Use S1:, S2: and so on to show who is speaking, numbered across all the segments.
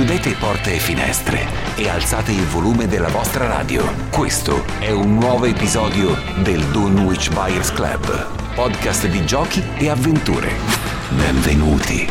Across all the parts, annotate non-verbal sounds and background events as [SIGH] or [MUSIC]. S1: Aprite porte e finestre e alzate il volume della vostra radio. Questo è un nuovo episodio del Dunwich Buyers Club, podcast di giochi e avventure. Benvenuti.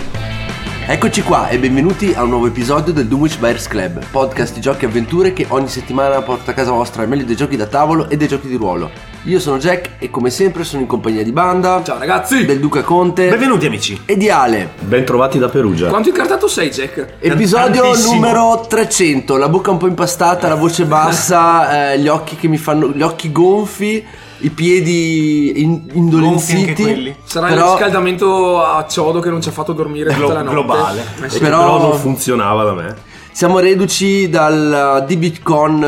S2: Eccoci qua e benvenuti a un nuovo episodio del Dunwich Buyers Club, podcast di giochi e avventure che ogni settimana porta a casa vostra il meglio dei giochi da tavolo e dei giochi di ruolo. Io sono Jack e come sempre sono in compagnia di Banda.
S3: Ciao, ragazzi.
S2: Del Duca Conte.
S4: Benvenuti amici.
S2: E di Ale.
S5: Bentrovati da Perugia.
S3: Quanto incartato sei, Jack?
S2: Episodio
S4: Tantissimo.
S2: numero 300, la bocca un po' impastata, la voce
S4: [LAUGHS]
S2: bassa, eh, gli occhi che mi fanno gli occhi gonfi, i piedi in-
S4: Gonfi anche
S2: indolenziti.
S4: quelli.
S3: Sarà il
S2: però-
S3: riscaldamento a ciodo che non ci ha fatto dormire tutta
S4: Glo-
S3: la notte.
S4: globale.
S3: Eh sì.
S2: Però-
S5: Però... non funzionava da me.
S2: Siamo reduci dal DBitCon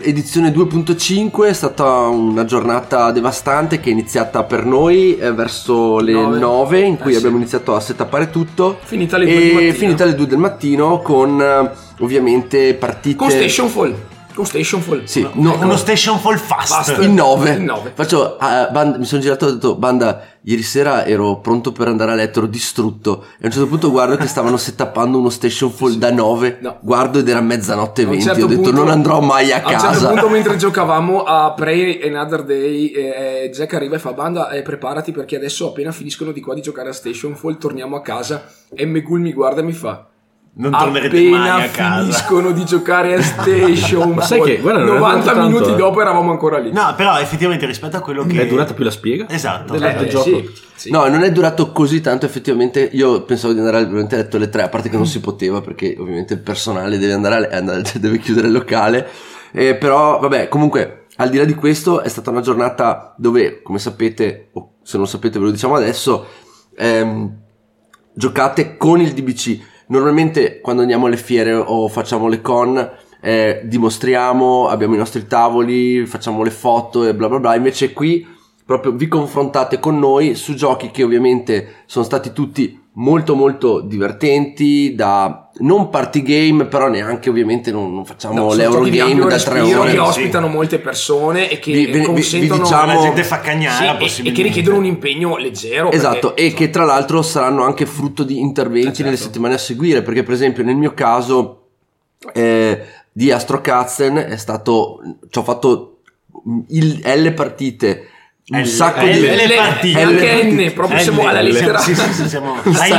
S2: eh, edizione 2.5, è stata una giornata devastante che è iniziata per noi eh, verso le
S3: Nove.
S2: 9, in
S3: Eh
S2: cui
S3: sì.
S2: abbiamo iniziato a settappare tutto.
S3: Finita alle
S2: E
S3: due di mattina.
S2: finita alle 2 del mattino con eh, ovviamente partite...
S3: Con Station Fall. Con Station Fall.
S2: Sì,
S3: No.
S2: no,
S4: Uno station fall fast.
S3: Fast.
S2: in 9.
S3: In nove.
S2: Faccio, ah, Banda- mi sono girato e ho detto, Banda, ieri sera ero pronto per andare a letto, ero distrutto. E a un certo punto guardo che stavano settappando uno station fall da 9.
S3: No.
S2: Guardo ed era mezzanotte e
S3: A un
S2: 20.
S3: certo
S2: ho detto,
S3: punto-
S2: non andrò mai a
S3: A un certo
S2: casa.
S3: punto, mentre giocavamo a Pray Another Day, eh, eh, Jack arriva e fa banda e preparati perché adesso, appena finiscono di qua di giocare a Station Fall, torniamo a casa. E Megul mi guarda e mi fa.
S4: Non tornerete mai
S3: Appena
S4: a casa.
S3: finiscono di giocare
S4: [LAUGHS]
S3: a Station
S5: Ma
S3: Fall,
S5: sai che, guarda, non è
S3: 90
S5: durato tanto,
S3: minuti
S5: eh.
S3: dopo eravamo ancora lì.
S4: No, però effettivamente rispetto a quello che
S5: È durata più la spiega?
S4: Esatto.
S3: Della-
S5: del
S3: eh,
S5: gioco.
S3: sì, sì.
S2: No, non è durato così tanto effettivamente. Io pensavo di andare al- veramente a letto alle 3, a parte che non si poteva perché ovviamente il personale deve andare a le- andare- cioè, [LAUGHS] deve chiudere il locale. Eh, però vabbè, comunque al di là di questo è stata una giornata dove, come sapete, o se non sapete ve lo diciamo adesso, ehm, giocate con il DBC. Normalmente quando andiamo alle fiere o facciamo le con eh, dimostriamo, abbiamo i nostri tavoli, facciamo le foto e bla bla bla. Invece qui proprio vi confrontate con noi su giochi che ovviamente sono stati tutti molto molto divertenti da non party game però neanche ovviamente non, non facciamo
S3: No, sono giochi di
S2: l'Eurogame
S3: ampio
S2: da tre
S3: respiro
S2: ore
S3: che
S4: sì.
S3: ospitano molte persone e che
S2: Vi- vi- vi-
S3: consentono
S2: vi diciamo-
S4: La gente fa
S3: Sì,
S4: cagnara
S3: e- e, che richiedono un impegno leggero
S2: Esatto,
S3: Oh, perché-
S2: e che tra l'altro saranno anche frutto di interventi
S3: Eh, certo.
S2: nelle settimane a seguire, perché per esempio nel mio caso eh, di Astro Katzen è stato, ci ho fatto il- L partite, un
S4: L-
S2: sacco
S4: L-
S2: di...
S4: L- le partite.
S3: anche
S2: L- [LAUGHS]
S3: N proprio siamo alla lettera
S4: lettera. Eh, Sì, sì, sì,
S3: [LAUGHS]
S4: siamo
S2: Sai-
S4: ai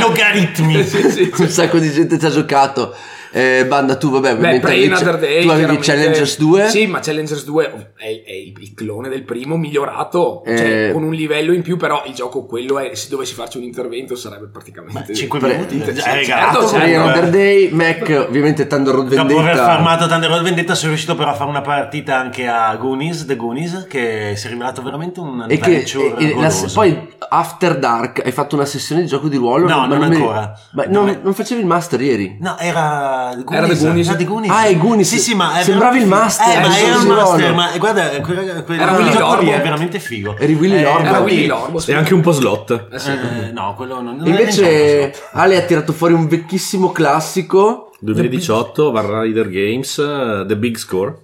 S3: [LAUGHS]
S4: logaritmi.
S3: Sì,
S2: [LAUGHS]
S3: sì, sì.
S2: un sacco di gente ci ha giocato. Eh, banda, tu vabbè,
S3: Beh,
S2: ovviamente
S3: Pray
S2: avevi-
S3: Another Day
S2: tu avevi
S3: chiaramente-
S2: Challengers 2.
S3: Sì, ma Challengers 2 è, è il, il clone del primo migliorato,
S2: Eh.
S3: cioè con un livello in più, però il gioco quello è se dovessi farci un intervento sarebbe praticamente
S4: 5
S2: Beh,
S4: minuti.
S3: sì,
S4: già
S3: certo,
S4: regalato.
S3: certo.
S2: Pray
S4: Eh,
S2: Another Day, Mac ovviamente Thunder Road
S4: Dopo aver
S2: Vendetta.
S4: farmato Thunder Road Vendetta sono riuscito però a fare una partita anche a Goonies, The Goonies, che si è rivelato veramente un
S2: E che
S4: adventure
S2: e- e la-
S4: goloso.
S2: poi After Dark hai fatto una sessione di gioco di ruolo? ma
S4: No, non
S2: mi-
S4: ancora.
S2: Ma non,
S4: No.
S2: non facevi il master ieri?
S4: No, era The
S3: Era The Goonies.
S4: The Goonies.
S2: Ah, i Goonies.
S4: Sì, sì, ma è
S2: Sembravi
S4: veramente
S2: il
S4: figo.
S2: master,
S4: Eh,
S3: ma
S4: ma
S3: sono
S4: era il
S2: un
S4: master,
S2: Lorbo.
S4: ma guarda, quel, quel
S3: Era
S4: quel
S3: Willy
S4: gioco lì
S3: Lorbo.
S4: è veramente figo.
S2: Eri Willy
S4: Eh,
S2: Lorbo.
S3: Era
S4: infatti-
S3: Willy Lorbo, sì.
S5: E anche un po' slot.
S3: Eh sì.
S4: Eh, no, quello non, non era
S2: Invece
S4: neanche
S2: [LAUGHS] Ale ha tirato fuori un vecchissimo classico.
S5: 2018, Varra Rider Games, eh, The Big Score.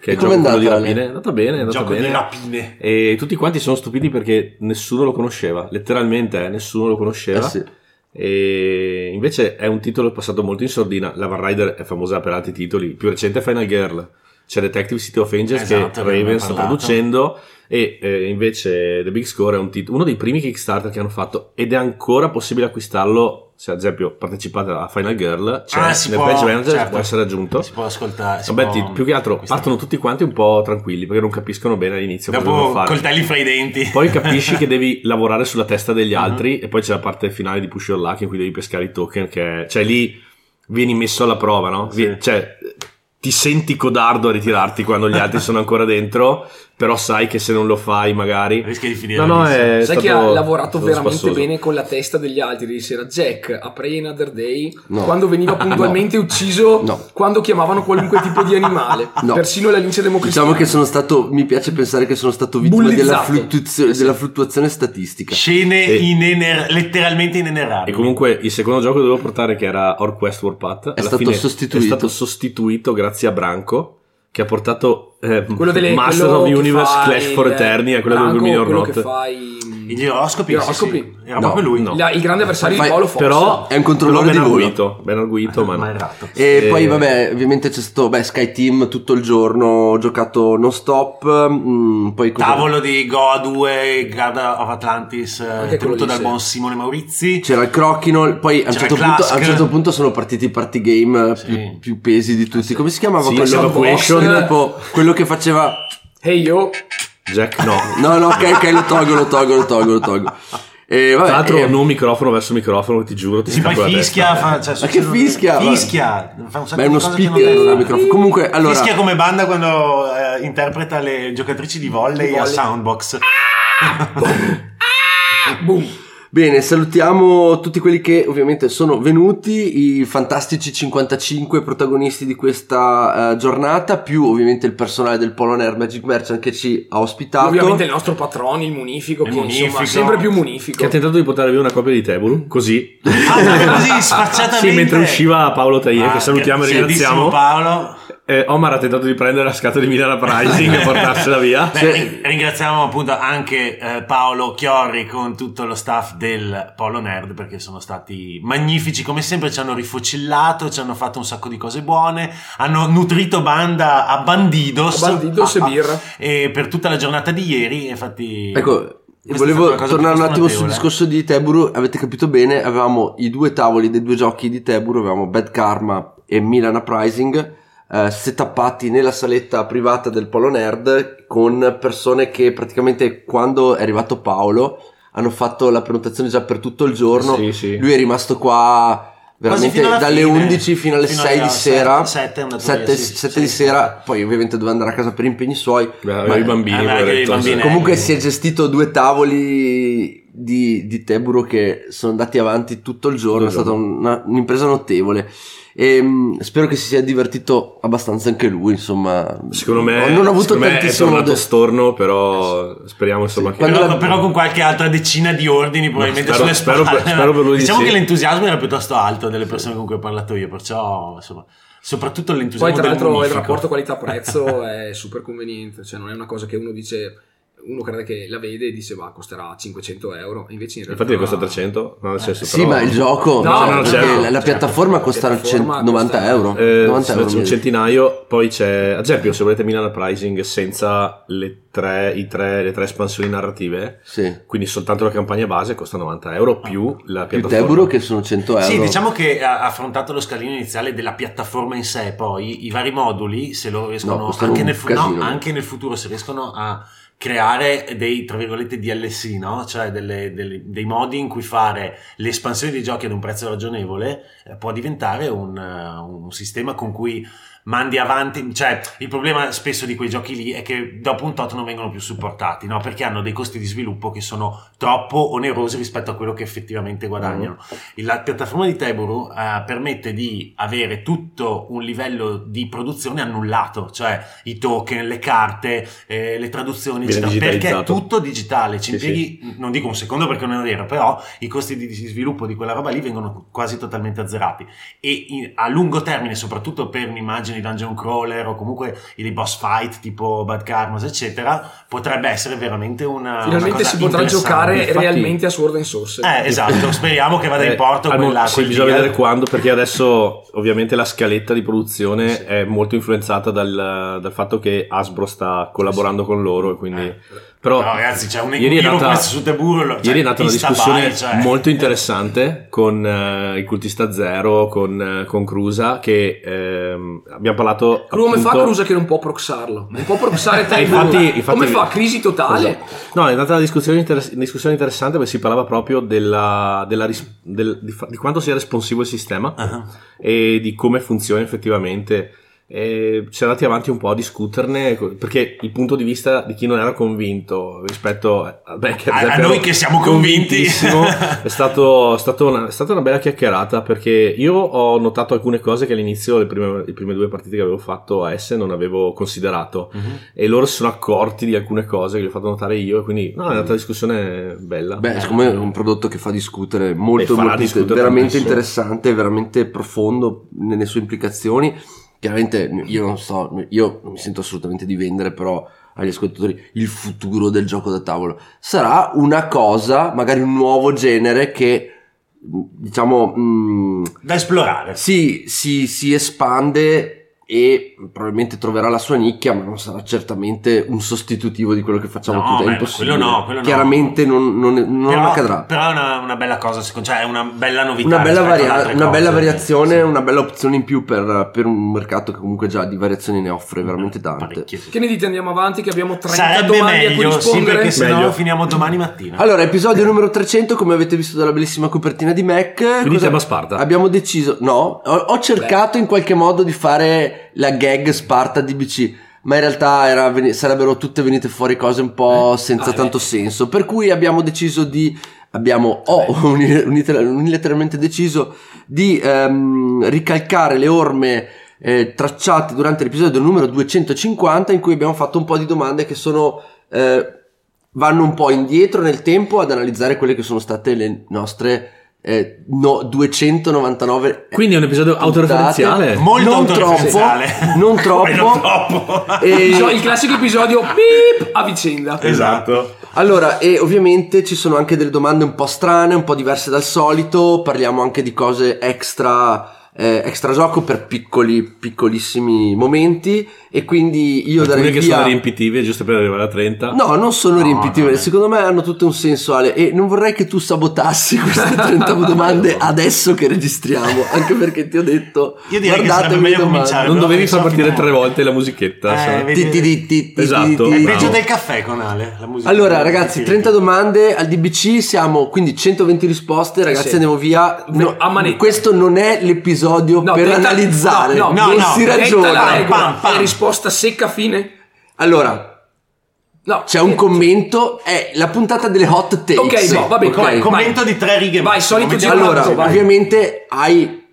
S5: Che
S2: E
S5: è il gioco
S2: com'è
S5: quello di
S2: andata, Ale?
S5: rapine. È andata bene, è
S4: un
S5: andata
S4: gioco
S5: bene.
S4: di rapine.
S5: E tutti quanti sono stupiti perché nessuno lo conosceva. Letteralmente, eh, nessuno lo conosceva.
S2: Eh sì.
S5: E invece è un titolo passato molto in sordina. La Van Rider è famosa per altri titoli. Il più recente è Final Girl. C'è Detective City of Angels
S4: Esatto,
S5: che
S4: abbiamo
S5: Raven sta
S4: parlato.
S5: producendo. E eh, invece The Big Score è un tit- uno dei primi Kickstarter che hanno fatto. Ed è ancora possibile acquistarlo. Se ad esempio partecipate a Final Girl, c'è
S4: Ah, si
S5: nel
S4: può,
S5: patch manager
S4: certo.
S5: può essere aggiunto.
S4: Si può ascoltare. si
S5: Vabbè,
S4: può-
S5: ti- più che altro
S4: acquistare.
S5: partono tutti quanti un po' tranquilli perché non capiscono bene all'inizio cosa devono
S4: Dopo
S5: fare.
S4: coltelli fra i denti.
S5: Poi capisci che devi lavorare sulla testa degli altri e poi c'è la parte finale di Push Your Luck in cui devi pescare i token che è- cioè lì vieni messo alla prova, no?
S4: Sì.
S5: Vi- Cioè ti senti codardo a ritirarti quando gli altri sono ancora dentro, però sai che se non lo fai magari
S4: [LAUGHS] Rischia di finire.
S5: No, no,
S4: malissimo.
S5: è
S3: Sai
S5: stato-
S3: che ha lavorato
S5: stato
S3: veramente
S5: spassoso.
S3: bene con la testa degli altri ieri sera? Jack a Pray Another Day,
S2: No.
S3: quando veniva puntualmente ucciso,
S2: No.
S3: quando chiamavano qualunque tipo di animale,
S4: Ah,
S2: No.
S3: persino la lince democristiana.
S2: Diciamo che sono stato. Mi piace pensare che sono stato vittima della
S3: Bullizzato.
S2: fluttuazione, della fluttuazione statistica.
S4: Scene
S5: E-
S4: inener- letteralmente inenerabili.
S5: E comunque il secondo gioco che dovevo portare, che era Orquest Warpath, alla
S2: stato
S5: fine
S2: sostituito.
S5: è stato sostituito grazie a Branco, che ha portato eh,
S3: Quello delle,
S5: Master
S3: quello
S5: of
S3: che
S5: Universe
S3: fa
S5: Clash
S3: il-
S5: for Eternity, è quello del
S3: Franco,
S5: 2000
S3: quello
S5: Ornot.
S3: che fa i-
S4: I giroscopi?
S3: I
S4: sì,
S3: giroscopi.
S4: sì. Era
S5: No,
S4: proprio lui.
S5: no.
S3: la- il grande avversario
S2: Fai-
S3: di Paolo Fox.
S5: Però
S2: È un controllore
S5: però ben
S2: di Ah, volo.
S5: arguito, ben arguito, ma no.
S4: Ma è ratto.
S2: E
S5: Eh,
S2: poi, vabbè, ovviamente c'è stato beh, Sky Team tutto il giorno, ho giocato non stop. mm, poi cosa-
S4: Tavolo di Goa 2, Guard of Atlantis, eh,
S3: quello
S4: tenuto
S3: lì,
S4: dal
S3: sì.
S4: buon Simone Maurizi.
S2: C'era il Crochinol, poi a un,
S4: C'era
S2: certo
S4: il
S2: punto,
S4: Clask.
S2: a un certo punto sono partiti i party game eh,
S4: Sì.
S2: più, più pesi di tutti. Come si chiamava
S5: Sì,
S2: quello?
S5: Evacuation.
S2: quello tipo- quello che faceva
S3: Hey yo,
S5: Jack
S2: [LAUGHS]
S5: no.
S2: No, no, ok, ok, lo tolgo, lo tolgo, lo tolgo, lo tolgo. E vabbè,
S5: Tra l'altro
S2: eh,
S5: non microfono verso microfono, ti giuro, ti
S4: Sì, poi
S5: scappo la
S4: fischia.
S5: testa.
S4: Fa, cioè,
S2: Ma che
S4: succedono-
S2: fischia?
S4: Fischia. Fa un sacco
S2: beh, è
S4: di
S2: uno
S4: cose che
S2: speaker
S4: non deve
S2: non ha
S4: fare.
S2: microfono. Comunque, allora,
S4: Fischia come banda quando eh, interpreta le giocatrici di volley,
S3: Di
S4: a
S3: volley.
S4: Soundbox.
S3: boom.
S2: bene, salutiamo tutti quelli che ovviamente sono venuti, i fantastici 55 protagonisti di questa eh, giornata, più ovviamente il personale del Polo Air Magic Merchant che ci ha ospitato.
S3: Ovviamente il nostro patrono, il munifico,
S4: Il
S3: che insomma
S4: munifico.
S3: sempre più munifico.
S5: Che ha tentato di portare via una copia di Tebulu, così.
S4: Ah, così sfacciatamente.
S5: Sì, mentre usciva Paolo Taie,
S4: Ah,
S5: che salutiamo e
S4: grandissimo
S5: ringraziamo.
S4: Paolo.
S5: eh, Omar ha tentato di prendere la scatola di Milana Pricing
S4: [LAUGHS]
S5: e portarsela via.
S4: Beh, ri- ringraziamo appunto anche eh, Paolo Chiorri con tutto lo staff del Polo Nerd perché sono stati magnifici come sempre, ci hanno rifocillato, ci hanno fatto un sacco di cose buone, hanno nutrito banda a bandidos,
S3: Bandidos e
S4: Ah,
S3: birra.
S4: e per tutta la giornata di ieri, infatti
S2: Ecco,
S4: questa è
S2: volevo
S4: stata una cosa
S2: tornare un
S4: piuttosto
S2: attimo sul
S4: notevole.
S2: discorso di Teburu. Avete capito bene, avevamo i due tavoli dei due giochi di Teburu, avevamo Bad Karma e Milan Uprising, eh, setappati nella saletta privata del Polo Nerd con persone che praticamente quando è arrivato Paolo hanno fatto la prenotazione già per tutto il giorno.
S5: Sì, sì.
S2: Lui è rimasto qua
S4: Quasi
S2: veramente
S4: fino alla
S2: dalle
S4: fine,
S2: 11 fino alle
S4: fino
S2: 6 di
S4: alla
S2: sera.
S4: sette, sette è andato
S2: 7,
S4: via, sì,
S2: di
S4: sì.
S2: sera, poi ovviamente doveva andare a casa per impegni suoi.
S5: Beh,
S2: ma-
S5: i bambini,
S4: eh, ma anche
S5: poveretto.
S4: i bambini.
S2: Comunque si è gestito due tavoli di, di Teburo che sono andati avanti tutto il giorno, è
S5: Tutto il
S2: stata una- un'impresa notevole. E, mh, spero che si sia divertito abbastanza anche lui, insomma.
S5: Secondo me,
S2: Oh, non ho avuto
S5: secondo me è
S2: tantissimo
S5: tornato
S2: de-
S5: storno, però speriamo insomma che...
S2: Quando
S4: Però,
S2: la-
S4: però con qualche altra decina di ordini probabilmente
S5: spero-
S4: sulle
S5: spero per-
S4: spalle.
S5: spero per lui di
S4: diciamo
S5: sì.
S4: che l'entusiasmo era piuttosto alto delle persone con cui ho parlato io, perciò insomma, soprattutto
S3: Poi
S4: l'entusiasmo
S3: tra
S4: del
S3: l'altro il
S4: munifico.
S3: rapporto [LAUGHS] qualità-prezzo è super conveniente, cioè non è una cosa che uno dice, uno crede che la vede e dice va costerà 500 euro, invece in realtà...
S5: Infatti costa 300, no, nel senso,
S2: Sì,
S5: però-
S2: ma il gioco,
S3: No,
S2: cioè,
S5: no,
S2: perché
S5: certo,
S2: la, la
S5: certo.
S2: piattaforma costa
S3: Piattaforma
S2: 100 90
S3: costa-
S2: euro.
S5: Eh,
S2: 90 euro
S5: sono un
S2: al mese.
S5: centinaio, poi c'è ad esempio se volete Milan Uprising senza le tre, i tre- le tre espansioni narrative,
S2: Sì.
S5: quindi soltanto la campagna base costa 90 euro più la
S2: Più
S5: piattaforma.
S2: Teburo che sono 100 euro.
S4: Sì, diciamo che ha affrontato lo scalino iniziale della piattaforma in sé, poi i vari moduli, se loro
S2: No,
S4: riescono
S2: costano
S4: anche,
S2: un
S4: nel, fu- no,
S2: casino.
S4: anche nel futuro, se riescono a creare dei tra virgolette DLC, no? cioè delle- delle- dei modi in cui fare le espansioni dei giochi ad un prezzo ragionevole, eh, può diventare un, eh, un sistema con cui mandi avanti, cioè il problema spesso di quei giochi lì è che dopo un tot non vengono più supportati, no? perché hanno dei costi di sviluppo che sono troppo onerosi rispetto a quello che effettivamente guadagnano.
S5: Mm.
S4: La piattaforma di Teburu eh, permette di avere tutto un livello di produzione annullato, cioè i token, le carte, eh, le traduzioni,
S5: Viene
S4: eccetera, perché è
S5: digitalizzato.
S4: tutto digitale, ci
S5: Sì,
S4: impieghi, non dico un secondo perché non è vero, però i costi di, di sviluppo di quella roba lì vengono quasi totalmente azzerati e in- a lungo termine, soprattutto per un'immagine di dungeon crawler o comunque i dei boss fight tipo Bad Carnos, eccetera, potrebbe essere veramente
S3: Ah,
S4: una... una
S3: Finalmente
S4: cosa
S3: si potrà
S4: interessante.
S3: giocare
S5: infatti-
S3: realmente a Sword and Sorcery.
S4: Eh, esatto, speriamo che vada in
S5: Eh,
S4: porto
S5: al mo-
S4: quella...
S5: sì,
S4: quel
S5: bisogna
S4: deal.
S5: vedere quando, perché adesso ovviamente la scaletta di produzione è molto influenzata dal, dal fatto che Hasbro sta collaborando con loro e quindi...
S4: Eh.
S5: Però,
S4: No, ragazzi, c'è un
S5: ieri è
S4: equilibrio
S5: nata,
S4: questo su Teburlo, cioè,
S5: ieri è nata una
S4: pista
S5: discussione
S4: vai, cioè.
S5: molto interessante con eh, il cultista Zero, con, eh, con Crusa, che ehm, abbiamo parlato...
S3: Cru- Come fa
S5: appunto- eh,
S3: Crusa che non può proxarlo? Non può
S5: [LAUGHS]
S3: proxare te,
S5: Infatti-
S3: Cru.
S5: infatti-
S3: Come fa? Crisi totale?
S5: Esatto. No, è andata una discussione, inter- una discussione interessante perché si parlava proprio della, della ris- del- di, fa- di quanto sia responsivo il sistema
S4: Ah.
S5: e di come funziona effettivamente. E si è andati avanti un po' a discuterne co- perché il punto di vista di chi non era convinto rispetto a, beh, che ad
S4: A- a
S5: esempio
S4: noi
S5: ero
S4: che siamo convinti. [LAUGHS]
S5: convintissimo, è, stato, è stato una, è stata una bella chiacchierata perché io ho notato alcune cose che all'inizio le prime, le prime due partite che avevo fatto a S non avevo considerato
S4: Mhm.
S5: e loro si sono accorti di alcune cose che gli ho fatto notare io e quindi no, è andata una discussione bella
S2: Beh, secondo me è un prodotto che fa discutere molto,
S5: farà
S2: molto
S5: discutere
S2: veramente
S5: tantissimo.
S2: interessante, veramente profondo nelle sue implicazioni. Chiaramente io non so, io non mi sento assolutamente di vendere, però agli ascoltatori il futuro del gioco da tavolo sarà una cosa, magari un nuovo genere che diciamo mm,
S4: Da esplorare.
S2: si, si- si espande e probabilmente troverà la sua nicchia, ma non sarà certamente un sostitutivo di quello che facciamo
S4: No,
S2: tutti.
S4: beh,
S2: È impossibile.
S4: quello no, quello no.
S2: Chiaramente non, non- non
S4: però,
S2: accadrà.
S4: però è una, una bella cosa, secondo- cioè è una bella novità.
S2: Una bella,
S4: rispetto ad
S2: varia-
S4: altre
S2: una
S4: cose.
S2: bella variazione,
S4: Sì.
S2: una bella opzione in più per, per un mercato che comunque già di variazioni ne offre veramente tante.
S4: Mm, Parecchie, sì.
S3: Che ne dite? Andiamo avanti, che abbiamo 30
S4: Sarebbe
S3: domande a cui
S4: meglio, sì,
S3: rispondere.
S4: perché se no
S5: Meglio.
S4: finiamo domani mattina.
S2: Allora, episodio numero 300, come avete visto dalla bellissima copertina di Mac. cosa-
S5: tema Sparta.
S2: Abbiamo deciso, no, ho, ho cercato in qualche modo di fare la gag Sparta DBC, ma in realtà era veni- sarebbero tutte venite fuori cose un po' senza
S4: Ah,
S2: tanto
S4: beh.
S2: senso, per cui abbiamo deciso di abbiamo oh, ho [LAUGHS] uni- unilater- unilateralmente deciso di ehm, ricalcare le orme eh, tracciate durante l'episodio numero 250 in cui abbiamo fatto un po' di domande che sono eh, vanno un po' indietro nel tempo ad analizzare quelle che sono state le nostre eh, no, 299
S5: Quindi è un episodio
S2: puntate.
S5: autoreferenziale.
S4: Molto
S2: non troppo,
S4: autoreferenziale. [LAUGHS]
S2: non troppo,
S4: Poi non troppo.
S2: E-
S3: Episo-
S5: Cioè,
S3: il classico episodio beep, a vicenda.
S4: Esatto.
S2: Allora, e ovviamente ci sono anche delle domande un po' strane, un po' diverse dal solito, parliamo anche di cose extra, eh, extra gioco per piccoli, piccolissimi momenti e quindi io
S5: Alcune
S2: darei
S5: che
S2: via...
S5: sono riempitive giuste per arrivare a 30.
S2: No, non sono
S4: No,
S2: riempitivi,
S4: no, no.
S2: secondo me hanno tutto un senso Ale e non vorrei che tu sabotassi [LAUGHS] queste 30
S4: [LAUGHS]
S2: domande adesso che registriamo, anche perché ti ho detto...
S4: Io direi che sarebbe
S2: guardatemi le
S4: meglio
S2: domande.
S4: cominciare.
S5: non
S4: però
S5: dovevi
S4: penso
S5: far partire
S4: fino-
S5: tre volte la musichetta.
S4: Eh,
S5: sai?
S4: vedi-
S2: Ti, ti, ti, ti, ti,
S5: Esatto.
S2: ti,
S4: È
S2: ti.
S5: Bravo.
S4: peggio del caffè con Ale, la musica.
S2: Allora ragazzi, 30
S4: domande.
S2: domande al DBC, siamo quindi 120 risposte, ragazzi
S3: Sì.
S2: andiamo via. No,
S3: A manetta.
S2: questo non è l'episodio
S3: No,
S2: per
S3: detta-
S2: analizzare,
S3: no,
S4: no,
S2: non
S4: no,
S2: si
S4: detta
S3: la
S2: ragiona.
S3: regola.
S4: Pam, pam.
S3: È risposta secca fine?
S2: Allora,
S3: No. eh,
S2: c'è un commento, è la puntata delle hot takes.
S3: Ok, boh, no, va bene,
S2: ok?
S3: vai, com-
S4: Commento di tre righe.
S3: Vai,
S4: massimo.
S3: solito
S4: Commento-
S3: giro.
S2: Allora,
S3: vai.
S2: ovviamente hai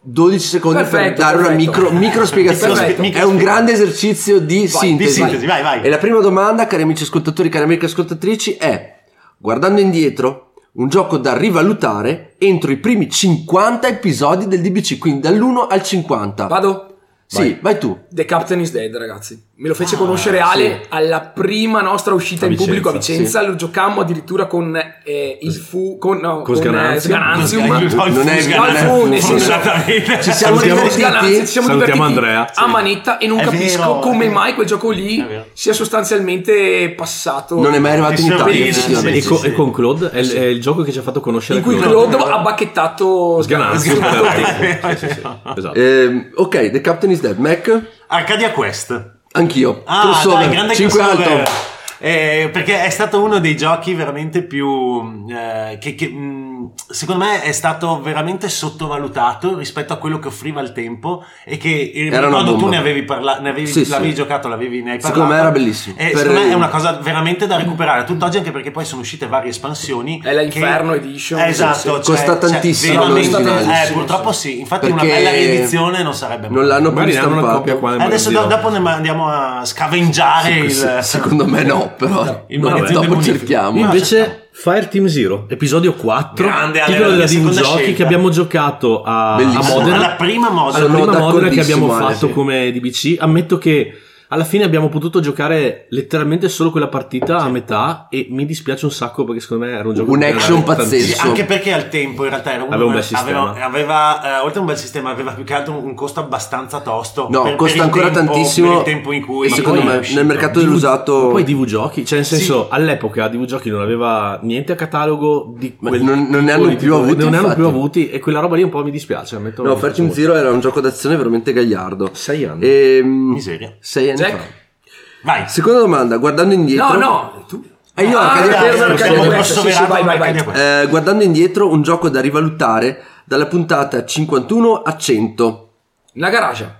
S2: 12 secondi per
S3: Perfetto,
S2: dare una
S3: perfetto.
S2: micro, micro spiegazione.
S3: Perfetto.
S2: È un grande esercizio di
S4: di
S2: sintesi.
S4: sintesi, vai, vai.
S2: E la prima domanda, cari amici ascoltatori, cari amiche ascoltatrici, è: guardando indietro, un gioco da rivalutare entro i primi 50 episodi del DBC, quindi dall'1 al 50.
S3: Vado?
S2: Sì, Ah, vai, tu.
S3: The Captain is Dead, ragazzi. Me lo fece conoscere Ale alla prima nostra uscita
S5: A
S3: in pubblico a
S5: Vicenza,
S3: Vicenza. Lo giocammo addirittura con eh, il fu. Con, no,
S5: Con
S3: con, eh,
S5: Sgananzium.
S3: Sgananzium.
S4: Con Sgananzium.
S2: Non è esatto.
S4: Sgananzium,
S2: non è-
S3: Sgananzium, nel senso-
S4: Esattamente.
S2: Ci siamo
S3: Siamo sgananzi,
S2: divertiti.
S3: ci siamo
S5: Salutiamo
S3: divertiti
S5: Andrea,
S3: a
S5: sì.
S3: manetta e non
S4: È
S3: capisco
S4: vero,
S3: come
S4: è vero.
S3: mai quel gioco
S4: È
S3: lì
S4: vero.
S3: sia sostanzialmente passato
S2: Non è mai arrivato in
S4: Ci siamo
S2: Italia,
S4: bene,
S2: effettivamente.
S5: e,
S4: sì,
S5: co-
S4: sì.
S5: e con Claude è, il- è il gioco che ci ha fatto conoscere
S3: in cui
S5: Claude.
S3: Claude ha bacchettato
S5: Sgananzio.
S3: Sgananzio.
S4: [LAUGHS]
S5: Sì, sì, sì, Esatto.
S2: Ehm, ok, The Captain is Dead. Mac,
S4: Arcadia Quest.
S2: anch'io.
S4: Ah,
S2: crossover,
S4: dai, grande
S2: 5
S4: crossover.
S2: alto.
S4: Eh, perché è stato uno dei giochi veramente più eh, che, che, mh, secondo me è stato veramente sottovalutato rispetto a quello che offriva il tempo e che eh, mi
S2: Era una
S4: ricordo tu
S2: bomba.
S4: ne avevi parlato ne avevi,
S2: Sì,
S4: l'avevi
S2: sì.
S4: giocato l'avevi ne hai parlato
S2: Secondo me era bellissimo.
S4: Eh,
S2: Per-
S4: secondo me è una cosa veramente da recuperare tutt'oggi anche perché poi sono uscite varie espansioni
S3: È la Inferno Edition,
S4: Eh,
S2: sì,
S4: esatto
S2: sì. Costa tantissimo
S4: veramente-
S2: l'originale,
S4: eh,
S3: sì,
S4: purtroppo sì infatti una
S2: Perché
S4: bella riedizione non sarebbe
S2: Non l'hanno più
S5: Magari ne hanno una
S2: stampato.
S5: copia qua. nel
S4: Eh, adesso do-
S5: magazzino.
S4: dopo ne ma- andiamo a scavengare Ah, il
S2: Se- Secondo me no, però
S4: Il
S2: no,
S4: magazzino
S2: dopo
S4: dei
S2: cerchiamo.
S4: bonifici.
S5: Invece Fire Team Zero, episodio 4,
S4: Grande,
S5: titolo
S4: Ale,
S5: della Team
S4: seconda
S5: Giochi
S4: scelta.
S5: che abbiamo giocato a, a
S2: Bellissimo.
S5: Modena.
S4: alla prima moda
S5: alla
S2: Sono
S5: prima modena che abbiamo
S2: d'accordissimo, Ale,
S5: fatto
S2: sì.
S5: come DBC. Ammetto che alla fine abbiamo potuto giocare letteralmente solo quella partita a metà e mi dispiace un sacco perché secondo me era un gioco
S2: Un
S5: che
S2: action
S5: era
S2: pazzesco.
S5: tantissimo.
S4: Sì, anche perché al tempo in realtà era un,
S5: Aveva un bel sistema.
S4: aveva, aveva, eh, oltre a un bel sistema aveva più che altro un, un costo abbastanza tosto
S2: No,
S4: per- per
S2: costa
S4: il
S2: ancora
S4: tempo-
S2: tantissimo
S4: per il tempo in cui
S2: e
S4: ma
S2: secondo
S4: poi
S2: me
S4: è uscito.
S2: nel mercato
S5: DV
S2: dell'usato
S5: Poi DV Giochi, cioè nel senso all'epoca DV Giochi non aveva niente a catalogo di
S2: Ma
S5: quel
S2: non- non ne hanno
S5: tipo di
S2: più
S5: titolo,
S2: avuti,
S5: Non ne hanno
S2: infatti.
S5: più avuti e quella roba lì un po' mi dispiace. Ammetto,
S2: No, Fair Team Zero era un gioco d'azione veramente gagliardo.
S5: 6 anni.
S2: Ehm,
S4: Miseria.
S2: sei anni
S3: Jack?
S2: fa.
S4: vai
S2: Seconda domanda, guardando indietro
S3: No, no, tu.
S2: E io
S3: Ah,
S2: Arcadia
S3: dai,
S2: Quest,
S3: Arcadia
S2: siamo
S3: Quest,
S4: grosso
S3: sì, sì,
S4: verato
S3: vai,
S4: in
S3: vai, vai.
S4: Arcadia Quest.
S2: eh, guardando indietro un gioco da rivalutare dalla puntata 51 a 100.
S3: La garage.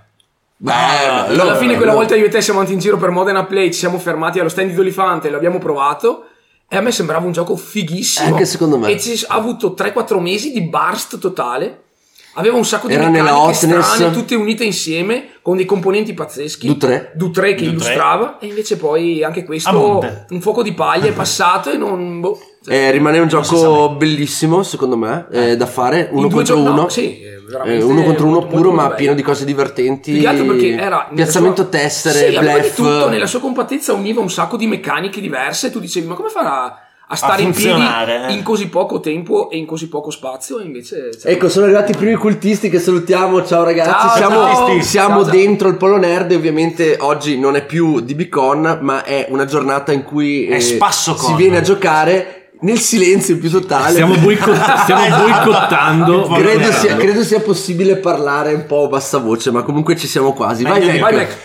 S2: Beh,
S4: Ah, alla
S3: alla fine quella
S2: no.
S3: volta io e te siamo andati in giro per Modena Play, ci siamo fermati allo stand di Dolifante, l'abbiamo provato e a me sembrava un gioco fighissimo.
S2: Anche secondo me.
S3: E ci ha avuto 3-4 mesi di burst totale. Aveva un sacco di
S2: Era
S3: meccaniche
S2: nella hotness.
S3: strane, tutte unite insieme, con dei componenti pazzeschi.
S2: Dutré.
S3: Dutré che
S4: Dutré.
S3: illustrava e invece poi anche
S4: A
S3: questo
S4: monte.
S3: un fuoco di paglia è passato e non boh,
S2: Eh, rimane un
S4: non si sa
S2: gioco
S4: mai.
S2: bellissimo, secondo me, eh, da fare. Uno
S3: In due
S2: contro
S3: gio- no,
S2: uno.
S3: sì, eh, veramente
S2: Eh, uno contro uno
S3: molto,
S2: puro,
S3: molto
S2: ma
S3: bello.
S2: pieno di cose divertenti.
S3: Più che altro perché era nella
S2: Piazzamento
S3: sua-
S2: tessere,
S3: sì, aveva di
S2: bluff.
S3: tutto, nella sua compattezza univa un sacco di meccaniche diverse. Tu dicevi, ma come farà a stare in piedi
S4: funzionare, eh?"
S3: in così poco tempo e in così poco spazio? E invece cioè, c'era-
S2: Ecco, sono arrivati i primi cultisti che salutiamo. Ciao ragazzi,
S3: Ciao,
S2: siamo,
S3: ciao.
S2: siamo
S3: Ciao, ciao.
S2: dentro il Polo Nerd. e Ovviamente oggi non è più di Bicon, ma è una giornata in cui eh,
S4: È spasso con.
S2: si viene a giocare nel silenzio più totale.
S5: Stiamo, boicott-
S2: [LAUGHS]
S5: stiamo boicottando.
S2: credo, sia, credo sia possibile parlare un po' a bassa voce, ma comunque ci siamo quasi. Vai,
S4: Meglio
S2: Mac.
S4: di
S3: Vai,
S4: que-
S3: Mac.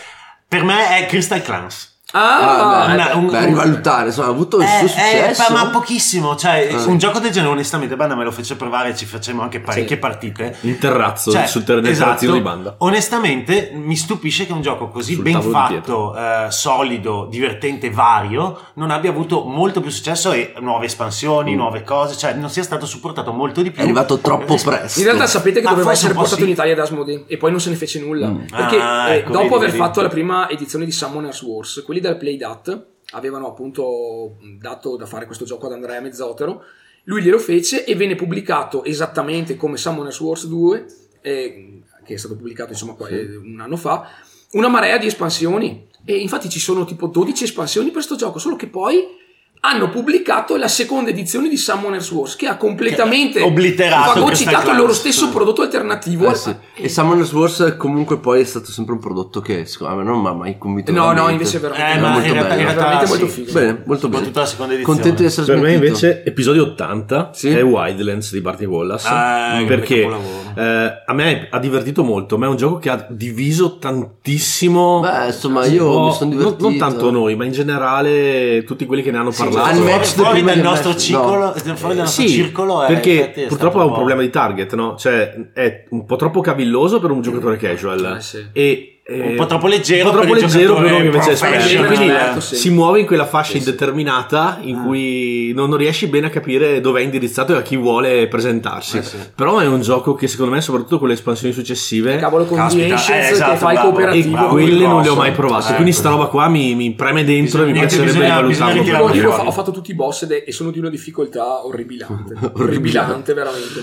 S4: Per me è Crystal Clans.
S3: Ah,
S2: ecco. Ah, beh,
S4: una-
S2: beh,
S4: un-
S2: beh,
S4: un-
S2: rivalutare, insomma, ha avuto il
S4: Eh,
S2: suo
S4: eh,
S2: successo. Eh.
S4: pa- ma pochissimo, cioè un gioco del genere onestamente Banda me lo fece provare, ci facemmo anche parecchie partite.
S5: In terrazzo,
S4: Cioè,
S5: sul terreno
S4: esatto.
S5: terrazzino di banda.
S4: Onestamente mi stupisce che un gioco così
S5: Sul
S4: ben
S5: tavolo di
S4: fatto, eh, solido, divertente, vario, non abbia avuto molto più successo e
S5: Mm.
S4: nuove espansioni, nuove cose, cioè non sia stato supportato molto di più. Eh,
S2: È arrivato troppo presto. Eh,
S3: In realtà sapete che
S4: Ah,
S3: doveva
S4: forse
S3: essere
S4: un po'
S3: portato
S4: sì.
S3: in Italia da Asmodee e poi non se ne fece nulla. Perché
S4: Ah,
S3: eh,
S4: ecco,
S3: dopo
S4: vedi,
S3: aver
S4: vedi.
S3: fatto la prima edizione di Summoner's Wars, quelli del Playdat avevano appunto dato da fare questo gioco ad Andrea Mezzotero. Lui glielo fece e venne pubblicato esattamente come Summoner's Wars 2, eh, che è stato pubblicato insomma qua- eh, un anno fa, una marea di espansioni. E infatti ci sono tipo 12 espansioni per questo gioco, solo che poi hanno pubblicato la seconda edizione di Summoner's Wars che ha completamente
S4: Che ha obliterato questa
S3: fagocitato
S4: classe.
S3: il loro stesso prodotto alternativo
S2: Eh, sì. E Summoner's Wars comunque poi è stato sempre un prodotto che secondo me non mi ha mai convinto.
S3: no no
S2: veramente.
S3: invece è veramente,
S4: Eh,
S2: ma in realtà-
S3: bello,
S2: in
S4: realtà
S3: veramente
S4: sì.
S3: molto figo
S2: Bene, molto bene.
S4: Soprattutto la seconda edizione.
S2: Contento di essere
S5: Per me
S2: smentito.
S5: invece episodio 80
S2: Sì?
S5: è Wildlands di Barty Wallace
S4: Ah,
S5: perché
S4: grande capolavoro.
S5: eh, a me ha divertito molto, ma è un gioco che ha diviso tantissimo
S2: Beh, insomma, io
S5: un po'-
S2: mi sono
S5: non-
S2: divertito.
S5: Non, tanto noi, ma in generale tutti quelli che ne hanno parlato.
S2: al
S4: Fuori,
S2: match del
S4: fuori
S2: primo
S4: dal
S2: del
S4: nostro
S2: match,
S4: circolo, fuori dal nostro
S5: Sì,
S4: circolo è-
S5: perché
S4: infatti è
S5: purtroppo
S4: stato
S5: ha un
S4: po'-
S5: problema di target, no? Cioè è un po' troppo cavilloso per un giocatore casual
S3: Eh, sì.
S5: e eh,
S4: Un po' troppo
S5: un
S4: leggero
S5: po' troppo
S4: per il
S5: leggero per
S4: giocatore eh,
S5: uno che invece è esperto.
S4: professional. Eh.
S5: Quindi
S3: Esatto, sì.
S5: si muove in quella fascia indeterminata in cui non, non riesci bene a capire dove è indirizzato e a chi vuole
S4: Eh,
S5: presentarsi. Però è un gioco che secondo me, soprattutto con le espansioni successive,
S3: cavolo con
S4: Caspita,
S3: The Ancients
S4: eh,
S3: che
S4: esatto,
S3: fai
S4: bravo.
S5: e
S3: cooperativo
S4: Bravo,
S5: quelle non le ho mai
S4: Ecco.
S5: provate. Quindi sta roba qua mi, mi preme dentro e mi
S4: Bisogna-
S5: piacerebbe
S4: bisogna-
S5: valutarlo.
S4: bisogna
S5: per
S3: Però
S4: tirarlo
S5: me.
S3: io ho
S4: fuori.
S3: fa- ho fatto tutti i boss ed è- e sono di una difficoltà orribilante orribilante veramente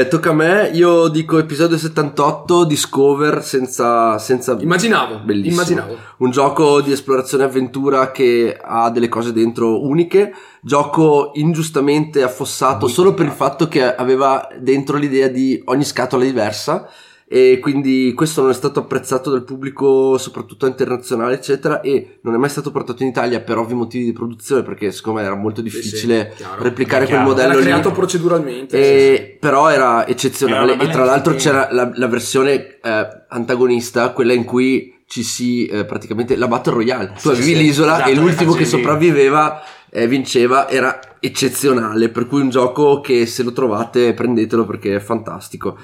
S2: Eh, tocca a me, io dico episodio 78 Discover senza... senza...
S3: immaginavo
S2: Bellissimo.
S3: immaginavo
S2: un gioco di esplorazione e avventura che ha delle cose dentro uniche, gioco ingiustamente affossato solo per il fatto che aveva dentro l'idea di ogni scatola diversa e quindi questo non è stato apprezzato dal pubblico soprattutto internazionale eccetera e non è mai stato portato in Italia per ovvi motivi di produzione perché secondo me era molto
S3: sì,
S2: difficile
S3: chiaro.
S2: replicare quel
S4: Chiaro.
S2: modello
S3: era
S2: lì
S3: creato proceduralmente sì, sì.
S2: e- Eh, però era
S4: Era
S2: eccezionale
S4: una
S2: e
S4: bella
S2: tra l'altro
S4: iniziativa.
S2: c'era la, la versione eh, antagonista, quella in cui ci si eh, praticamente la Battle Royale. Tu
S4: Sì,
S2: avevi
S4: sì,
S2: l'isola
S4: esatto,
S2: e
S4: le
S2: l'ultimo che
S4: facevi.
S2: sopravviveva eh, vinceva, era eccezionale, per cui un gioco che se lo trovate prendetelo perché è fantastico.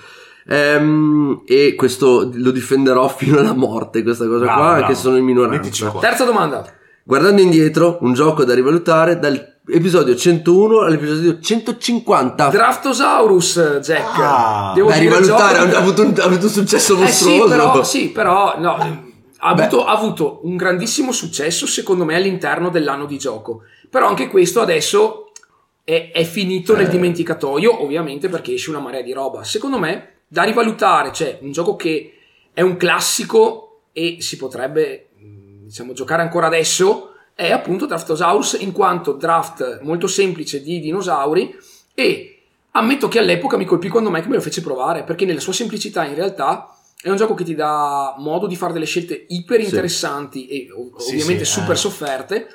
S2: Ehm, e questo lo difenderò [LAUGHS] fino alla morte, questa cosa
S4: Bravo,
S2: qua,
S4: bravo.
S2: che sono in
S4: Mettici
S2: minoranza.
S4: qua.
S3: terza domanda
S2: Guardando indietro, un gioco da rivalutare dall'episodio 101 all'episodio 150.
S3: Draftosaurus eh, Jack
S4: Ah.
S3: Devo
S2: da
S3: dire,
S2: rivalutare, ha
S3: gioco-
S2: avuto, un, ha avuto un successo
S3: Eh sì,
S2: mostruoso.
S3: però, sì, però, no, ha,
S2: Beh.
S3: avuto, ha avuto un grandissimo successo, secondo me, all'interno dell'anno di gioco. Però anche questo adesso è, è finito
S2: Eh.
S3: nel dimenticatoio, ovviamente, perché esce una marea di roba. Secondo me, da rivalutare, cioè un gioco che è un classico e si potrebbe, mh, diciamo, giocare ancora adesso, è appunto Draftosaurus, in quanto draft molto semplice di dinosauri e... Ammetto che all'epoca mi colpì quando Mike me lo fece provare, perché nella sua semplicità in realtà è un gioco che ti dà modo di fare delle scelte iper interessanti e ov-
S4: Sì,
S3: ovviamente
S4: sì,
S3: super
S4: eh.
S3: sofferte,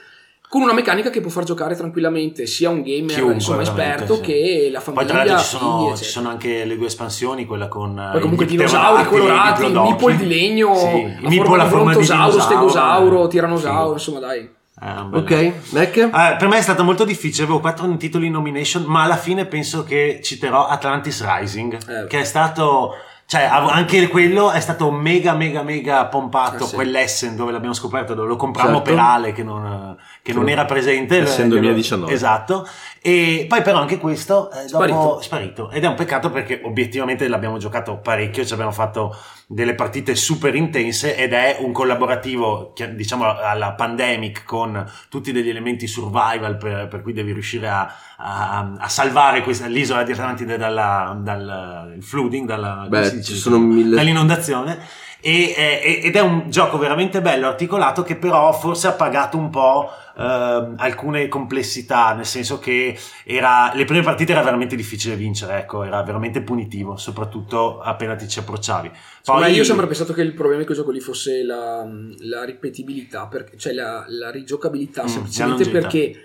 S3: con una meccanica che può far giocare tranquillamente sia un gamer
S4: Chiunque,
S3: insomma,
S4: veramente,
S3: esperto
S4: sì.
S3: che la famiglia.
S4: Poi tra l'altro ci
S3: figli,
S4: sono, ci
S3: eccetera.
S4: sono anche le due espansioni, quella con eh,
S3: Poi comunque
S4: i
S3: dinosauri
S4: pterodatti,
S3: colorati, il
S4: diplodocchi.
S3: meeple di legno,
S4: Sì, il
S3: la
S4: meeple
S3: forma
S4: alla
S3: di
S4: forma di
S3: brontosauro,
S4: dinosauro,
S3: stegosauro,
S4: eh.
S3: tiranosauro,
S4: Sì.
S3: insomma dai.
S4: Eh, un bel-
S2: Ok, Mac?
S3: Ah,
S4: Eh, per me è stato molto difficile, avevo quattro titoli in nomination, ma alla fine penso che citerò Atlantis Rising,
S3: Eh.
S4: che è stato Cioè, av- anche quello è stato mega, mega, mega pompato.
S3: Eh sì.
S4: Quell'Essen dove l'abbiamo scoperto, dove lo comprammo
S2: Certo.
S4: per Ale che non, che non
S5: Sì.
S4: era presente.
S5: Essen
S4: Eh, che-
S5: 2019.
S4: Esatto. E poi, però, anche questo è
S3: Sparito.
S4: dopo sparito. Ed è un peccato perché obiettivamente l'abbiamo giocato parecchio. Ci abbiamo fatto delle partite super intense ed è un collaborativo, chi- diciamo, alla pandemic con tutti degli elementi survival per, per cui devi riuscire a a, a salvare questa, l'isola di Atlantide dalla- dal il flooding, dalla, come si
S2: Beh,
S4: dice?
S2: ci sono mille.
S4: dall'inondazione. E- e- ed è un gioco veramente bello, articolato, che però forse ha pagato un po' ehm, alcune complessità, nel senso che era, le prime partite era veramente difficile vincere, ecco, era veramente punitivo, soprattutto appena ti ci approcciavi.
S3: Ma io ho sempre pensato che il problema di quel gioco lì fosse la, la ripetibilità, perché- cioè la, la rigiocabilità,
S4: Mm,
S3: semplicemente
S4: la longevità.
S3: perché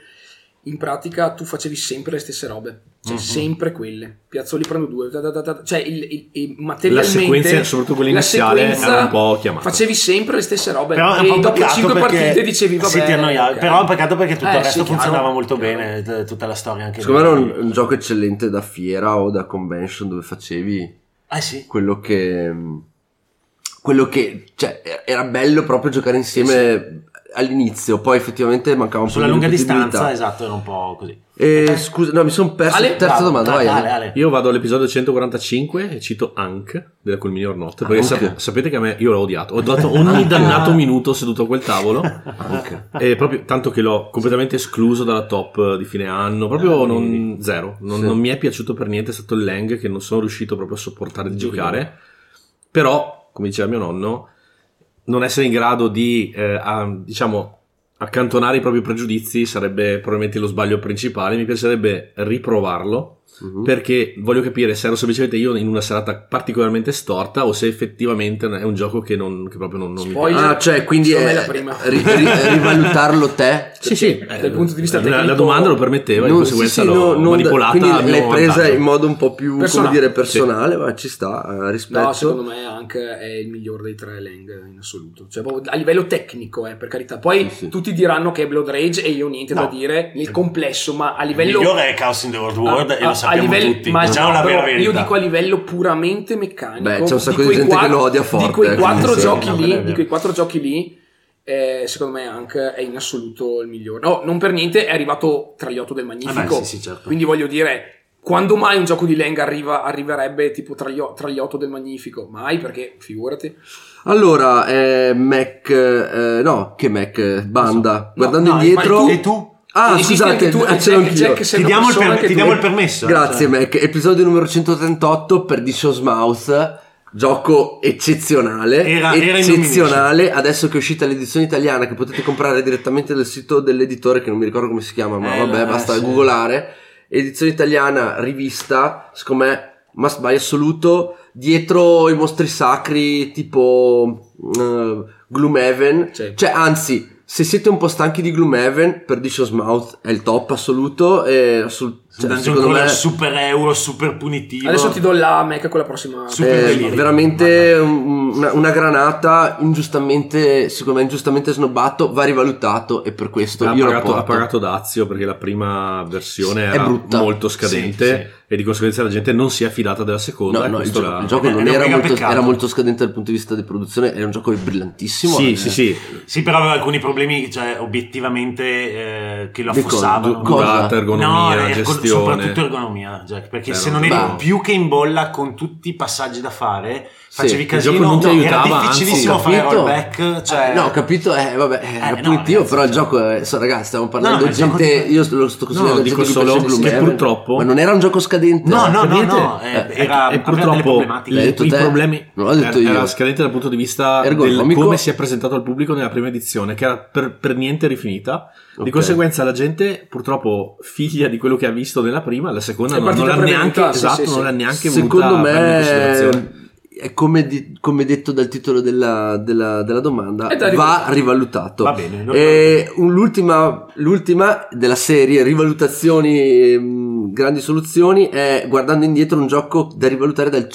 S3: in pratica tu facevi sempre le stesse robe, cioè
S4: Mhm.
S3: sempre quelle. Piazzo lì prendo due, da, da, da, da, cioè il, il- il-
S5: La
S3: materialmente
S5: sequenza, soprattutto quella
S3: la
S5: iniziale,
S3: sequenza
S5: era un po' chiamata.
S3: facevi sempre le stesse robe
S4: Però è un po'
S3: e
S4: un
S3: dopo
S4: peccato
S3: 5
S4: perché-
S3: partite dicevi vabbè.
S4: sì, ti annoiavi,
S3: ok.
S4: però è un peccato perché tutto
S3: Eh,
S4: il resto
S3: sì, chiaro,
S4: funzionava molto
S3: chiaro.
S4: bene, t- tutta la storia anche
S2: Secondo me era un, un gioco eccellente da fiera o da convention dove facevi
S4: Eh sì.
S2: quello che. Quello che. Cioè, era bello proprio giocare insieme all'inizio, poi effettivamente mancava un
S4: Sulla
S2: po' di
S4: lunga
S2: ripetibilità.
S4: distanza, esatto, era un po' così.
S2: Eh, scusa, no, mi sono perso.
S3: eh. Ale,
S2: la terza
S4: Bravo,
S2: domanda, vai.
S4: Ale,
S2: Ale.
S4: Ale.
S5: Io vado all'episodio 145 e cito Hank della Culminior Notte.
S2: Hank.
S5: Perché sap- sapete che a me io l'ho odiato. Ho dato ogni dannato minuto seduto a quel tavolo.
S3: Eh,
S2: Hank.
S5: [LAUGHS] E proprio tanto che l'ho completamente escluso dalla top di fine anno. Proprio
S4: Ah,
S5: non,
S4: vedi.
S5: zero. Non,
S2: Sì.
S5: non mi è piaciuto per niente. È stato il Lang che non sono riuscito proprio a sopportare di giocare. Però, come diceva mio nonno, non essere in grado di, eh, a- diciamo, accantonare i propri pregiudizi sarebbe probabilmente lo sbaglio principale. Mi piacerebbe riprovarlo
S2: Mhm.
S5: perché voglio capire se ero semplicemente io in una serata particolarmente storta o se effettivamente è un gioco che, non, che proprio non, non mi
S3: Spoiler.
S5: piace.
S2: Ah, cioè, quindi
S3: Secondo me
S2: è,
S3: la prima.
S2: ri-
S3: [LAUGHS]
S2: ri- rivalutarlo te.
S5: Sì, sì, eh,
S3: Dal punto di vista
S5: la,
S3: tecnico-
S5: la domanda lo permetteva, di
S2: Non-
S5: conseguenza
S2: sì, sì,
S5: l'ho
S2: no, non-
S5: manipolata. a
S2: Quindi
S5: mio
S2: l'hai presa
S5: vantaggio.
S2: in modo un po' più
S3: Personale.
S2: come dire, personale, ma ci sta, eh, rispetto.
S3: No, secondo me Hank è il miglior dei tre Lang in assoluto. Cioè, proprio a livello tecnico, eh, per carità. Poi
S2: Sì, sì.
S3: tutti diranno che è Blood Rage e io niente
S4: No.
S3: da dire nel complesso, ma a
S4: Il
S3: livello.
S4: migliore è Chaos in the World World
S3: a-
S4: e lo
S3: a-
S4: sappiamo
S3: a livello-
S4: tutti.
S3: ma
S4: Diciamo la
S3: però
S4: vera verità.
S3: Io dico a livello puramente meccanico.
S2: Beh, c'è un sacco di
S3: quei
S2: gente che lo odia
S3: Di
S2: forte,
S3: quei
S2: eh,
S3: quattro
S2: quindi sì.
S3: giochi
S4: No, quello è
S3: lì,
S4: vero.
S3: di quei quattro giochi lì. eh, secondo me Hank è in assoluto il migliore. No, non per niente è arrivato tra gli otto del
S4: Eh
S3: Magnifico.
S4: beh, sì, sì, certo.
S3: Quindi voglio dire, quando mai un gioco di Lenga arriva- arriverebbe tipo tra gli, o- tra gli otto del Magnifico? Mai, perché figurati.
S2: Allora, eh, Mac, eh, no, che Mac, eh, banda, guardando
S4: No, no,
S2: indietro.
S4: ma- E tu?
S2: Ah,
S3: Esisti
S2: scusate,
S3: anche tu,
S2: ah, ce
S3: eh, Jack-
S2: l'ho anch'io.
S3: Jack, sei
S4: Ti
S3: una
S4: diamo, il,
S3: persona
S4: per-
S3: anche
S4: ti
S3: tu.
S4: diamo il permesso.
S2: Grazie
S4: Cioè,
S2: Mac, episodio numero 138 per Dishows Mouth, gioco eccezionale,
S4: Era- era
S2: eccezionale, adesso che è uscita l'edizione italiana che potete comprare direttamente dal sito dell'editore che non mi ricordo come si chiama, ma
S4: Eh,
S2: vabbè,
S4: eh,
S2: basta
S4: sì.
S2: googolare, edizione italiana, rivista, secondo me must buy assoluto, dietro i mostri sacri tipo eh, Gloomhaven,
S3: Sì.
S2: cioè anzi... Se siete un po' stanchi di Gloomhaven, per Dishows Mouth è il top assoluto e assolut-
S4: un
S2: cioè,
S4: dungeon
S2: secondo
S4: crawler
S2: me
S4: super euro, super punitivo.
S3: Adesso ti do la Mac con la prossima.
S4: Super
S2: eh,
S4: delirio.
S2: veramente un- una, una granata ingiustamente secondo me ingiustamente snobbato va rivalutato e per questo
S5: Ha
S2: io lo
S5: pagato,
S2: porto
S5: ha pagato dazio perché la prima versione
S2: Sì, è
S5: era
S2: brutta.
S5: molto scadente
S4: Sì, sì.
S5: e di conseguenza la gente non si è affidata della seconda.
S2: no
S5: e
S2: no il,
S5: questo Eh,
S2: gio-
S5: l'ha-
S2: il gioco
S4: Ed è
S2: non
S4: un
S2: era
S4: mega
S2: molto,
S4: peccato.
S2: era molto scadente dal punto di vista di produzione era un gioco brillantissimo
S5: Sì,
S2: eh.
S5: sì, sì,
S4: Sì, però aveva alcuni problemi, cioè, obiettivamente, eh, che lo
S2: Di cosa?
S4: affossavano.
S2: Du- cosa?
S5: durata,
S4: No,
S5: ergonomia,
S4: ergo-
S5: gestione.
S4: soprattutto ergonomia, Jack, perché
S5: Cioè,
S4: se
S5: non-
S4: non eri
S2: Beh.
S4: più che in bolla con tutti i passaggi da fare, facevi
S2: il
S4: casino,
S5: gioco non ti
S4: no,
S5: aiutava,
S4: era
S5: anzi,
S4: difficilissimo
S5: ho
S4: fare
S2: capito.
S4: rollback, cioè...
S2: Eh, no ho capito eh, vabbè eh, era
S4: no,
S2: punitivo
S4: ragazzi,
S2: però il
S4: cioè-
S2: gioco è, so, ragazzi stiamo
S4: No,
S2: parlando
S4: ma
S2: di
S4: il gioco-
S2: gente io lo sto considerando
S5: No,
S2: gente
S5: dico
S2: che
S5: solo
S2: piace
S5: che
S2: Gloomhaven,
S5: purtroppo-
S2: ma non era un gioco scadente
S4: No,
S2: eh.
S4: no,
S5: Per
S4: no,
S5: niente.
S4: no, eh,
S5: Eh,
S4: era-
S5: e
S4: aveva delle
S5: purtroppo
S4: problematiche.
S5: le-
S2: L'hai detto
S5: i
S2: te?
S5: problemi
S2: Non l'ho detto
S5: era,
S2: io.
S5: era scadente dal punto di vista del
S2: Ergonomico.
S5: come si è presentato al pubblico nella prima edizione, che era per, per niente rifinita.
S2: Ok.
S5: Di conseguenza, la gente, purtroppo, figlia di quello che ha visto nella prima, la seconda
S3: È
S5: non, non
S3: partita
S5: l'ha neanche,
S3: premeditata, sì,
S5: esatto,
S3: sì,
S5: non
S3: sì.
S5: l'ha neanche
S2: Secondo
S5: voluta prendere in
S2: me
S5: considerazione.
S2: è come, di- come detto dal titolo della, della- della domanda,
S3: È da
S2: va
S3: rivalutare.
S2: rivalutato.
S4: Va bene, lo-
S3: Eh,
S2: E un- l'ultima, l'ultima della serie rivalutazioni ehm, grandi soluzioni è guardando indietro un gioco da rivalutare dal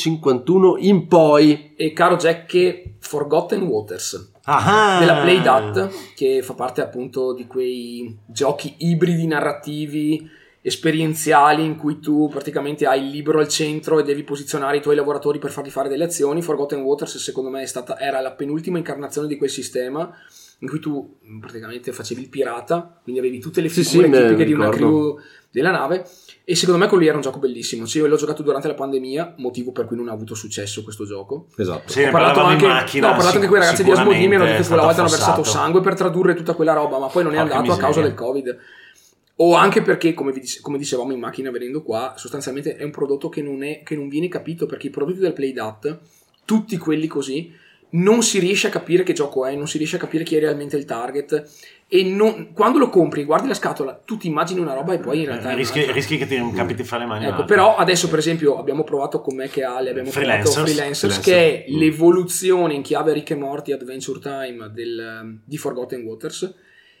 S2: 151 in poi.
S3: E caro Jack, che Forgotten Waters
S4: Ah,
S3: della Playdat, che fa parte appunto di quei giochi ibridi narrativi esperienziali in cui tu praticamente hai il libro al centro e devi posizionare i tuoi lavoratori per fargli fare delle azioni. Forgotten Waters, secondo me, è stata, era la penultima incarnazione di quel sistema in cui tu mh, praticamente facevi il pirata, quindi avevi tutte le
S2: Sì,
S3: figure
S2: sì, me-
S3: tipiche di una
S2: ricordo.
S3: crew della nave. E secondo me quello lì era un gioco bellissimo. Cioè, io l'ho giocato durante la pandemia, motivo per cui non ha avuto successo questo gioco.
S5: Esatto.
S4: Sì, ne
S3: Ho parlato
S4: parlavamo
S3: anche,
S4: in macchina.
S3: no, ho parlato anche
S4: sic-
S3: con i ragazzi di
S4: sicuramente
S3: Asmodee mi hanno
S4: è
S3: detto che
S4: stato
S3: quella volta hanno versato
S4: affossato.
S3: sangue per tradurre tutta quella roba, ma poi non è
S4: Porca
S3: andato a causa
S4: miseria.
S3: del Covid. O anche perché, come, vi dice- come dicevamo in macchina venendo qua, sostanzialmente è un prodotto che non, è- che non viene capito perché i prodotti del Playdat, tutti quelli così, non si riesce a capire che gioco è, non si riesce a capire chi è realmente il target. E non- quando lo compri, guardi la scatola, tu ti immagini una roba e poi in realtà. è
S4: Eh, Rischi,
S3: un'altra.
S4: rischi che ti non capiti fra le mani.
S3: Ecco,
S4: un'altra. [LAUGHS]
S3: però adesso per esempio abbiamo provato con me che ha le abbiamo
S4: Freelancers.
S3: provato Freelancers, che
S5: Freelancers.
S3: è
S5: Mm.
S3: l'evoluzione in chiave Rick e Morty Adventure Time del, um, di Forgotten Waters.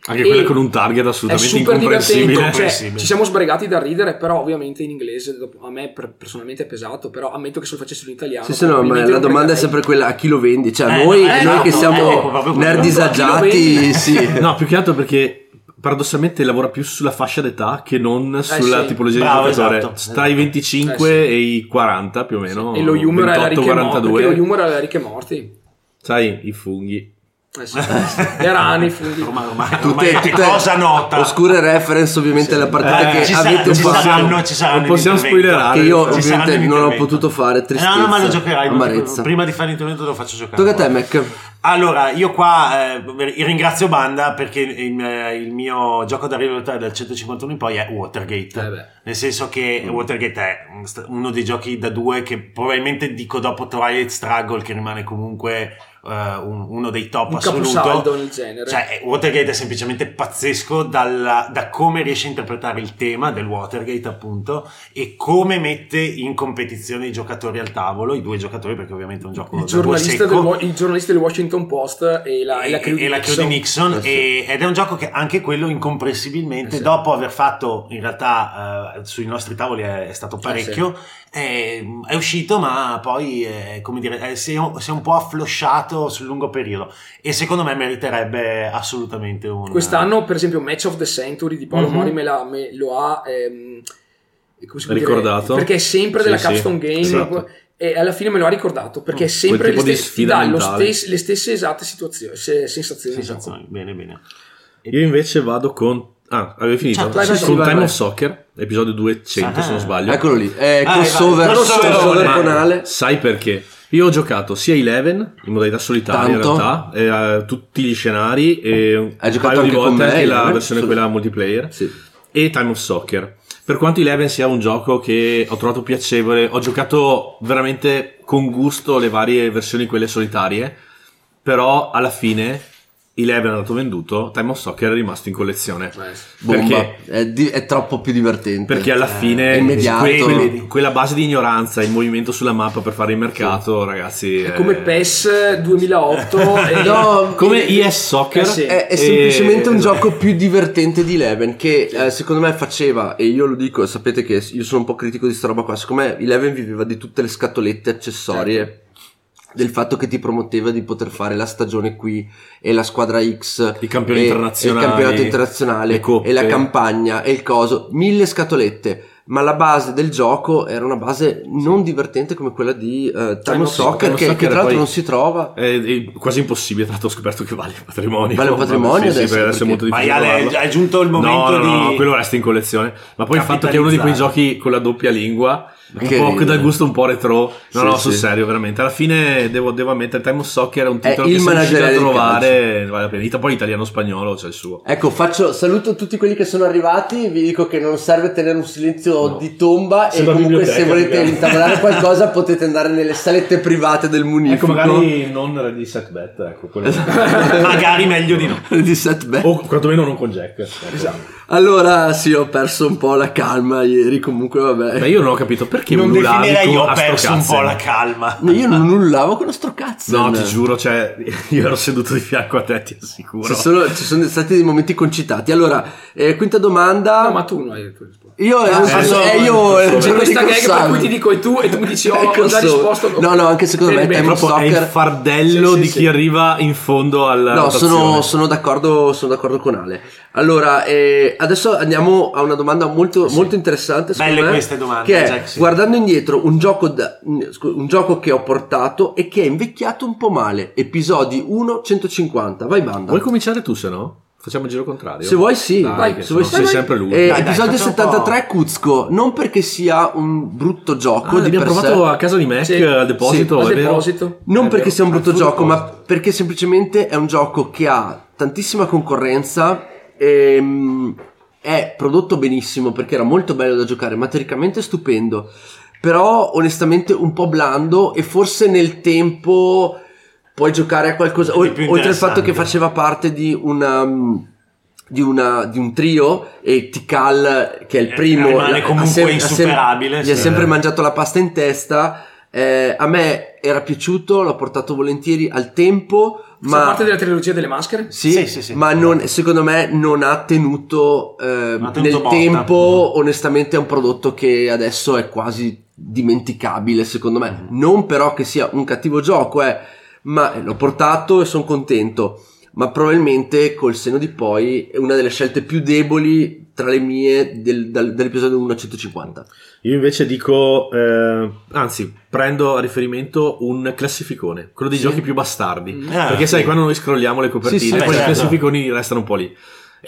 S5: Anche
S3: E-
S5: quella con un target
S3: È
S5: assolutamente
S3: super divertente,
S5: incomprensibile.
S3: cioè,
S4: Incomprensibile.
S3: ci siamo sbregati da ridere, però ovviamente in inglese dopo- a me per- personalmente è pesato, però ammetto che se lo facessero in
S4: Ah,
S3: italiano...
S2: Sì, sì, no, ma
S3: probabilmente
S2: la
S3: non
S2: domanda è
S3: prenderei.
S2: sempre quella a chi lo vendi, cioè
S4: Eh,
S2: noi,
S4: eh,
S2: noi
S4: esatto,
S2: che
S4: eh,
S2: siamo
S4: proprio quello.
S2: nerd
S3: Chi lo
S2: disagiati,
S3: vendi?
S4: [LAUGHS]
S2: sì.
S5: No, più che altro perché paradossalmente lavora più sulla fascia d'età che non sulla
S3: Eh, sì.
S5: tipologia
S4: Bravo,
S5: di giocatore.
S4: esatto.
S5: Tra i 25
S3: Eh,
S5: e i 40 più o meno.
S3: E lo humor è la Rick e Morty, perché
S5: 42.
S3: lo humor è la Rick e Morty.
S5: Sai, i funghi.
S3: Eh
S4: [LAUGHS]
S3: sì. Era anni, funghi.
S4: Ormai, ormai,
S2: Tutte,
S4: ormai
S2: tutte
S4: cosa nota.
S2: Oscure reference ovviamente alla partita
S4: Eh,
S2: che
S4: ci sa-
S2: avete un
S4: ci
S2: po'
S4: saranno, ci saranno
S5: Non possiamo
S4: degli interventi.
S5: spoilerare.
S2: che io
S4: Ci saranno
S2: ovviamente
S4: degli
S2: non ho
S4: interventi.
S2: potuto fare tristezza.
S4: No, no, ma lo giocherai. non ti preoccupare.
S2: Amarezza.
S4: Prima di fare l'intervento te lo faccio giocare.
S2: Tocca a te, Mac.
S4: Allora, io qua eh, ringrazio Banda perché il, eh, il mio gioco da rivelare dal 151 in poi è Watergate.
S3: Eh beh.
S4: Nel senso che
S2: Mm.
S4: Watergate è un st- uno dei giochi da due che probabilmente dico dopo Twilight Struggle che rimane comunque eh, un- uno dei top
S3: Un
S4: assoluto.
S3: caposaldo nel genere.
S4: Cioè, eh, Watergate è semplicemente pazzesco dalla- da come riesce a interpretare il tema del Watergate, appunto, e come mette in competizione i giocatori al tavolo, i due giocatori, perché ovviamente è un gioco
S3: il,
S4: da due
S3: giornalista
S4: secco.
S3: del, Wa- il giornalista del Washington Post e la, e la crew
S4: E- e la crew di Nixon
S2: Eh sì.
S4: e- ed è un gioco che anche quello incomprensibilmente
S3: Eh sì.
S4: dopo aver fatto in realtà eh, sui nostri tavoli è, è stato parecchio eh, è, uscito ma poi eh, come dire eh, si, è, un- si è un po' afflosciato sul lungo periodo e secondo me meriterebbe assolutamente un
S3: Quest'anno, per esempio, Match of the Century di Paolo
S4: ah. Mhm.
S3: Mori me la- me- lo ha ehm, come si può dire?
S5: Ricordato.
S3: perché è sempre
S5: Sì,
S3: della
S5: sì,
S3: Capstone Game.
S5: esatto. Mm.
S3: E alla fine me lo ha ricordato perché è sempre
S5: Quel
S3: le,
S5: tipo di
S3: stes- ti
S5: sfida
S3: dà lo
S5: mentale.
S3: stes- le stesse esatte situazioni, se- sensazioni.
S4: sensazione bene bene [LAUGHS]
S5: Io invece vado con. Ah, avevi finito?
S4: Certo,
S2: sì, sì,
S5: con
S2: vai,
S5: Time
S2: vai.
S5: of Soccer, episodio 200 se
S4: Ah.
S5: non sbaglio.
S2: Eccolo lì. Eh,
S4: Ah,
S2: crossover,
S4: vai, crossover.
S2: crossover
S4: Ma-
S2: con Ale.
S5: Sai perché? Io ho giocato sia Eleven in modalità solitaria
S2: Tanto.
S5: in realtà, eh, tutti gli scenari e un
S2: Hai giocato
S5: paio di
S2: anche con
S5: volte
S2: me,
S5: anche la
S2: Eleven?
S5: versione
S2: Sì.
S5: quella multiplayer
S2: Sì.
S5: e Time of Soccer. Per quanto Eleven sia un gioco che ho trovato piacevole, ho giocato veramente con gusto le varie versioni quelle solitarie, però alla fine Eleven è andato venduto, Time of Soccer è rimasto in collezione.
S2: Bomba.
S5: Perché?
S2: È, di- è troppo più divertente.
S5: Perché alla
S2: Eh, è
S5: fine
S2: immediato.
S5: que- que- quella base di ignoranza, il movimento sulla mappa per fare il mercato, ragazzi. eh,
S3: È Eh, come PES 2008. e-
S2: No,
S5: Come
S2: eh,
S5: ES Soccer.
S3: Eh sì.
S2: È, è
S5: E-
S2: semplicemente
S5: [LAUGHS]
S2: un gioco più divertente di Eleven che eh, secondo me faceva, e io lo dico, sapete che io sono un po' critico di sta roba qua, secondo me Eleven viveva di tutte le scatolette accessorie.
S3: Certo.
S2: Del fatto che ti prometteva di poter fare la stagione qui e la squadra X,
S5: I campioni
S2: e- e
S5: internazionali,
S2: il campionato internazionale,
S5: le coppe.
S2: e la campagna e il coso, mille scatolette. Ma la base del gioco era una base non divertente come quella di eh, Time
S5: of
S2: of Soccer,
S5: Soccer,
S2: che, che
S5: poi-
S2: tra l'altro non si trova.
S5: È, è quasi impossibile, tanto ho scoperto che vale il patrimonio.
S2: Vale un patrimonio
S5: Sì, sì,
S2: adesso,
S5: perché è
S2: perché-
S5: molto
S4: Ma
S5: difficile.
S4: Ale,
S5: trovarlo.
S4: è giunto il
S5: No,
S4: momento
S5: no, no,
S4: di-
S5: quello resta in collezione. Ma poi il fatto che è uno di quei giochi con la doppia lingua, un
S2: Che
S5: po'
S2: ridere.
S5: dal gusto un po' retro. No,
S2: Sì,
S5: no,
S2: sì.
S5: sul serio, veramente. Alla fine devo, devo ammettere, Time of Soccer è un
S2: È
S5: titolo
S2: il
S5: che se riuscite a
S2: manageriale del
S5: trovare vale la pena. Ita- Poi italiano-spagnolo c'è il suo.
S2: Ecco, faccio, saluto tutti quelli che sono arrivati, vi dico che non serve tenere un silenzio di tomba
S5: Sembra
S2: e comunque
S5: biblioteca,
S2: se volete
S5: magari.
S3: [LAUGHS]
S2: intavolare qualcosa potete andare nelle salette private del
S3: Ecco,
S2: munifico
S5: Ecco, non di set bet, ecco.
S4: magari meglio di no
S2: [LAUGHS] di setback.
S5: [LAUGHS] o quantomeno non con Jack. ecco. Esatto.
S2: Allora sì, ho perso un po' la calma ieri, comunque vabbè.
S5: Beh, io non ho capito perché
S4: non
S5: ululavi
S4: definirei
S5: tu
S4: io ho
S5: a sto
S4: perso un
S5: cazzo?
S4: po'
S2: [LAUGHS]
S4: la calma
S2: No, Io non nullavo con sto cazzo.
S5: No, ti giuro, cioè, [LAUGHS] io ero seduto di fianco a te, ti assicuro.
S2: Ci sono, ci sono stati dei momenti concitati. Allora, eh, quinta domanda.
S3: No, ma tu non hai detto risposta.
S2: Io eh,
S5: sì,
S4: Adesso-
S2: eh, io il
S3: C'è
S2: gioco di
S3: questa gag per cui
S2: Corsano.
S3: ti dico e tu e tu mi dici oh,
S2: Eh,
S3: ho già
S2: Corsano.
S3: risposto. Eh,
S2: No, no, anche secondo me
S3: Bene,
S2: è
S3: bene.
S2: proprio-
S5: È il
S2: Soccer.
S5: fardello
S3: Sì,
S5: di
S3: sì,
S5: chi
S3: sì.
S5: arriva in fondo alla
S2: No, sono,
S5: rotazione.
S2: sono d'accordo, sono d'accordo con Ale. Allora, eh, adesso andiamo a una domanda molto, molto interessante. secondo
S4: Belle
S2: me,
S4: queste domande,
S2: Che è,
S4: Jack, sì.
S2: guardando indietro, un gioco, da- mh, scu- un gioco che ho portato e che è invecchiato un po' male. Episodi 1, 150. Vai, banda.
S5: Vuoi cominciare tu, se no? Facciamo il giro contrario.
S2: Se vuoi, sì.
S5: Dai,
S2: Vai,
S5: che
S2: se vuoi,
S5: se no
S2: sì.
S5: sei sempre lui.
S2: Eh,
S4: Dai, dai,
S2: episodio
S4: facciamo un po'.
S2: 73, Cuzco. Non perché sia un brutto gioco
S5: Ah,
S2: di
S5: l'abbiamo
S2: per sé.
S5: provato a casa di Mac
S3: Sì.
S5: al deposito,
S3: Al
S5: è vero?
S3: deposito.
S2: Non
S4: Eh,
S5: È
S2: perché
S5: vero.
S2: sia un brutto
S5: Al food
S2: gioco, ma
S5: court.
S2: perché semplicemente è un gioco che ha tantissima concorrenza. ehm, è prodotto benissimo perché era molto bello da giocare, matericamente stupendo. Però onestamente un po' blando e forse nel tempo puoi giocare a qualcosa. o-
S4: Di più
S2: oltre al fatto che
S4: interessante.
S2: faceva parte di una. mm, Di, una- di un trio e Tikal che è il
S4: Eh,
S2: primo
S4: rimane
S2: ha
S4: comunque
S2: sem- ha sem-
S4: insuperabile,
S2: gli ha
S4: sì.
S2: sempre mangiato la pasta in testa eh, a me era piaciuto, l'ho portato volentieri al tempo,
S3: Ma
S2: ma,
S3: parte della trilogia delle maschere?
S2: sì,
S4: Sì, sì, sì.
S2: ma non- secondo me non ha tenuto, eh,
S4: Non ha tenuto
S2: nel
S4: botta. Mm.
S2: tempo, onestamente è un prodotto che adesso è quasi dimenticabile secondo me,
S4: Mm.
S2: non però che sia un cattivo gioco, eh, ma l'ho portato e sono contento, ma probabilmente col seno di poi è una delle scelte più deboli tra le mie del- dal- dall'episodio 1 a 150.
S5: Io invece dico, eh, anzi, prendo a riferimento un classificone, quello dei giochi più bastardi.
S3: Mm.
S4: Ah,
S5: perché sai,
S4: sì.
S5: quando noi scrolliamo le copertine,
S2: Sì, sì,
S5: poi
S4: beh,
S5: i
S4: certo.
S5: classificoni restano un po' lì.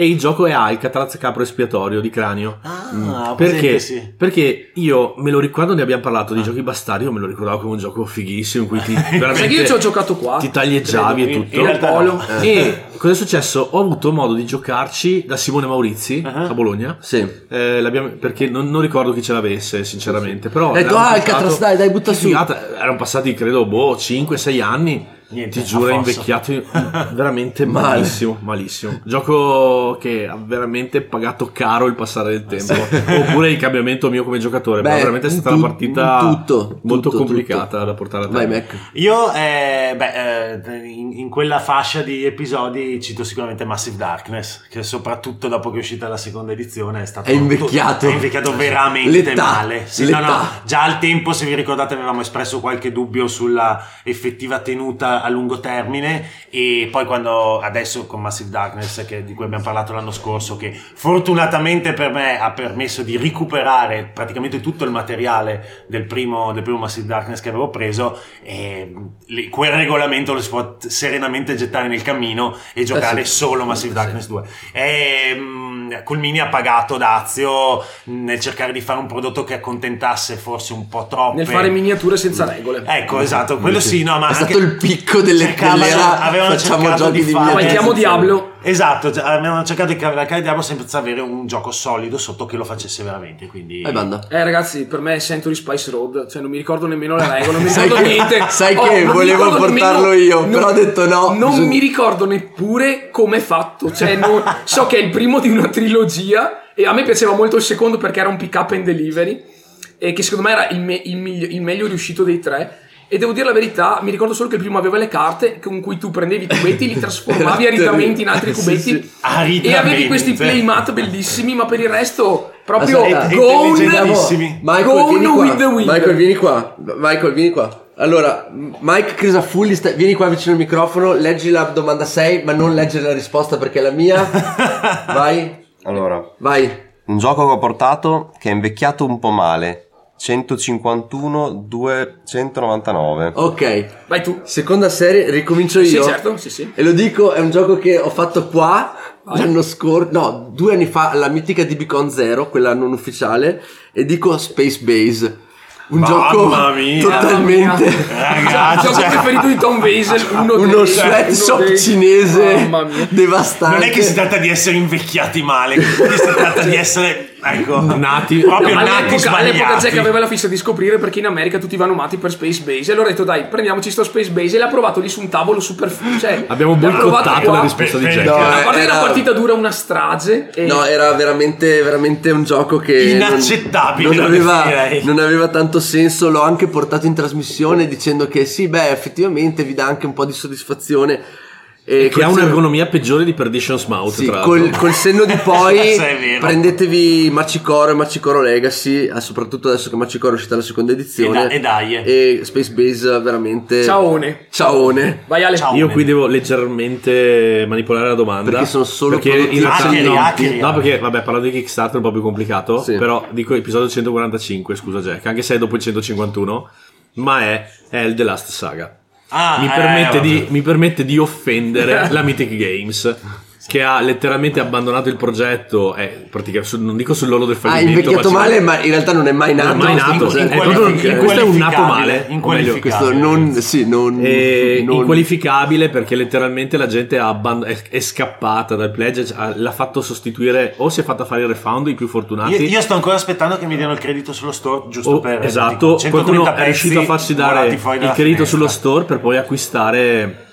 S5: E il gioco è Alcatraz capro espiatorio di cranio. Mm.
S4: Ah,
S5: Perché?
S4: presente, sì. Ah.
S5: Perché io me lo ricordo, ne abbiamo parlato di giochi bastardi, io me lo ricordavo come un gioco fighissimo in cui
S4: [LAUGHS]
S5: ti veramente
S3: Perché io ci ho giocato qua.
S5: ti taglieggiavi e
S4: credo, in-
S5: tutto.
S4: in realtà
S3: Polo.
S4: no. Eh.
S5: E cosa è successo? Ho avuto modo di giocarci da Simone Maurizi
S4: Ah.
S5: a Bologna.
S2: Sì.
S5: Eh, l'abbiamo- perché non, non ricordo chi ce l'avesse, sinceramente. Però
S2: Dai, tu,
S5: era un
S2: Alcatraz,
S5: passato-
S2: ah, dai, dai, butta
S5: che
S2: su.
S5: figata, erano passati, credo, boh, 5-6 anni.
S4: Niente,
S5: Ti giuro,
S4: a
S5: è
S4: fossa.
S5: invecchiato
S4: [LAUGHS]
S5: in- veramente
S2: Male.
S5: malissimo. Malissimo. Gioco che ha veramente pagato caro il passare del tempo. Oppure il cambiamento mio come giocatore. ma
S2: Beh,
S5: veramente è stata
S2: tu-
S5: una partita
S2: tutto,
S5: molto
S2: tutto,
S5: complicata
S2: tutto.
S5: da portare a
S2: Vai,
S5: termine.
S2: Mac.
S4: Io, eh, beh, eh, in, in quella fascia di episodi cito sicuramente Massive Darkness, che soprattutto dopo che è uscita la seconda edizione è stato
S2: È invecchiato.
S4: è invecchiato veramente
S2: L'età,
S4: male. Sì,
S2: l'età.
S4: no, no, già al tempo, se vi ricordate, avevamo espresso qualche dubbio sulla effettiva tenuta a lungo termine e poi quando adesso con Massive Darkness, che- di cui abbiamo parlato l'anno scorso, che fortunatamente per me ha permesso di recuperare praticamente tutto il materiale del primo, del primo Massive Darkness che avevo preso, e le- quel regolamento lo si può t- serenamente gettare nel cammino e giocare
S2: sì.
S4: solo Massive Darkness 2. E, mh, Culmini ha pagato dazio nel cercare di fare un prodotto che accontentasse forse un po' troppo.
S3: Nel fare miniature senza regole.
S4: Ecco, esatto, quello sì, no, ma
S2: È stato
S4: anche-
S2: il picco delle-
S4: cercavano-
S2: dell'era,
S4: avevano
S2: facciamo
S4: cercato
S2: giochi di
S4: fare-
S2: miniature.
S3: Ma chiamo Diablo.
S4: Esatto, cioè, avevano cercato di cavalcare Diablo senza avere un gioco solido sotto che lo facesse veramente, quindi
S2: Vai, banda.
S3: Eh ragazzi, per me è Century Spice Road, cioè non mi ricordo nemmeno le regole, non mi
S2: Sai
S3: ricordo
S2: che-
S3: niente.
S2: sai
S3: Oh,
S2: che
S3: non mi
S2: volevo
S3: ricordo
S2: portarlo io, però ho detto no,
S3: Non
S2: bisogna-
S3: mi ricordo neppure come è fatto, cioè non- so che è il primo di una trilogia e a me piaceva molto il secondo perché era un pick up and delivery e che secondo me era il, me- il migli- il meglio riuscito dei tre. E devo dire la verità, mi ricordo solo che il primo aveva le carte con cui tu prendevi i
S2: [LAUGHS]
S3: cubetti, li trasformavi
S2: Era
S3: aridamente in altri
S2: terribile.
S3: cubetti
S2: Sì, sì.
S4: Aridamente.
S3: e avevi questi playmat bellissimi, ma per il resto proprio
S2: Aspetta,
S3: gone
S4: intelligentissimi.
S2: Michael,
S3: Go
S2: vieni
S3: on
S2: qua.
S3: with the winner.
S2: Michael, vieni qua. Michael, vieni qua. Allora, Mike Crisafulli, sta- vieni qua vicino al microfono, leggi la domanda 6, ma non leggere la risposta perché è la
S5: [LAUGHS]
S2: mia. Vai,
S6: Allora,
S2: vai.
S6: un gioco che ho portato che è invecchiato un po' male. 151 299.
S2: Ok.
S3: Vai tu.
S2: Seconda serie, ricomincio
S3: Sì,
S2: io.
S3: certo, sì, sì.
S2: E lo dico, è un gioco che ho fatto qua l'anno scorso, no, due anni fa alla mitica di Beacon Zero, quella non ufficiale, e dico Space Base. Un
S4: Mamma
S2: gioco
S4: mia.
S2: totalmente
S4: ragazzi,
S3: il [LAUGHS] gioco
S4: cioè,
S3: preferito di Tom Basil, uno,
S2: [LAUGHS] uno
S3: dei-
S2: sweatshop
S3: uno dei-
S2: cinese
S3: Mamma mia.
S2: devastante.
S4: non è che si tratta di essere invecchiati male, quindi si tratta di essere ecco,
S5: Cioè, [LAUGHS] Nati.
S4: proprio
S3: No,
S4: nati
S3: all'epoca, all'epoca
S4: sbagliati.
S3: Jack aveva la fissa di scoprire perché in America tutti vanno matti per Space Base. E allora ho detto, dai, prendiamoci sto Space Base. E l'ha provato lì su un tavolo super.
S4: [LAUGHS]
S3: Cioè,
S5: Abbiamo
S3: l'ha provato
S5: boicottato
S3: qua.
S5: la risposta di
S4: Per-
S5: Jack.
S4: per-
S2: No,
S3: A parte che la
S2: era-
S3: partita dura una strage. E...
S2: No, era veramente, veramente un gioco che non-
S4: Inaccettabile,
S2: Non
S4: lo
S2: aveva,
S4: definirei.
S2: non aveva tanto senso. L'ho anche portato in trasmissione dicendo che sì, beh, effettivamente vi dà anche un po' di soddisfazione. E
S5: che ha
S2: col-
S5: un'ergonomia peggiore di Perdition's Mouth,
S2: Sì,
S5: tra
S2: col,
S5: l'altro.
S2: col senno di poi
S4: [LAUGHS] Sì, è vero.
S2: prendetevi Macicoro e Macicoro Legacy, ah, soprattutto adesso che Macicoro è uscita la seconda
S4: E,
S2: edizione.
S4: da- e dai. eh.
S2: e Space Base veramente...
S3: Ciaone.
S2: Ciaone.
S3: Vai Ale.
S4: Ciao.
S5: Io qui devo leggermente manipolare la domanda.
S2: Perché sono solo
S5: perché
S2: prodotti
S5: in realtà
S4: Hackeri,
S5: no,
S4: hackeri.
S5: no, perché vabbè, parlando di Kickstarter è un po' più complicato.
S2: Sì.
S5: Però dico episodio 145, scusa Jack, anche se è dopo il 151, ma è, è il The Last Saga.
S4: Ah,
S5: mi,
S4: eh,
S5: permette
S4: vabbè.
S5: di, mi permette
S2: [LAUGHS]
S5: di offendere la Mythic Games. Che ha letteralmente abbandonato il progetto, eh, pratica- su- non dico sull'orlo del
S2: Ha
S5: fallimento.
S2: Ah, invecchiato
S5: ma ci-
S2: male, ma in realtà non è mai nato. eh,
S5: mai nato,
S2: Cos'è?
S5: è proprio-
S4: Inqualificabile,
S5: questo è un nato male,
S4: inqualificabile.
S2: Questo non... Sì, non...
S3: Eh,
S5: è
S2: non-
S5: inqualificabile perché letteralmente la gente ha abband- è, è scappata dal pledge, cioè, ha- l'ha fatto sostituire o si è fatta fare il refound i più fortunati.
S4: Io, io sto ancora aspettando che mi diano il credito sullo store, giusto
S5: o-
S4: per
S5: esatto,
S4: tipo, 130
S5: qualcuno è riuscito a
S4: pezzi
S5: farsi
S4: volati
S5: dare
S4: fuori
S5: il
S4: dalla
S5: credito
S4: finestra.
S5: sullo store per poi acquistare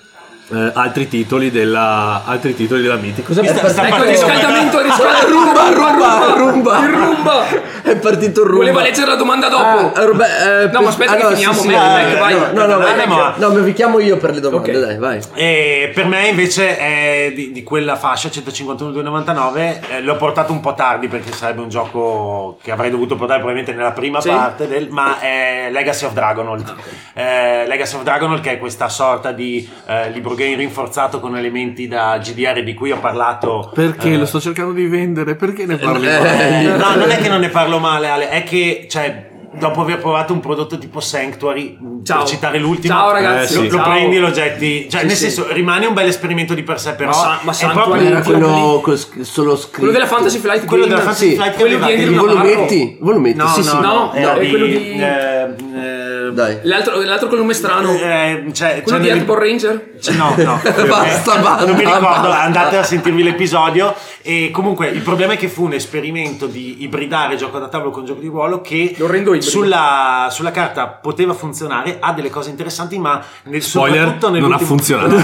S5: eh, altri titoli della altri titoli della Mythic. Cosa
S4: Sta-
S5: per-
S4: sta
S3: Ecco il
S4: partendo-
S3: riscaldamento, il riscaldamento. [LAUGHS]
S2: Rumba, rumba,
S3: Il
S2: rumba.
S3: rumba.
S2: È partito il rumba.
S3: Voleva leggere la domanda dopo.
S2: Ah, Robè- eh,
S3: No,
S2: pe-
S3: ma aspetta
S2: ah,
S3: che finiamo,
S2: sì, sì,
S3: Mac,
S2: no,
S3: Mac,
S2: no,
S3: vai.
S2: No, no,
S4: Dai,
S2: vai,
S4: ma-
S2: no, mi richiamo io per le domande,
S3: Ok.
S2: dai, vai.
S4: E per me invece è di, di quella fascia 151-299 eh, l'ho portato un po' tardi perché sarebbe un gioco che avrei dovuto portare probabilmente nella prima
S3: Sì.
S4: parte del, ma è Legacy of
S5: Ah,
S4: Dragonhold Eh, Legacy of Dragonhold che è questa sorta di eh, libro game rinforzato con elementi da GDR di cui ho parlato
S5: perché
S4: eh,
S5: lo sto cercando di vendere? Perché ne parli?
S2: eh,
S5: male?
S4: no, non è che non ne parlo male, Ale, è che, cioè, dopo aver provato un prodotto tipo Sanctuary,
S3: Ciao.
S4: per citare l'ultimo,
S3: Ciao ragazzi.
S5: Eh,
S4: lo,
S5: sì.
S4: lo
S3: Ciao.
S4: prendi, lo getti. Cioè,
S3: Sì,
S4: nel
S3: sì.
S4: senso, rimane un bel esperimento di per sé, però
S3: Ma sa- ma
S4: è
S3: Sanctuary
S4: proprio
S2: Era
S3: Era
S2: quello
S3: quello
S2: co- sc- solo scritto.
S3: Quello della Fantasy Flight
S4: quello
S3: Game.
S4: della Fantasy
S2: sì.
S4: Flight che
S3: Quello di
S4: aveva
S3: Andrew
S4: anche-
S3: Navarro.
S2: Volumetti? Volumetti?
S4: No,
S2: sì, sì.
S4: no, no,
S3: era
S4: era
S3: di-
S4: quello di...
S2: Dai.
S3: L'altro, l'altro con il nome strano.
S4: Eh,
S3: Quello
S4: cioè, cioè,
S3: di
S4: nel-
S3: Hardball Ranger?
S4: Cioè, No,
S5: [LAUGHS]
S4: no,
S2: Basta,
S4: Eh,
S2: basta,
S4: non mi ricordo,
S2: basta.
S4: andate a sentirvi l'episodio. E comunque il problema è che fu un esperimento di ibridare gioco da tavolo con gioco di ruolo che
S3: Lo rendo ibrido.
S4: sulla, sulla carta poteva funzionare, ha delle cose interessanti, ma nel,
S5: Spoiler,
S4: soprattutto nel
S5: non ha funzionato.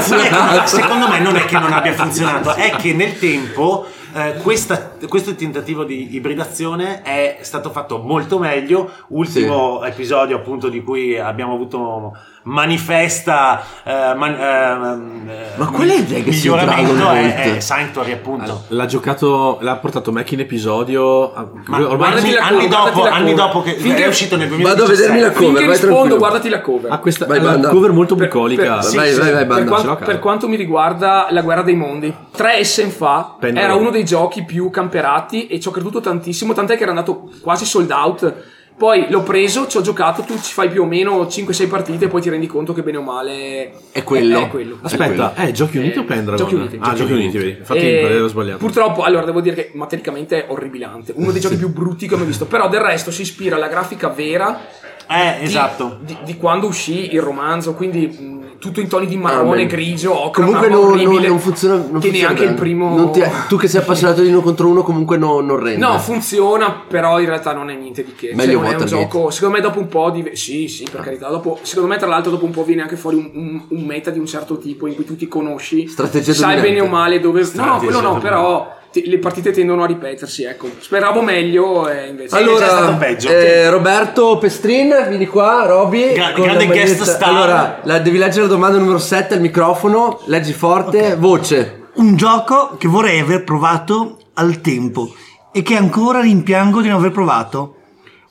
S4: Secondo me non è che non abbia funzionato, è che nel tempo eh, questa- questo tentativo di ibridazione è stato fatto molto meglio. Ultimo episodio, appunto, di cui abbiamo avuto manifesta. eh, man- ehm, eh,
S2: Ma qual è il Legacy of
S4: miglioramento?
S2: Dragon
S4: È,
S2: Bolt?
S4: è Sanctuary, appunto.
S5: L'ha giocato, l'ha portato Mac in episodio. ah,
S4: Ma
S5: ormai
S4: guardati
S3: guardati la
S4: anni,
S3: cover, guardati
S4: dopo,
S3: la
S4: anni
S3: cover.
S4: dopo che
S3: Finché-
S4: è uscito nel 2017
S2: Vado a vedermi la cover,
S3: Finché
S2: vai
S3: rispondo,
S2: tranquillo.
S3: guardati la cover.
S5: ha questa
S2: Vai,
S5: ha una
S2: banda.
S5: cover Ah, molto
S3: Per-
S5: bucolica.
S3: per- sì,
S2: Vai,
S3: sì,
S2: vai,
S3: sì.
S2: vai,
S3: per,
S2: banda,
S5: ce l'ho
S3: quanto,
S5: a casa.
S3: per quanto mi riguarda la guerra dei mondi 3 S fa
S5: Penno.
S3: era uno dei giochi più camperati e ci ho creduto tantissimo tant'è che era andato quasi sold out poi l'ho preso ci ho giocato tu ci fai più o meno 5-6 partite e poi ti rendi conto che bene o male
S2: È quello.
S3: è quello.
S5: Aspetta, eh, Giochi Uniti o Pendragon?
S3: Giochi Uniti,
S5: Ah, Giochi Uniti, vedi. Infatti,
S3: Eh,
S5: avevo sbagliato.
S3: Purtroppo, allora devo dire che matericamente è orribilante. Uno dei giochi più brutti che ho mai visto. Però del resto si ispira alla grafica vera
S4: Eh,
S3: di,
S4: esatto.
S3: di, di quando uscì il romanzo. Quindi mh, tutto in toni di
S2: Ah, bene.
S3: marrone, grigio, ocra,
S2: Comunque
S3: una roba
S2: non, non,
S3: orribile,
S2: non funziona. Non
S3: che
S2: funziona
S3: neanche il
S2: bene.
S3: primo.
S2: Non ti- tu
S3: [LAUGHS]
S2: che sei appassionato di uno contro uno, comunque no- non rende.
S3: No, funziona, però in realtà non è niente di che.
S2: Meglio Ah.
S3: Cioè, non è un
S2: Watergate.
S3: gioco. Secondo me, dopo un po' di. Sì, sì, per carità. Dopo, secondo me, tra l'altro, dopo un po' viene anche fuori un, un- un meta di un certo tipo in cui tu ti conosci.
S2: Strategia
S3: sai
S2: dominante.
S3: bene o male dove. No, no,
S4: Strategia
S3: quello no,
S4: dominante.
S3: però. ti- le partite tendono a ripetersi, ecco. Speravo meglio, e invece.
S4: Sì, è
S2: Allora,
S4: stato peggio.
S2: eh, Roberto Pestrin, vieni qua, Roby.
S4: Gra-
S2: con la
S4: grande guest
S2: maglietta.
S4: star.
S2: Allora, la- devi leggere la domanda numero 7 al microfono, leggi forte, voce.
S7: un gioco che vorrei aver provato al tempo e che ancora rimpiango di non aver provato.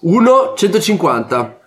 S2: 1, 150.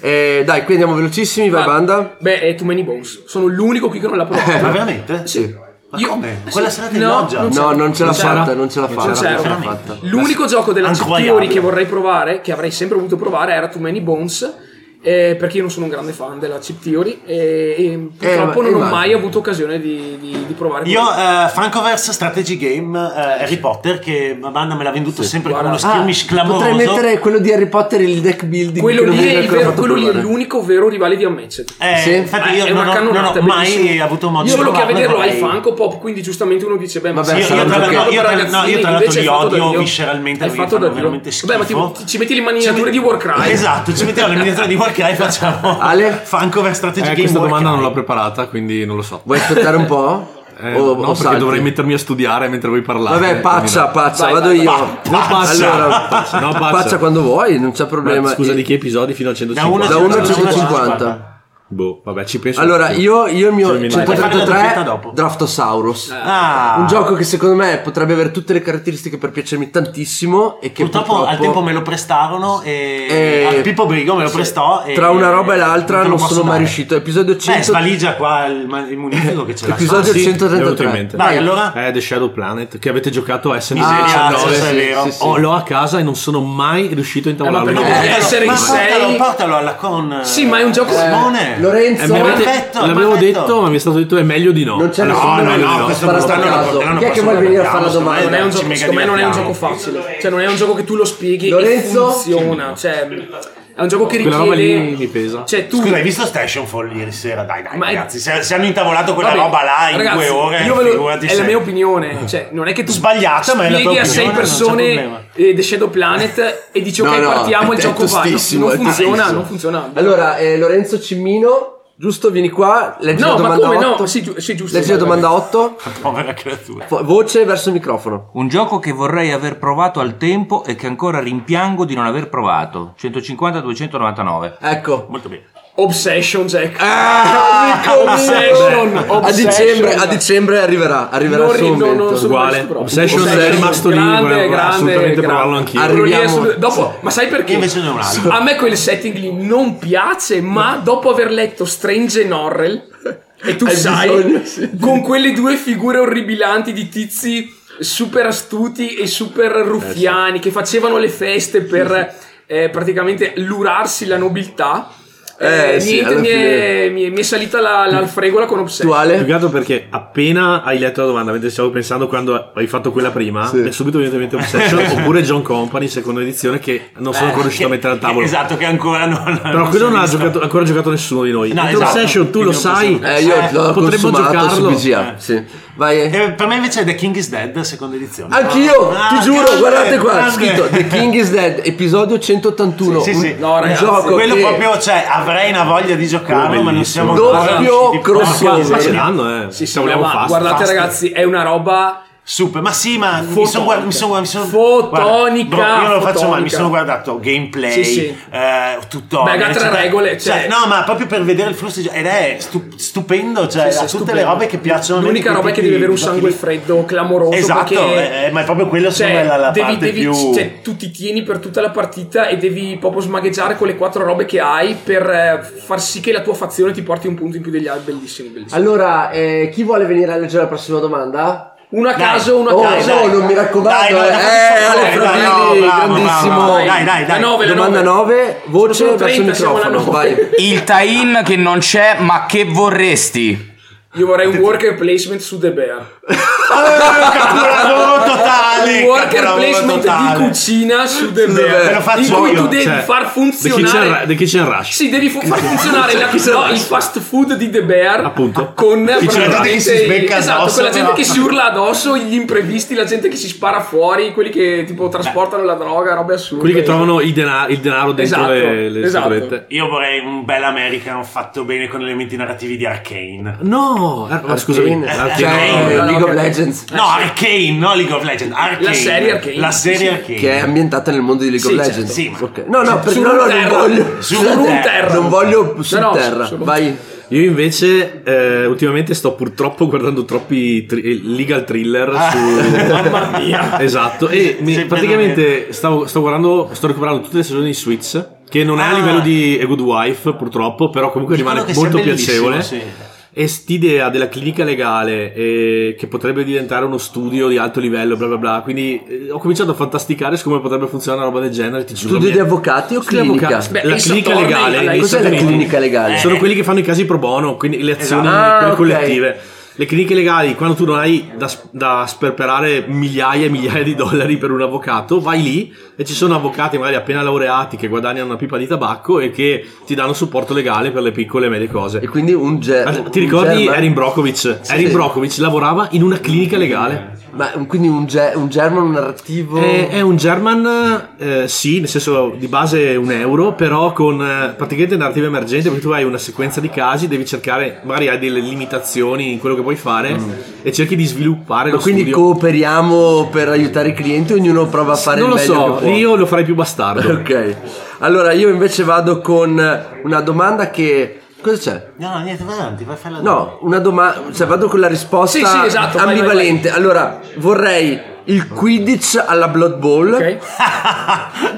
S2: Eh, dai, qui andiamo velocissimi, vai
S3: Ah,
S2: banda.
S3: Beh, è Too Many Bones. Sono l'unico qui che non l'ha provato.
S4: Ma veramente?
S2: Sì.
S4: Ma
S3: Io-
S4: come? Quella
S3: sì,
S4: serata in
S3: no,
S4: loggia?
S3: non c'è-
S2: No, non ce l'ha
S3: Non c'era.
S2: fatta, non ce l'ha fatta.
S3: c'era.
S2: non ce l'ha
S4: Veramente.
S2: fatta.
S3: L'unico gioco della
S4: Anche
S3: Theory
S4: guardabile.
S3: che vorrei provare, che avrei sempre voluto provare, era Too Many Bones. eh, perché io non sono un grande fan della Chip Theory e, e purtroppo
S2: ma-
S3: non
S2: eh,
S3: ho
S2: ma-
S3: mai avuto occasione di, di- di provare
S4: Io,
S3: quello.
S4: eh, Francoverse Strategy Game eh, Harry Potter, che Banda me l'ha venduto sempre con uno
S3: guarda.
S4: skirmish clamoroso.
S2: Ah, potrei mettere quello di Harry Potter il deck building.
S3: quello,
S2: che non
S3: lì
S2: viene
S3: è, il
S2: ancora
S3: vero-
S2: fatto
S3: quello lì è
S2: provare.
S3: l'unico vero rivale di Ammetzet.
S4: Eh,
S2: Sì.
S4: infatti,
S3: Eh,
S4: io
S3: è una
S4: non ho, non ho
S3: cannonata,
S4: mai
S3: bellissimo.
S4: avuto modo di
S3: Solo che a
S4: provarlo,
S3: vederlo
S4: vorrei-
S3: ai Funko Pop, quindi giustamente uno dice: Beh, ma
S2: Vabbè,
S3: sì,
S2: Io- sarà io tra perché-
S4: l'altro- io tra-
S3: ragazzini,
S4: no, io tra l'altro
S3: invece
S4: li
S3: è fatto
S4: odio
S3: da Dio.
S4: visceralmente,
S3: È
S4: mi
S3: fatto
S4: fanno
S3: da Dio.
S4: veramente
S3: Vabbè, ma ti-
S4: schifo.
S3: ti, ci metti le
S4: Ci
S3: miniature
S4: met-
S3: di Warcry.
S4: Esatto, ci mettiamo le miniature di Warcry e
S3: [LAUGHS]
S4: facciamo
S2: Ale?
S4: Funcover Strategy
S5: Eh,
S4: Game
S5: questa domanda
S4: Warcry.
S5: non l'ho preparata, quindi non lo so.
S2: Vuoi aspettare un po'?
S5: Eh,
S2: O- o
S5: no, perché
S2: salti?
S5: dovrei eh, mettermi a studiare mentre voi parlate.
S2: Vabbè, paccia, paccia,
S3: Vai,
S2: vado
S3: vai,
S2: io.
S4: vai.
S5: No, paccia.
S2: Allora,
S5: Paccia, no, paccia.
S2: quando vuoi, non c'è
S5: Ma
S2: problema.
S5: scusa,
S2: E-
S5: di che episodi fino a
S4: Da uno
S5: 150?
S2: Da
S4: a
S2: 1 a
S4: 150.
S2: 150.
S5: Boh, vabbè, ci penso.
S2: Allora, io, io il mio
S5: Gemini.
S4: Fai la doppietta
S2: 133
S4: dopo.
S2: Draftosaurus.
S7: Ah,
S2: Un gioco che secondo me potrebbe avere tutte le caratteristiche per piacermi tantissimo e che
S4: Purtroppo, al tempo me lo prestarono e,
S2: Eh,
S4: a Pippo Brigo me lo
S2: sì.
S4: prestò. e-
S2: Tra una roba e l'altra
S4: te lo
S2: non
S4: posso
S2: sono mai
S4: dare.
S2: riuscito. Episodio
S4: Beh,
S2: 100
S4: svaligia qua il, ma- il munifico che ce l'ha.
S2: Episodio
S5: Ah, sì, mi è venuto in
S2: 133.
S5: mente.
S4: Vai, allora.
S5: Eh, The Shadow Planet, che avete giocato a SNES
S4: Miseria,
S2: Ah,
S5: 19.
S4: se
S2: sì,
S4: è vero.
S2: sì, sì.
S5: Oh, l'ho a casa e non sono mai riuscito a intavolarlo.
S3: Eh, ma
S5: in
S3: perché-
S5: mano.
S4: Portalo,
S3: essere in
S4: ma portalo,
S3: sei.
S4: portalo alla con.
S3: Sì, ma è un gioco-
S4: Simone.
S2: Eh, Lorenzo,
S5: Eh, mi avete-
S4: Perfetto,
S5: l'avevo
S4: perfetto.
S5: detto, ma mi è stato detto è meglio di no.
S2: non c'è
S5: Alla
S2: nessuno
S5: fine,
S4: no,
S5: meglio
S4: no,
S5: di
S4: questo
S2: spara
S4: non-
S2: sta
S4: no, no,
S2: caso.
S4: no, no,
S2: Chi è che
S4: questo
S2: vuole
S4: non
S2: venire a
S4: abbiamo,
S2: fare la
S4: secondo me
S2: domanda?
S3: Non è un
S4: Ci
S3: gioco,
S4: mega
S3: secondo me non è un
S4: divertiamo.
S3: gioco facile. Cioè, non è un gioco che tu lo spieghi
S2: Lorenzo?
S3: e funziona. Cioè, è un gioco che
S5: Quella roba lì mi
S3: richiede.
S5: pesa.
S3: Cioè, tu.
S4: Scusa, hai visto Station Fall ieri sera? Dai, dai,
S3: Ma è-
S4: ragazzi. Se, se hanno intavolato quella
S3: Vabbè,
S4: roba là in
S3: ragazzi,
S4: due ore,
S3: io ve lo-
S4: figurati
S3: è
S4: se-
S3: la mia opinione.
S4: [LAUGHS]
S3: Cioè, non è che tu
S4: Sbagliata, ma è la
S3: spieghi
S4: tua
S3: a sei
S4: opinione, non c'è
S3: persone
S4: problema.
S3: eh, The Shadow Planet e
S2: [LAUGHS]
S3: dici
S2: No,
S3: ok,
S2: no,
S3: partiamo il
S2: è
S3: gioco va.
S2: tostissimo,
S3: Non
S2: è
S3: funziona,
S2: tostissimo.
S3: non funziona.
S2: Allora, eh, Lorenzo Cimmino, giusto, vieni qua. Leggi la
S3: No, ma
S2: domanda
S3: come
S2: 8.
S3: no? Sì, giu- sì, giusto.
S2: Leggi la domanda 8.
S4: [LAUGHS] Povera creatura.
S2: Fo- Voce verso il microfono.
S8: Un gioco che vorrei aver provato al tempo e che ancora rimpiango di non aver provato. 150-299.
S2: Ecco.
S4: Molto bene.
S3: Obsession, Jack.
S2: Ah,
S3: Amico mio. ecco. [LAUGHS] Obsession,
S2: a,
S3: Obsession.
S2: dicembre, a dicembre arriverà, arriverà
S3: Non
S2: il suo
S3: ri- non-
S2: momento.
S3: non sono-
S5: Uguale.
S3: Questo però.
S5: Obsession
S2: Obsession.
S5: è rimasto lì.
S3: Grande,
S5: volevo
S3: grande,
S5: assolutamente
S3: grande.
S5: provarlo anch'io.
S2: Arri-
S3: Quello lì è
S2: Arriviamo-
S3: assolutamente- dopo, ma sai perché?
S4: Io invece ne ho un altro.
S3: A me quel setting lì non piace, ma dopo aver letto Strange and Norrel, e tu
S2: Hai
S3: sai,
S2: bisogno, sì.
S3: con quelle due figure orribilanti di tizi super astuti e super
S2: Eh,
S3: ruffiani che facevano le feste per eh, praticamente lurarsi la nobiltà,
S2: Eh,
S3: eh,
S2: sì,
S3: niente,
S2: alla
S3: mi, è,
S2: fine-
S3: mi, è, mi è salita la, l'alfregola con Obsession.
S5: Più che
S2: Attuale.
S5: altro perché appena hai letto la domanda, mentre stavo pensando quando hai fatto quella prima,
S2: Sì.
S5: mi è subito venuto in mente Obsession
S2: [LAUGHS]
S5: oppure John Company, seconda edizione, che non sono
S3: Eh,
S5: ancora riuscito a mettere al tavolo.
S4: Esatto, che ancora non.
S5: Però quello non ha
S4: si è visto.
S5: giocato- ancora giocato nessuno di noi.
S4: No,
S5: Mentre
S4: esatto.
S5: Obsession, tu
S4: Quindi
S5: lo
S4: non
S5: sai,
S4: possiamo-
S2: Eh, io
S4: Eh,
S2: l'ho
S5: potremmo
S2: consumato su
S5: giocarlo.
S2: BGA. Sì. Vai. eh.
S4: Eh, per me invece è The King is Dead, seconda edizione.
S2: Anch'io,
S4: Ah,
S2: ti giuro,
S4: grande,
S2: guardate qua,
S4: grande.
S2: scritto The King is Dead, episodio 181.
S4: Sì, sì.
S2: Un,
S3: No,
S2: un
S3: ragazzi,
S2: gioco
S4: Quello
S2: che-
S4: proprio, cioè, avrei una voglia di giocarlo, ma non siamo ancora
S2: Doppio
S4: riusciti-
S2: crossover.
S4: No, ma
S5: ma
S4: che-
S5: ce l'hanno, eh.
S3: Sì, sì,
S5: Se vogliamo
S3: ma
S5: fast,
S3: guardate
S5: fast.
S3: ragazzi, è una roba...
S4: Super, ma sì, ma mi
S3: Fotonica.
S4: sono guardato. Mi sono, mi sono-
S3: Fotonica,
S4: guarda, bro, io non lo faccio mai, mi
S3: fotonica.
S4: sono guardato gameplay,
S3: Sì, sì.
S4: eh, tutorial.
S3: Beh, altre
S4: eccetera.
S3: regole, cioè-
S4: no, ma proprio per vedere il flusso. di gio- Ed è stu- stupendo, cioè,
S3: Sì, sì,
S4: ha tutte
S3: stupendo.
S4: le robe che piacciono. a me di
S3: L'unica
S4: quei
S3: roba è che
S4: tipi
S3: devi
S4: di
S3: avere un
S4: giochi
S3: sangue
S4: lì.
S3: freddo clamoroso.
S4: Esatto,
S3: perché-
S4: eh, ma è proprio quello, secondo me, la- la parte più-
S3: cioè, tu ti tieni per tutta la partita e devi proprio smagheggiare con le quattro robe che hai per eh, far sì che la tua fazione ti porti un punto in più degli altri. Bellissimo, bellissimo.
S2: Allora, eh, chi vuole venire a leggere la prossima domanda?
S3: Uno a
S4: Dai.
S3: caso, uno a
S2: Oh,
S3: caso.
S2: no,
S4: dai.
S2: non mi
S4: Dai,
S2: raccomando.
S4: no,
S2: eh, eh,
S4: no, no,
S2: Ale
S4: no, no,
S2: Fravini,
S4: bravo, bravo,
S2: grandissimo.
S4: bravo. Dai, dai,
S3: La
S4: dai.
S3: nove, la
S2: Domanda
S3: nove.
S2: 9, voce
S3: Sono
S2: verso il
S3: 30, siamo alla
S2: microfono.
S3: nove.
S2: Vai.
S8: Il tie-in che non c'è, ma che vorresti?
S3: [LAUGHS] Io vorrei un worker placement su The Bear.
S4: [LAUGHS] Capolavoro totale!
S3: un worker
S4: capolavoro
S3: placement
S4: Ah, totale.
S3: di cucina su The
S2: The Bear.
S3: Bear.
S4: Te lo faccio
S3: in cui
S4: io,
S3: tu devi
S5: Cioè,
S3: far
S5: The Kitchen Ra-
S3: funzionare
S5: The Kitchen Rush.
S3: Sì, devi fu- far funzionare la- no, il fast food di The Bear
S5: Appunto.
S3: con
S4: gente si
S3: praticamente
S4: becca
S3: esatto,
S4: addosso,
S3: quella gente
S4: però.
S3: che si urla addosso, gli imprevisti, la gente che si spara fuori, quelli che tipo trasportano la droga, robe assurde.
S5: Quelli che trovano il denaro, il denaro dentro
S3: Esatto,
S5: le, le
S3: esatto.
S5: scatolette.
S4: Io vorrei un bel American fatto bene con elementi narrativi di Arcane.
S5: No, eh,
S2: Ah,
S5: ma scusami.
S2: Arcane.
S5: Arcane.
S2: Cioè,
S3: no, no,
S2: League of
S3: ok.
S2: Legends.
S4: No, Arcane, no League of Legends. Arcane.
S3: La serie Arcane.
S4: La serie
S3: Sì.
S4: Arcane.
S2: Che è ambientata nel mondo di League
S3: Sì,
S2: of
S3: certo.
S2: Legends.
S4: Sì, ma-
S2: Ok. No, no, perché
S3: Su
S2: no, no, non
S3: terra.
S2: voglio.
S3: Su
S4: Non
S3: un terra.
S2: Non voglio su
S3: No, no,
S2: terra.
S3: su-
S2: Vai.
S5: Io invece eh, ultimamente sto purtroppo guardando troppi tri- legal thriller su...
S4: Ah, [LAUGHS] Mamma mia.
S5: Esatto, e mi-
S4: Sempre
S5: praticamente stavo, sto guardando, sto recuperando tutte le stagioni di Suits, che non è a
S4: Ah.
S5: livello di A Good Wife purtroppo, però comunque
S4: Dicono
S5: rimane
S4: che sia
S5: molto
S4: bellissimo,
S5: piacevole.
S4: sì.
S5: E st'idea della clinica legale eh, che potrebbe diventare uno studio di alto livello, bla bla bla. Quindi eh, ho cominciato a fantasticare su come potrebbe funzionare una roba del genere. Ti giuro.
S2: Studio
S5: mi-
S2: di avvocati o
S5: Studio di
S2: clinica?
S5: avvocati.
S3: Beh,
S5: la
S3: Ace
S5: clinica
S3: Attorney,
S5: legale.
S3: alla-
S5: negli
S2: Cos'è
S5: Stati
S2: la
S5: Uniti.
S2: clinica legale?
S4: Eh,
S5: Sono quelli che fanno i casi pro bono, quindi le azioni
S2: Esatto. Ah,
S5: quelle
S2: ok.
S5: collettive. Le cliniche legali, quando tu non hai da, da sperperare migliaia e migliaia di dollari per un avvocato, vai lì e ci sono avvocati magari appena laureati che guadagnano una pipa di tabacco e che ti danno supporto legale per le piccole e medie cose.
S2: E quindi un ger-
S5: Ma
S2: un
S5: Ti ricordi
S2: german-
S5: Erin Brockovich?
S2: Sì,
S5: Erin
S2: sì.
S5: Brockovich lavorava in una clinica legale.
S2: Ma un- quindi un, ge- un German, un narrativo.
S5: È, è un German, eh, sì, nel senso di base un euro, però con eh, praticamente narrativa emergente perché tu hai una sequenza di casi, devi cercare, magari hai delle limitazioni in quello che puoi fare e cerchi di sviluppare
S2: Mm. Ma
S5: lo
S2: quindi
S5: studio.
S2: cooperiamo per aiutare i clienti, ognuno prova a fare
S5: non
S2: il
S5: lo
S2: meglio che
S5: so,
S2: può.
S5: io lo farei più bastardo.
S2: Ok, allora io invece vado con una domanda che Cosa c'è?
S4: No, no, niente, vai avanti, vai fai la
S2: No, una domanda. Cioè, vado con la risposta
S3: Sì, sì, esatto, vai,
S2: ambivalente. Allora, vorrei il Quidditch alla Blood Bowl
S3: Ok?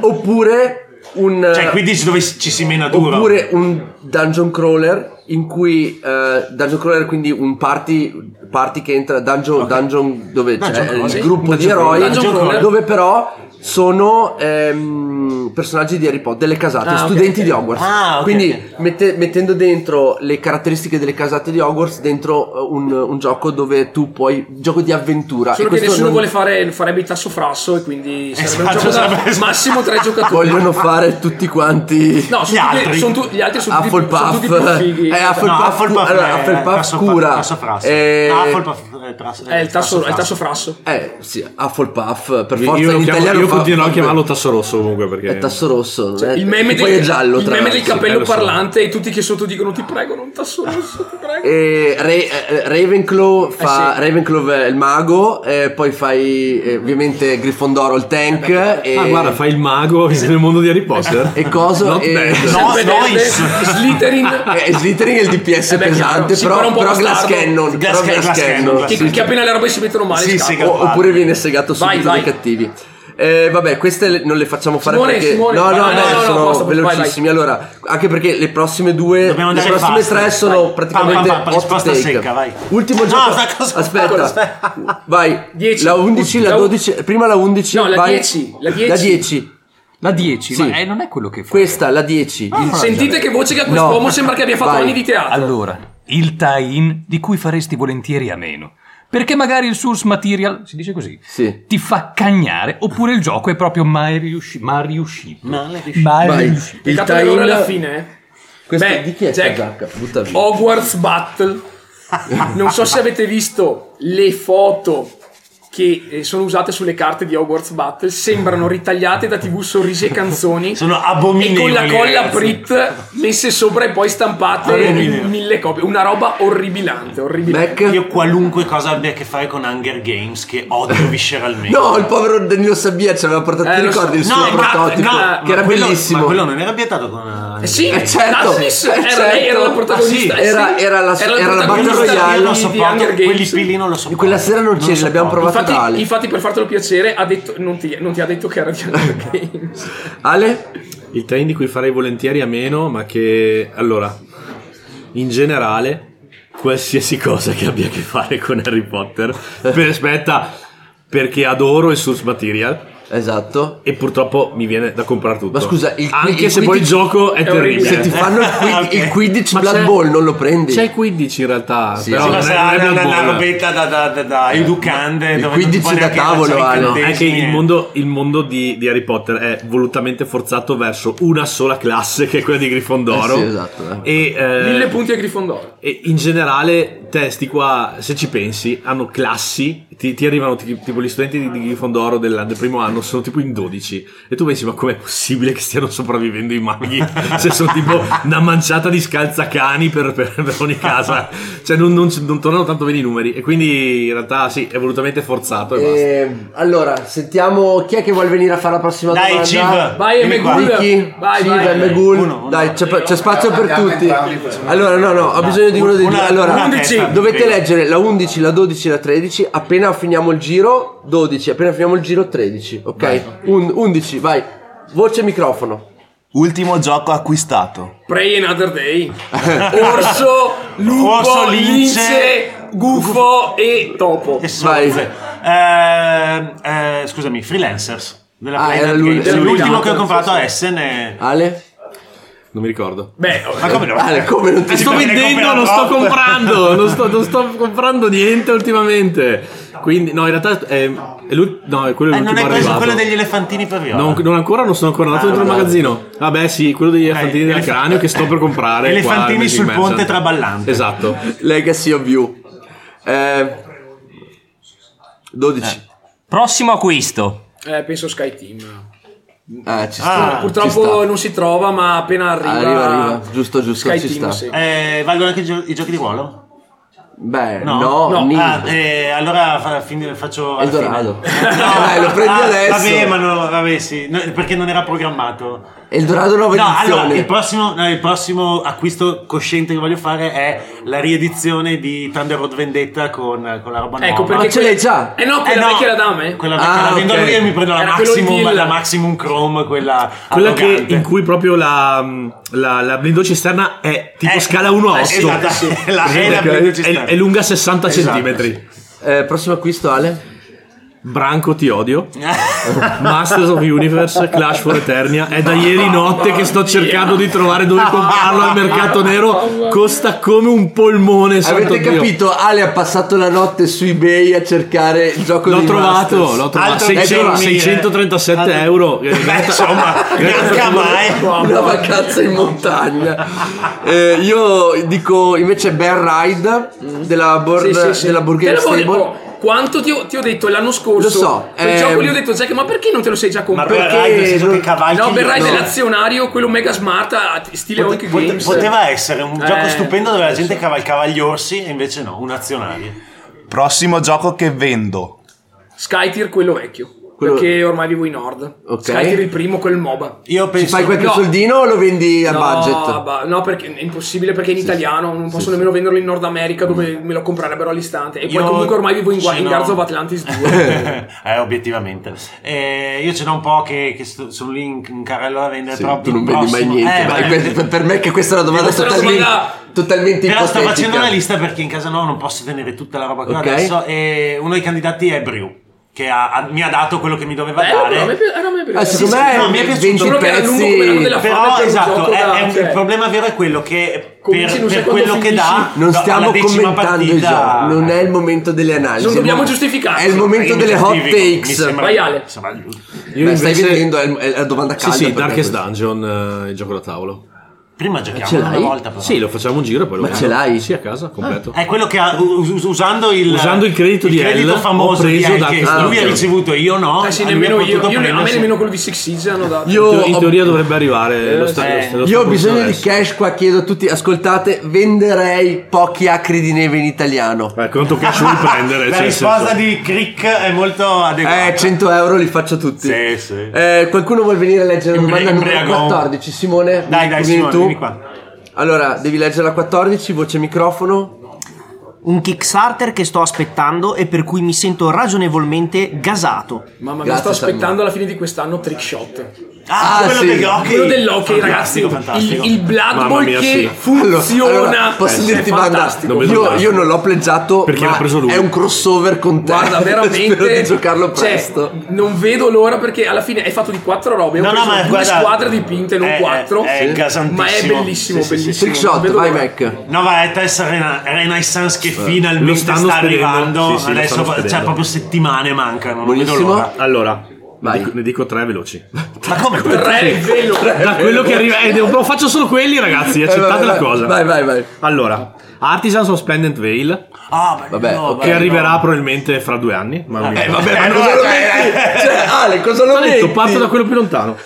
S2: oppure un.
S4: Cioè, qui dici dove ci si mena duro.
S2: Oppure un dungeon crawler in cui eh, dungeon crawler quindi un party, party che entra dungeon, dungeon dove
S4: Dungeon
S2: c'è
S4: crawler.
S2: il gruppo di
S4: Dungeon
S2: eroi
S4: crawler. Dungeon crawler.
S2: dove però sono ehm, personaggi di Harry Potter delle casate
S3: Ah, ok,
S2: studenti
S3: ok.
S2: di Hogwarts
S4: Ah, ok,
S2: quindi
S4: ok.
S2: mette- mettendo dentro le caratteristiche delle casate di Hogwarts dentro eh, un, un gioco dove tu puoi gioco di avventura
S3: Solo
S2: E
S3: che
S2: questo
S3: nessuno
S2: non-
S3: vuole fare, farebbe il tasso frasso e quindi sarebbe un
S4: Esatto,
S3: gioco da
S4: sarebbe-
S3: massimo tre giocatori.
S2: vogliono fare tutti quanti
S3: No,
S7: Gli
S3: sono tutti-
S7: altri.
S3: sono tu- gli altri sono tutti, sono tutti
S2: Hufflepuff
S3: più fighi.
S2: eh,
S3: Esatto.
S4: No,
S2: Hufflepuff cu-
S4: Hufflepuff
S2: allora,
S4: è-
S2: Hufflepuff
S4: tasso-
S2: cura
S4: tasso frasso.
S2: eh,
S4: No, Hufflepuff è tras-
S3: È Eh, il tasso, è il tasso frasso.
S2: eh sì Hufflepuff per
S5: Io,
S2: forza
S5: lo
S2: in
S5: chiamo-
S2: italiano
S5: io
S2: fa-
S5: continuerò a
S2: fa-
S5: chiamarlo tasso rosso comunque perché...
S2: è tasso rosso non è-
S3: Cioè, Il meme,
S2: che
S3: del,
S2: poi è Eh, giallo
S3: il
S2: tra
S3: meme del
S2: l'altro.
S5: eh,
S3: capello
S5: lo so.
S3: parlante e tutti che sotto dicono ti prego non tasso rosso, ti prego.
S2: Eh, Re- eh, Ravenclaw fa
S3: sì.
S2: Ravenclaw è il mago eh, poi fai eh, ovviamente Grifondoro il tank e,
S5: Ah, guarda, fai il mago nel mondo
S2: [LAUGHS]
S5: di Harry Potter.
S2: e coso
S5: Not
S2: e,
S5: bad.
S2: [LAUGHS] e-
S3: Sempre
S4: no,
S3: verde,
S4: is.
S3: Slytherin
S2: e Slytherin è il DPS
S3: Eh beh, chiaro,
S2: pesante
S3: sì, però
S2: però,
S3: un po'
S2: però Glass
S3: bastardo.
S2: Cannon
S4: Glass
S2: però
S4: Can-
S2: Glass
S4: Glass Cannon,
S2: Cannon,
S4: Glass
S2: sì,
S3: che, che appena le robe si mettono male
S4: Sì,
S3: scappa.
S4: sì,
S2: O- oppure viene segato
S3: Vai,
S2: subito
S3: vai.
S2: dai cattivi. Eh, vabbè, queste le- non le facciamo fare
S3: Simone,
S2: perché
S3: Simone,
S2: no, no,
S3: vai,
S2: no,
S3: vai, no, no,
S2: sono
S3: basta, vai,
S2: velocissimi. Allora, anche perché le prossime due,
S4: Dobbiamo
S2: le
S4: andare
S2: prossime
S4: fast.
S2: tre sono
S4: Vai.
S2: praticamente
S4: Pam, pam, pam,
S2: hot
S4: risposta
S2: take.
S4: secca, vai.
S2: Ultimo
S4: No,
S2: gioco.
S4: sta cosa-
S2: aspetta.
S4: aspetta.
S2: Vai.
S3: 10.
S2: La 11, la
S3: La u-
S2: 12, prima la 11,
S3: No, la
S2: vai.
S3: 10, la 10.
S2: La 10.
S8: La 10,
S2: Sì.
S8: ma eh, non è quello che fa.
S2: Questa la 10.
S4: Ah.
S2: Il-
S3: Sentite che voce che ha quest'uomo sembra che abbia fatto
S2: Vai.
S3: anni di teatro.
S9: Allora, il tie-in di cui faresti volentieri a meno. Perché magari il source material, si dice così,
S2: Sì.
S9: ti fa cagnare, oppure il gioco è proprio mai riuscito. Ma riuscito. Mai
S2: Vai.
S9: riuscito.
S2: Il
S3: Peccato che ora è
S2: time
S3: alla fine. eh.
S2: Questo
S3: Beh,
S2: di chi è
S3: Jack-
S2: sta giacca? Butta via. [LAUGHS]
S3: Hogwarts Battle. Non so se avete visto le foto che eh, sono usate sulle carte di Hogwarts Battle, sembrano ritagliate da TV Sorrisi e Canzoni.
S4: Sono
S3: e
S4: abominevoli.
S3: con la colla
S4: ragazzi.
S3: Brit messe sopra e poi stampate
S4: Abominevoli.
S3: in mille copie. Una roba orribilante, orribilante.
S2: Mac.
S4: Io qualunque cosa abbia a che fare con Hunger Games che odio visceralmente.
S2: No, il povero Danilo Sabbia ci aveva portato,
S3: Eh,
S2: ti
S3: lo so.
S2: ricordi il suo
S4: No, ma-
S2: prototipo
S4: no,
S2: che era
S4: ma quello-
S2: bellissimo.
S4: Ma quello non era ambientato con eh,
S3: Eh sì,
S2: Eh, certo,
S3: Daphnis
S2: eh,
S3: era lei, era
S2: certo.
S3: la protagonista.
S4: Ah,
S3: eh,
S2: sì, era-
S3: sì.
S2: era la- era la Battle
S4: Io non so-
S3: protagonista
S2: Royale.
S4: io
S3: di-
S4: non
S3: di
S4: sopporto,
S3: Hunger Games.
S4: quelli pilli non lo sopporto.
S2: Quella sera non c'eri, l'abbiamo
S4: sopporto.
S2: provato da
S3: Infatti,
S2: Ale.
S3: infatti, per fartelo piacere, ha detto, non, ti, non ti ha detto che era di Hunger Games.
S2: Ale?
S5: Il train di cui farei volentieri a meno, ma che allora, in generale, qualsiasi cosa che abbia a che fare con Harry
S2: [LAUGHS]
S5: Potter. Per, aspetta, perché adoro il source material.
S2: Esatto.
S5: E purtroppo mi viene da comprare
S2: Ma
S5: tutto.
S2: scusa, il-
S5: anche
S2: il
S5: se poi il
S2: Quidditch-
S5: gioco è,
S3: È orribile.
S5: terribile. Eh.
S2: Se ti fanno il, quid- il Quidditch Blood Bowl non lo prendi.
S5: C'è il 15 in realtà.
S2: Sì,
S5: però
S2: sì,
S5: non
S4: Sì, ma
S5: è- non
S4: sarà
S5: è
S4: una,
S5: Blood
S4: una
S5: Bowl.
S4: robetta da, da, da, da educande. dove non
S2: quindi
S4: puoi
S2: ci da
S4: neanche
S2: tavolo,
S4: lanciare i
S2: Ale.
S4: incantesimi,
S5: Anche il
S4: niente.
S5: mondo, il mondo di, di Harry Potter è volutamente forzato verso una sola classe, che è quella di Grifondoro.
S2: Eh sì, esatto,
S5: E, eh,
S3: Mille punti a Grifondoro.
S5: E in generale, testi qua, se ci pensi, hanno classi. Ti, ti arrivano ti- tipo gli studenti di, di Grifondoro del, del primo anno, sono tipo in 12. E tu pensi, ma com'è possibile che stiano sopravvivendo i maghi? se sono tipo una manciata di scalzacani per, per- per ogni casa. Cioè, non, non- non tornano tanto bene i numeri. E quindi in realtà, sì, è volutamente forzato. E basta.
S2: Eh, allora, sentiamo chi è che vuole venire a fare la prossima
S4: Dai,
S2: domanda.
S4: Civ.
S3: Vai,
S4: Vieni qua.
S3: Megul.
S2: Ricky,
S3: Vai,
S2: Civ,
S3: vai.
S2: Megul.
S4: Uno, uno.
S2: Dai, c'è, c'è spazio per tutti. Allora, no, no, ho bisogno di uno dei due.
S4: Una-
S2: Allora,
S4: una testa,
S2: dovete
S4: prego.
S2: leggere la 11, la 12, la 13. Appena finiamo il giro, 12. Appena finiamo il giro, 13. Ok? Un- 11, vai. Voce e microfono.
S10: Ultimo gioco acquistato.
S3: Pray another day. Orso, lupo,
S4: Orso,
S3: lince,
S4: lince,
S3: gufo e topo.
S4: E
S2: Vai.
S4: sorze. Eh, eh, scusami, freelancers. Della
S2: Ah,
S4: Planet
S2: era l'ul-
S4: Games.
S2: era
S4: l'ultimo
S2: l'ultimo.
S4: che ho comprato a Essen. e-
S2: Ale?
S5: Non mi ricordo.
S3: Beh, oh,
S4: Ma come no?
S2: Ale, come non ti
S5: Sto
S4: perché
S5: vendendo,
S4: compra
S5: non sto
S4: troppo.
S2: [LAUGHS]
S5: comprando, non sto, non sto comprando niente ultimamente. Quindi, no, in realtà è, è l'ul- no, è quello
S4: Eh,
S5: l'ultimo
S4: non è preso
S5: arrivato.
S4: quello degli elefantini per viola.
S5: Non, non ancora, non sono ancora andato dentro il magazzino. Vabbè, sì, quello degli elefantini del
S4: elef-
S5: cranio che sto per comprare. qua
S4: Elefantini
S5: al Magic
S4: sul
S5: Merchant.
S4: ponte traballante.
S5: Esatto.
S2: Legacy of You. Eh, 12.
S9: Prossimo acquisto.
S3: eh, penso Sky Team.
S2: Ah, ci sta. ci
S3: Purtroppo
S2: sta.
S3: non si trova, ma appena arriva.
S2: Arriva, arriva. Giusto, giusto,
S3: Sky
S2: ci
S3: Team,
S2: sta.
S3: sì.
S4: Eh, valgono anche i, gio- i giochi di ruolo?
S2: Beh, no, ni-
S4: Ah, eh, allora fa- fin- faccio. alla
S2: Eldorado.
S4: [LAUGHS] fine.
S2: [LAUGHS]
S4: ah,
S2: Dai, lo prendi adesso.
S4: Vabbè, ma no, vabbè, sì, no, perché non era programmato.
S2: Eldorado nuova
S4: No,
S2: edizione.
S4: allora, il prossimo, no, il prossimo acquisto cosciente che voglio fare è la riedizione di Thunder Road Vendetta con, con la roba nuova.
S3: Ecco perché
S2: ce l'hai già?
S3: Eh no, quella
S4: Eh no,
S3: vecchia la dame.
S4: Quella
S2: Ah,
S4: vecchia la vendo
S2: ok.
S4: lui e mi prendo la
S3: Era quello in
S4: maximum,
S3: Hill.
S4: la maximum Chrome, quella,
S5: Quella che,
S4: arrogante.
S5: in cui proprio la, la, la blindoce esterna è tipo
S4: Eh,
S5: scala 1 a 8.
S4: esatto, sì. La- è la blindoce esterna.
S5: è lunga 60
S4: Esatto,
S5: centimetri.
S2: Eh, prossimo acquisto, Ale.
S5: Branco ti odio. Masters of Universe, Clash for Eternia. È da ieri notte che sto cercando di trovare dove comprarlo al mercato nero. Costa come un polmone. santo
S2: Avete
S5: Dio.
S2: capito? Ale ha passato la notte su eBay a cercare il gioco
S5: L'ho
S2: dei
S5: trovato,
S2: Masters.
S5: l'ho trovato.
S2: Altro
S5: Sei-
S2: che
S5: sei-
S2: dormire.
S5: 637 euro.
S4: Beh, Eh, insomma, neanche a mai.
S2: [LAUGHS] Una vacanza in montagna. Eh, io dico invece Bear Ride della, Bor-
S3: Sì, sì, sì.
S2: della Burger
S3: Te lo voglio-
S2: Stable.
S3: oh, Quanto ti ho, ti ho detto l'anno scorso?
S2: Lo so,
S3: Quel
S2: ehm,
S3: gioco lì ho detto, Jack, ma perché non te lo sei già
S4: Ma
S3: comprato?
S4: perché
S2: perché-
S4: nel senso che cavalchi
S3: No, Berrai
S4: no.
S3: dell'azionario, quello mega smart, ah, stile Hulk
S4: Pote-
S3: Games.
S4: poteva essere un
S3: Eh,
S4: gioco stupendo dove la gente cavalcava gli orsi e invece no, un azionario.
S10: Prossimo gioco che vendo.
S3: Skytier quello vecchio.
S2: Quello-
S3: Perché ormai vivo in nord.
S2: Ok.
S3: Skytier il primo, quel MOBA.
S4: Io
S2: Ci
S4: penso
S2: fai qualche
S3: No.
S2: soldino o lo vendi a
S3: no,
S2: budget?
S3: ba- no, perché è impossibile perché è in italiano, non posso nemmeno venderlo in Nord America dove me lo comprerebbero all'istante. E poi
S4: Io
S3: comunque ormai vivo in, Gua-
S4: ce
S3: in
S4: n'ho-
S3: Guards of Atlantis
S2: [LAUGHS]
S3: 2.
S4: [LAUGHS] eh, obiettivamente. Eh, io ce n'ho un po' che, che sto- sono lì in, in carrello da vendere.
S2: Sì,
S4: però
S2: tu
S4: il
S2: non vendi mai
S4: prossimo-
S2: niente.
S4: Eh,
S2: ma
S4: ma-
S2: que- per- per me che questa è una domanda
S3: Questa è una
S2: totalmente,
S3: domanda-
S2: totalmente
S4: Però sto
S2: ipotetica.
S4: facendo una lista perché in casa no non posso tenere tutta la roba che ho
S2: Ok.
S4: adesso. E uno dei candidati è Brew, che ha- ha- mi ha dato quello che mi doveva
S3: Bello, però, a me
S4: dare.
S3: pi- era a me piaciuto.
S2: Ah, secondo
S4: sì,
S2: me
S4: no, mi è piaciuto,
S2: 20
S4: solo
S3: che era lungo come
S2: pezzi.
S3: quello della-
S4: Però
S3: fame per un
S4: esatto,
S3: gioco
S4: è-
S3: da-
S4: è un-
S3: cioè-
S4: il problema vero è quello che
S3: Cominci in
S4: per,
S3: un
S4: per
S3: secondo,
S4: quello che dà,
S2: Non
S4: no, alla
S2: stiamo
S4: decima
S2: commentando i
S4: partita-
S2: giochi, non è il momento delle analisi.
S3: Non dobbiamo
S2: È il mo-
S3: giustificarci.
S2: È il momento
S4: Io
S2: delle
S4: mi
S2: hot
S4: giustifico, mi
S2: takes.
S4: sembra-
S3: Vai, Ale.
S4: mi sembra giusto.
S5: Io
S2: Beh, stai
S5: invece-
S2: vedendo, è, è la domanda
S5: Sì,
S2: calda.
S5: sì,
S2: per me
S5: Darkest
S2: questa.
S5: Dungeon, eh, il gioco da tavolo.
S4: Prima
S2: ce
S4: giochiamo una
S2: l'hai?
S4: volta però.
S5: Sì, lo facciamo un giro e poi lo
S2: Ma
S5: prendo.
S2: ce l'hai? Ah.
S5: Sì, a casa, completo.
S4: È quello che ha, us- us- usando il
S5: Usando il credito
S4: il
S5: di
S4: credito
S5: L,
S4: famoso
S5: ho
S4: di
S5: preso
S4: L,
S5: da
S4: che
S5: Cristo.
S4: lui ha ricevuto, io no.
S3: Ah, sì,
S4: a lui
S3: nemmeno
S4: ha potuto
S3: io, io ne- a me
S4: prendersi.
S3: nemmeno quello di Six Siege hanno dato.
S2: Io
S5: In teo- in
S2: ho-
S5: teoria dovrebbe arrivare lo sta-
S4: eh,
S5: lo sta- lo sta-
S2: Io ho
S5: lo sta-
S2: bisogno di
S5: adesso.
S2: cash qua, chiedo a tutti, ascoltate, venderei pochi acri di neve in italiano.
S5: Eh, quanto cash vuoi
S2: [LAUGHS]
S5: prendere?
S4: La
S5: cioè, nel senso-
S4: risposta di Crick è molto adeguata.
S2: Eh, 100 euro li faccio tutti.
S4: Sì, sì.
S2: Eh, qualcuno vuole venire a leggere la
S4: Imbre-
S2: domanda numero
S4: imbriagò.
S2: 14? Simone?
S4: Dai, dai,
S2: vieni
S4: Simone,
S2: tu.
S4: vieni qua.
S2: Allora, devi leggere la 14, voce microfono.
S11: Un Kickstarter che sto aspettando e per cui mi sento ragionevolmente gasato.
S3: Mamma mia, sto
S2: Grazie,
S3: aspettando alla fine di quest'anno Trick Shot.
S4: Ah,
S2: Ah,
S4: quello
S2: sì.
S4: degli occhi.
S3: Quello dell'hockey, ragazzi.
S4: Fantastico, fantastico.
S3: Il, il Blood
S5: Mamma
S3: Bowl
S5: mia,
S3: che
S5: sì.
S3: funziona.
S2: Allora,
S4: Eh,
S2: posso
S3: È
S2: dirti, Banda,
S3: fantastico.
S5: Non vedo
S2: io,
S5: l'ora.
S2: io non l'ho pleggiato
S5: Perché
S2: ma
S5: l'ha preso lui.
S2: È un crossover con te. [LAUGHS]
S3: Guarda,
S2: Spero
S3: veramente
S2: di giocarlo
S3: cioè,
S2: presto.
S3: non vedo l'ora perché alla fine è fatto di quattro robe. Ho
S4: No, no,
S3: preso
S4: ma
S3: due
S4: guarda-
S3: squadre dipinte, non
S4: è-
S3: quattro.
S4: è- è gasantissimo.
S3: ma è bellissimo,
S4: Sì, sì, sì.
S3: bellissimo.
S2: Trick
S3: Non
S2: shot,
S3: vedo
S2: vai
S3: l'ora.
S2: Mac.
S4: No, ma è Tessa Rena- Renaissance che finalmente
S5: Lo stanno
S4: sta
S5: spedendo.
S4: arrivando.
S5: Sì, sì, lo
S4: Adesso
S5: stanno
S4: fa- cioè,
S5: spedendo.
S4: proprio settimane mancano. Non vedo
S2: Buonissimo.
S4: l'ora.
S5: Allora, ne
S2: Vai.
S5: dico, ne dico tre veloci.
S4: Ma come?
S3: Tre, velo.
S5: Da quello che arriva... eh, devo- faccio solo quelli,
S4: [LAUGHS]
S5: ragazzi, accettate
S2: Eh, vai,
S5: la
S2: vai,
S5: cosa.
S2: Vai, vai, vai.
S5: Allora, Artisan Splendent Veil,
S4: Ah, beh,
S2: Vabbè,
S4: no,
S2: ok.
S5: che
S4: no.
S5: arriverà probabilmente fra due anni. Ma non mi
S4: Eh,
S5: importa.
S4: vabbè,
S2: Eh,
S4: ma
S2: ma cosa lo metti? [LAUGHS] Cioè, Ale, cosa lo
S5: Ho detto,
S2: metti?
S5: parto da quello più lontano.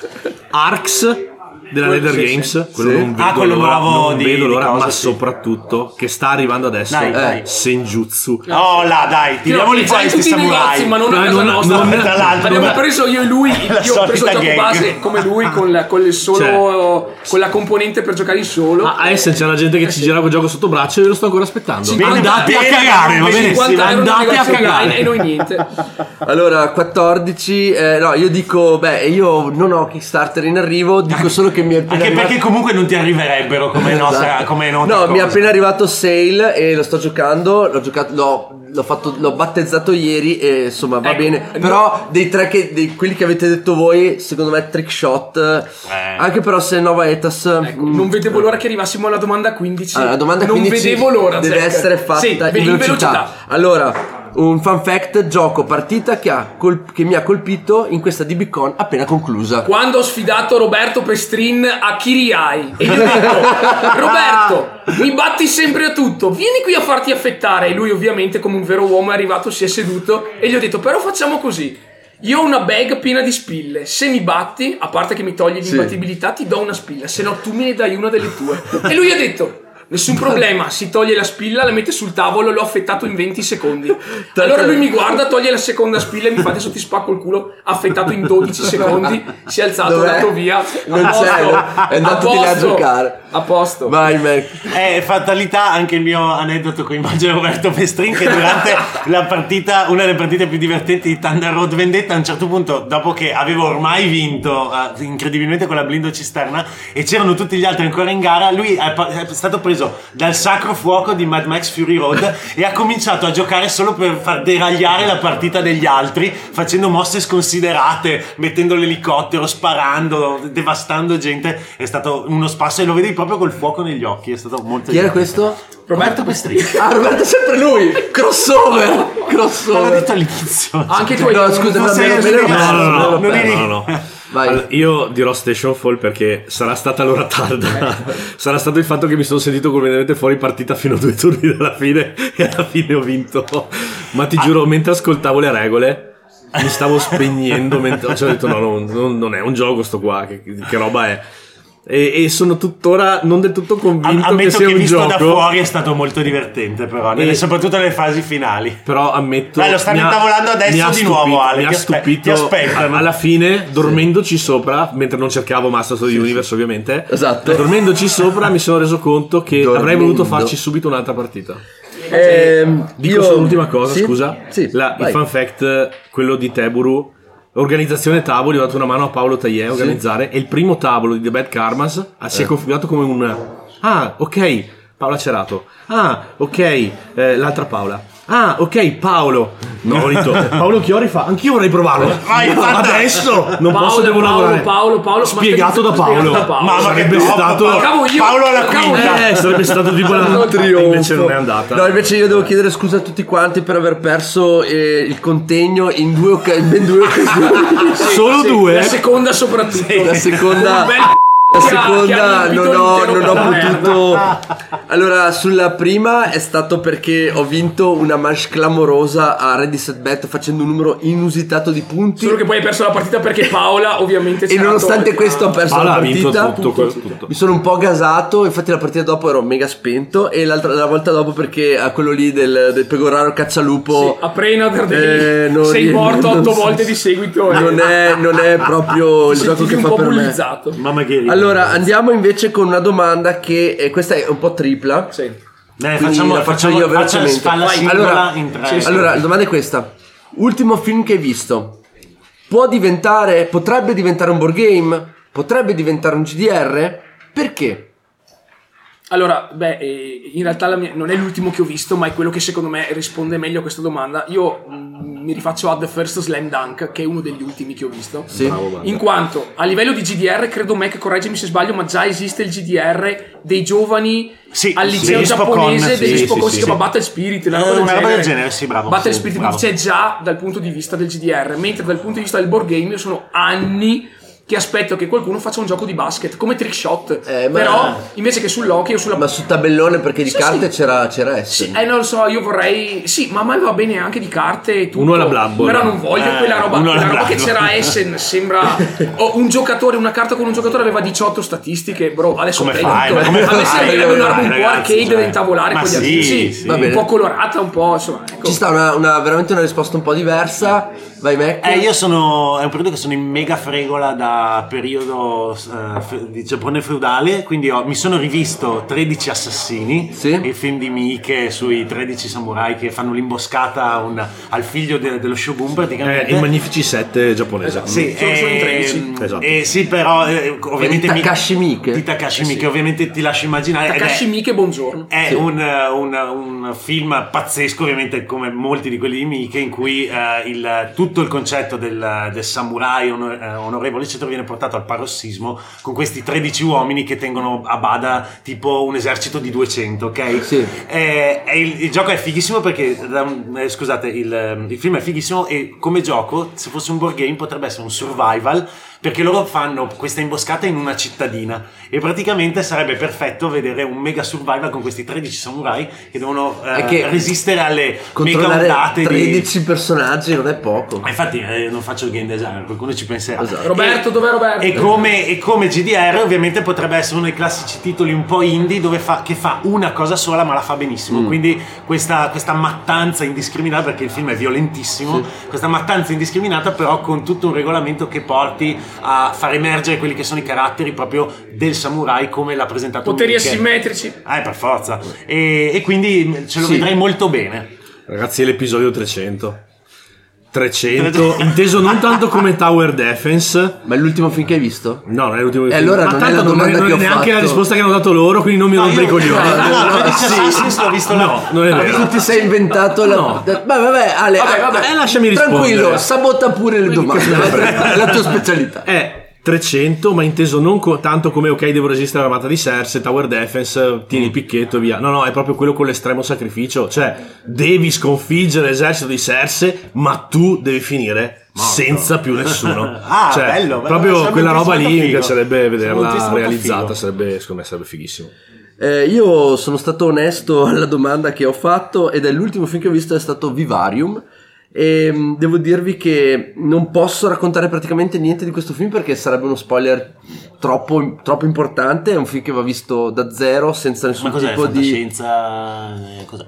S5: Arx della Leather Games, quello
S2: Sì.
S5: non vedo
S4: Ah, quello
S5: l'ora,
S4: nuovo
S5: non
S4: di-
S5: vedo
S4: di
S5: l'ora,
S4: cosa,
S5: ma
S4: sì.
S5: soprattutto che sta arrivando adesso
S4: Dai,
S5: eh,
S4: dai.
S5: Senjutsu.
S4: Oh là, dai, tiriamoli
S3: No,
S4: fuori
S3: sai,
S4: questi
S3: tutti i negozi,
S4: samurai.
S3: ma non a
S5: Dai,
S3: casa
S5: non-
S3: nostra.
S5: non-
S4: tra l'altro,
S3: Abbiamo
S4: ma-
S3: preso io e lui.
S4: La
S3: Io ho preso
S4: solita
S3: il gioco
S4: gang.
S3: base come lui, con, la- con il solo, con la componente per giocare in solo.
S5: Ma ah, a Essen c'è la gente che ci gira col gioco sotto braccio e io lo sto ancora aspettando.
S3: Sì, bene,
S5: Andate
S4: bene,
S5: a cagare, va bene?
S4: benissimo.
S5: Sì,
S3: 50 euro da
S5: Andate a
S3: negozio online
S5: cagare.
S3: e noi niente.
S2: Allora, 14, eh, no, io dico, beh, io non ho Kickstarter in arrivo, dico solo che mi è appena
S4: Anche
S2: arrivato-
S5: Esatto.
S4: perché comunque non ti arriverebbero come nostra,
S2: Esatto.
S4: come
S2: No,
S4: nota
S2: mi è
S4: cosa.
S2: appena arrivato Sale e lo sto giocando, l'ho giocato, l'ho, l'ho fatto, l'ho battezzato ieri e insomma va
S3: Ecco,
S2: bene,
S3: no.
S2: però dei tre che, di quelli che avete detto voi, secondo me trick shot, anche però se Nova Etas...
S3: Ecco,
S2: mm,
S3: non vedevo l'ora che arrivassimo alla domanda 15.
S2: Allora, la domanda
S3: non
S2: 15
S3: vedevo l'ora.
S2: deve
S3: Zac.
S2: essere fatta
S3: Sì,
S2: in,
S3: ve-
S2: velocità. Allora, un fun fact, gioco partita che, ha col- che mi ha colpito in questa DBCon appena conclusa.
S3: Quando ho sfidato Roberto Pestrin a Kiriai e gli ho detto Roberto, mi batti sempre a tutto, vieni qui a farti affettare. E lui ovviamente come un vero uomo è arrivato, si è seduto e gli ho detto però facciamo così. Io ho una bag piena di spille. Se mi batti, a parte che mi togli l'imbattibilità, ti do una spilla. Se no, tu me ne dai una delle tue. E lui ha detto: Nessun problema, si toglie la spilla, la mette sul tavolo, l'ho affettato in
S2: [LAUGHS]
S3: 20 secondi. Allora lui mi guarda, toglie la seconda spilla e mi fa adesso ti spacco il culo, affettato in
S2: [LAUGHS]
S3: 12 secondi, si è alzato,
S2: Dov'è?
S3: è andato via. A
S2: Non
S3: posto,
S2: c'è, è andato
S3: a
S2: di là a
S3: posto.
S2: giocare.
S3: A posto.
S2: Vai, Mac.
S4: [LAUGHS] È Eh, fatalità anche il mio aneddoto coinvolge Roberto Pestrin che durante la partita, una delle partite più divertenti di Thunder Road Vendetta, a un certo punto, dopo che avevo ormai vinto eh, incredibilmente con la blindo cisterna e c'erano tutti gli altri ancora in gara, lui è, pa- è stato preso dal sacro fuoco di Mad Max Fury Road e ha cominciato a giocare solo per far deragliare la partita degli altri, facendo mosse sconsiderate, mettendo l'elicottero, sparando, devastando gente. È stato uno spasso e lo vedi proprio col fuoco negli occhi, è stato molto
S2: Chi era
S4: divertente.
S2: questo?
S4: Roberto Pestrini.
S2: Ah, Roberto, è sempre lui! Crossover! Crossover!
S4: L'ho detto all'inizio.
S3: Anche tu hai
S2: No, scusa,
S4: non
S2: va
S4: sei
S2: bene,
S4: riuscito
S2: me lo-
S4: a
S5: No, no, no,
S4: No,
S5: no,
S4: non eri-
S5: no, no, no.
S2: Vai.
S5: Allora, io dirò Station Fall perché sarà stata l'ora tarda. [LAUGHS] sarà stato il fatto che mi sono sentito completamente fuori partita fino a due turni dalla fine [LAUGHS] e alla fine ho vinto. Ma ti giuro, mentre ascoltavo le regole mi stavo spegnendo, mentre cioè, ho detto no, no, non, non è un gioco sto qua, che, che roba è. E, e sono tuttora non del tutto convinto che
S4: Ammetto
S5: sia
S4: che,
S5: un
S4: visto
S5: gioco.
S4: da fuori è stato molto divertente, però, nelle-
S5: E-
S4: soprattutto nelle fasi finali.
S5: Però ammetto.
S4: Dai, lo stanno
S5: mi ha-
S4: intavolando adesso
S5: mi ha
S4: di nuovo, Ale,
S5: Mi ha
S4: ti aspe-
S5: stupito.
S4: ti aspettano.
S5: a- Alla fine, dormendoci sopra, mentre non cercavo Masters of the Universe, ovviamente.
S2: Esatto.
S5: Dormendoci sopra, mi sono reso conto che avrei voluto farci subito un'altra partita.
S2: Ehm,
S5: Dico
S2: io-
S5: solo l'ultima cosa,
S2: Sì?
S5: scusa.
S2: Sì,
S5: La- il
S2: vai.
S5: fan fact, quello di Teburu. Organizzazione tavoli, ho dato una mano a Paolo Tagliè a organizzare. E il primo tavolo di The Bad Karmas ah, si è
S2: Eh.
S5: configurato come un. Ah, ok, Paola Cerato. Ah, ok, eh, l'altra Paola. Ah, ok, Paolo. No, ho detto, Paolo Chiori fa. Anch'io vorrei provarlo.
S4: Vai,
S5: No,
S4: fatta.
S5: adesso non
S3: Paolo,
S5: posso, devo
S3: Paolo,
S5: lavorare.
S3: Paolo, Paolo, ma
S5: Spiegato da
S3: stai-
S5: Paolo.
S3: spiegato da Paolo.
S5: Ma
S4: Ma
S5: sarebbe
S4: che
S5: stato.
S4: troppo,
S3: Cavo io,
S4: Paolo alla
S3: cavo
S4: quinta.
S5: Eh, sarebbe stato
S2: [LAUGHS]
S5: tipo
S2: Un
S5: la
S2: trionfo.
S5: [LAUGHS] Invece non è andata.
S2: No, invece io devo chiedere scusa a tutti quanti per aver perso eh, il contegno in, due occa- in ben due occasioni.
S5: Solo due?
S3: La seconda soprattutto.
S2: La seconda.
S3: Un bel
S2: La
S3: che ha- che ha
S2: seconda
S3: riempito
S2: non ho,
S3: l'intero
S2: non ho
S3: caverna.
S2: potuto. Allora, sulla prima è stato perché ho vinto una manche clamorosa a Ready Set Bet facendo un numero inusitato di punti.
S3: Solo che poi hai perso la partita perché Paola ovviamente
S2: E nonostante questo ho perso
S5: Paola
S2: la
S5: ha Ah, vinto
S2: partita.
S5: tutto, quello- tutto.
S2: Mi sono un po' gasato, infatti la partita dopo ero mega spento e l'altra la volta dopo perché a quello lì del, del pegoraro caccialupo
S3: a Prenader
S2: Eh, non
S3: sei
S2: rie-
S3: morto
S2: non [LAUGHS]
S3: otto
S2: so-
S3: volte di seguito. eh.
S2: non è, non è proprio il
S3: Ti
S2: gioco
S3: sentivi
S2: che
S3: un
S2: fa
S3: po'
S2: per me.
S3: bullizzato.
S4: Mamma che ridere.
S2: Allora andiamo invece con una domanda che eh, questa è un po' tripla.
S3: Sì.
S4: Dai,
S2: Quindi
S4: Eh, facciamo,
S2: la faccio
S4: facciamo
S2: io
S4: faccia
S2: velocemente.
S4: spalla
S2: Vai.
S4: singola
S2: allora,
S4: in tre.
S2: sì, sì. allora, la domanda è questa: ultimo film che hai visto? Può diventare, potrebbe diventare un board game? Potrebbe diventare un GDR? Perché?
S3: Allora, beh, eh, in realtà la mia- non è l'ultimo che ho visto, ma è quello che secondo me risponde meglio a questa domanda. Io mm, mi rifaccio a The First Slam Dunk, che è uno degli ultimi che ho visto.
S2: Sì.
S3: In quanto a livello di GDR, credo Mac, correggimi se sbaglio, ma già esiste il GDR dei giovani
S4: Sì,
S3: al
S4: sì,
S3: liceo
S4: degli
S3: giapponese
S4: Spokon,
S3: degli
S4: sì,
S3: Spokon,
S4: sì,
S3: si
S4: sì,
S3: chiama
S4: sì.
S3: Battle Spirit, una
S4: Eh,
S3: roba del
S4: una roba
S3: genere.
S4: del genere, sì, bravo,
S3: Battle
S4: sì,
S3: Spirit
S4: bravo.
S3: c'è già dal punto di vista del GDR, mentre dal punto di vista del board game io sono anni che aspetto che qualcuno faccia un gioco di basket come trick shot,
S2: Eh, ma-
S3: però invece che sull'hockey o sulla
S2: Ma sul tabellone perché di
S3: Sì,
S2: carte
S3: sì.
S2: c'era, c'era Essen.
S3: sì, eh, non lo so, io vorrei. Sì, ma a me va bene anche di carte. e Tutto,
S5: Uno alla Blood Bowl.
S3: Però non voglio
S4: Eh,
S3: quella roba.
S4: uno alla
S3: Quella roba
S4: Blood
S3: che
S4: Bowl. [LAUGHS]
S3: c'era a Essen. Sembra. oh, un giocatore, una carta con un giocatore aveva 18 statistiche. Bro, adesso
S4: Come
S3: prendo
S4: fai?
S3: tutto.
S4: Ma come
S3: A me
S4: fai?
S3: servirebbe
S4: Dai,
S3: un'arma un po'
S4: ragazzi,
S3: arcade
S4: cioè.
S3: da intavolare
S4: Ma
S3: con gli
S4: sì,
S3: amici.
S4: sì.
S2: Va
S3: Un
S2: bene.
S3: po' colorata, un po'. Insomma, ecco.
S2: Ci sta una, una- veramente una risposta un po' diversa. Vai, Mac.
S4: Eh, io sono. È un periodo che sono in mega fregola da periodo eh, fe- di Giappone feudale. Quindi ho- mi sono rivisto 13 assassini.
S2: Sì.
S4: Il film di Miike sui 13 samurai che fanno l'imboscata a un- al figlio de- dello Shogun praticamente.
S5: Eh, i magnifici 7 giapponese.
S4: Sì,
S3: Sono- sono in
S4: ehm,
S3: 13.
S5: Esatto.
S4: eh, sì, però eh, ovviamente
S2: Di Takashi Miike.
S4: Di Takashi Miike, ovviamente ti lascio
S2: Eh,
S4: immaginare. ed è-
S3: Takashi Miike, buongiorno.
S4: È un, eh, un- un film pazzesco, ovviamente, come molti di quelli di Miike, in cui eh, il- tutto il concetto del, del samurai ono- eh, onorevole, eccetera, viene portato al parossismo con questi 13 uomini che tengono a bada tipo un esercito di 200, ok?
S2: Sì.
S4: Eh, e il, il gioco è fighissimo perché, ehm, eh, scusate, il, ehm, il film è fighissimo e come gioco, se fosse un board game, potrebbe essere un survival perché loro fanno questa imboscata in una cittadina e praticamente sarebbe perfetto vedere un mega survival con questi 13 samurai che devono eh,
S2: È che
S4: resistere alle mega
S2: Controllare
S4: ondate di...
S2: 13 personaggi non è poco.
S4: Infatti eh, non faccio il game designer, qualcuno ci penserà.
S2: Esatto.
S3: Roberto, dov'è Roberto?
S4: eh, E
S2: Certo.
S4: come, e come GDR ovviamente potrebbe essere uno dei classici titoli un po' indie dove fa, che fa una cosa sola ma la fa benissimo.
S2: Mm.
S4: Quindi questa, questa mattanza indiscriminata, perché il film è violentissimo, questa mattanza indiscriminata però con tutto un regolamento che porti a far emergere quelli che sono i caratteri proprio del samurai come l'ha presentato.
S3: Poteri
S4: Miike.
S3: asimmetrici.
S4: Eh, per forza. E, e quindi ce lo
S5: Sì.
S4: vedrei molto bene.
S5: Ragazzi, è l'episodio 300. 300, inteso non tanto come Tower Defense.
S2: Ma è l'ultimo film che hai visto?
S5: No, non è l'ultimo
S2: E
S5: film.
S2: allora
S5: Ma
S2: non è
S5: tanto
S2: la
S5: non
S2: domanda
S5: non
S2: che ho
S5: è neanche la
S2: fatto.
S5: risposta che hanno dato loro, quindi non mi
S2: Ah,
S5: rompo i
S2: [LAUGHS]
S4: [LAUGHS]
S5: coglioni.
S4: No, no, no, Assassin's l'ho visto là.
S5: No, non è vero.
S2: Tu ti sei inventato la. Vabbè, vabbè, Ale.
S5: Vabbè,
S2: ah,
S5: vabbè,
S2: eh,
S5: lasciami rispondere.
S2: Tranquillo, sabota pure le domande. È [LAUGHS] la tua specialità.
S5: È 300, ma inteso non co- tanto come ok, devo resistere all'armata di Serse, Tower Defense,
S4: Mm.
S5: tieni il picchetto e via. No, no, è proprio quello con l'estremo sacrificio. Cioè, devi sconfiggere l'esercito di Serse, ma tu devi finire senza più
S4: [LAUGHS]
S5: nessuno.
S4: Ah,
S5: cioè,
S4: bello, bello,
S5: Proprio
S4: sarebbe
S5: quella
S4: un
S5: roba
S4: twist
S5: lì
S4: molto
S5: mi
S4: figo.
S5: piacerebbe
S4: Sarebbe un twist
S5: vederla
S4: molto
S5: realizzata,
S4: figo.
S5: sarebbe, secondo me sarebbe fighissimo.
S2: Eh, io sono stato onesto alla domanda che ho fatto ed è l'ultimo film che ho visto è stato Vivarium e mh, devo dirvi che non posso raccontare praticamente niente di questo film perché sarebbe uno spoiler troppo, troppo importante, è un film che va visto da zero senza
S4: Ma
S2: nessun
S4: cos'è?
S2: tipo di...
S4: Fantascienza? Eh, cos'è?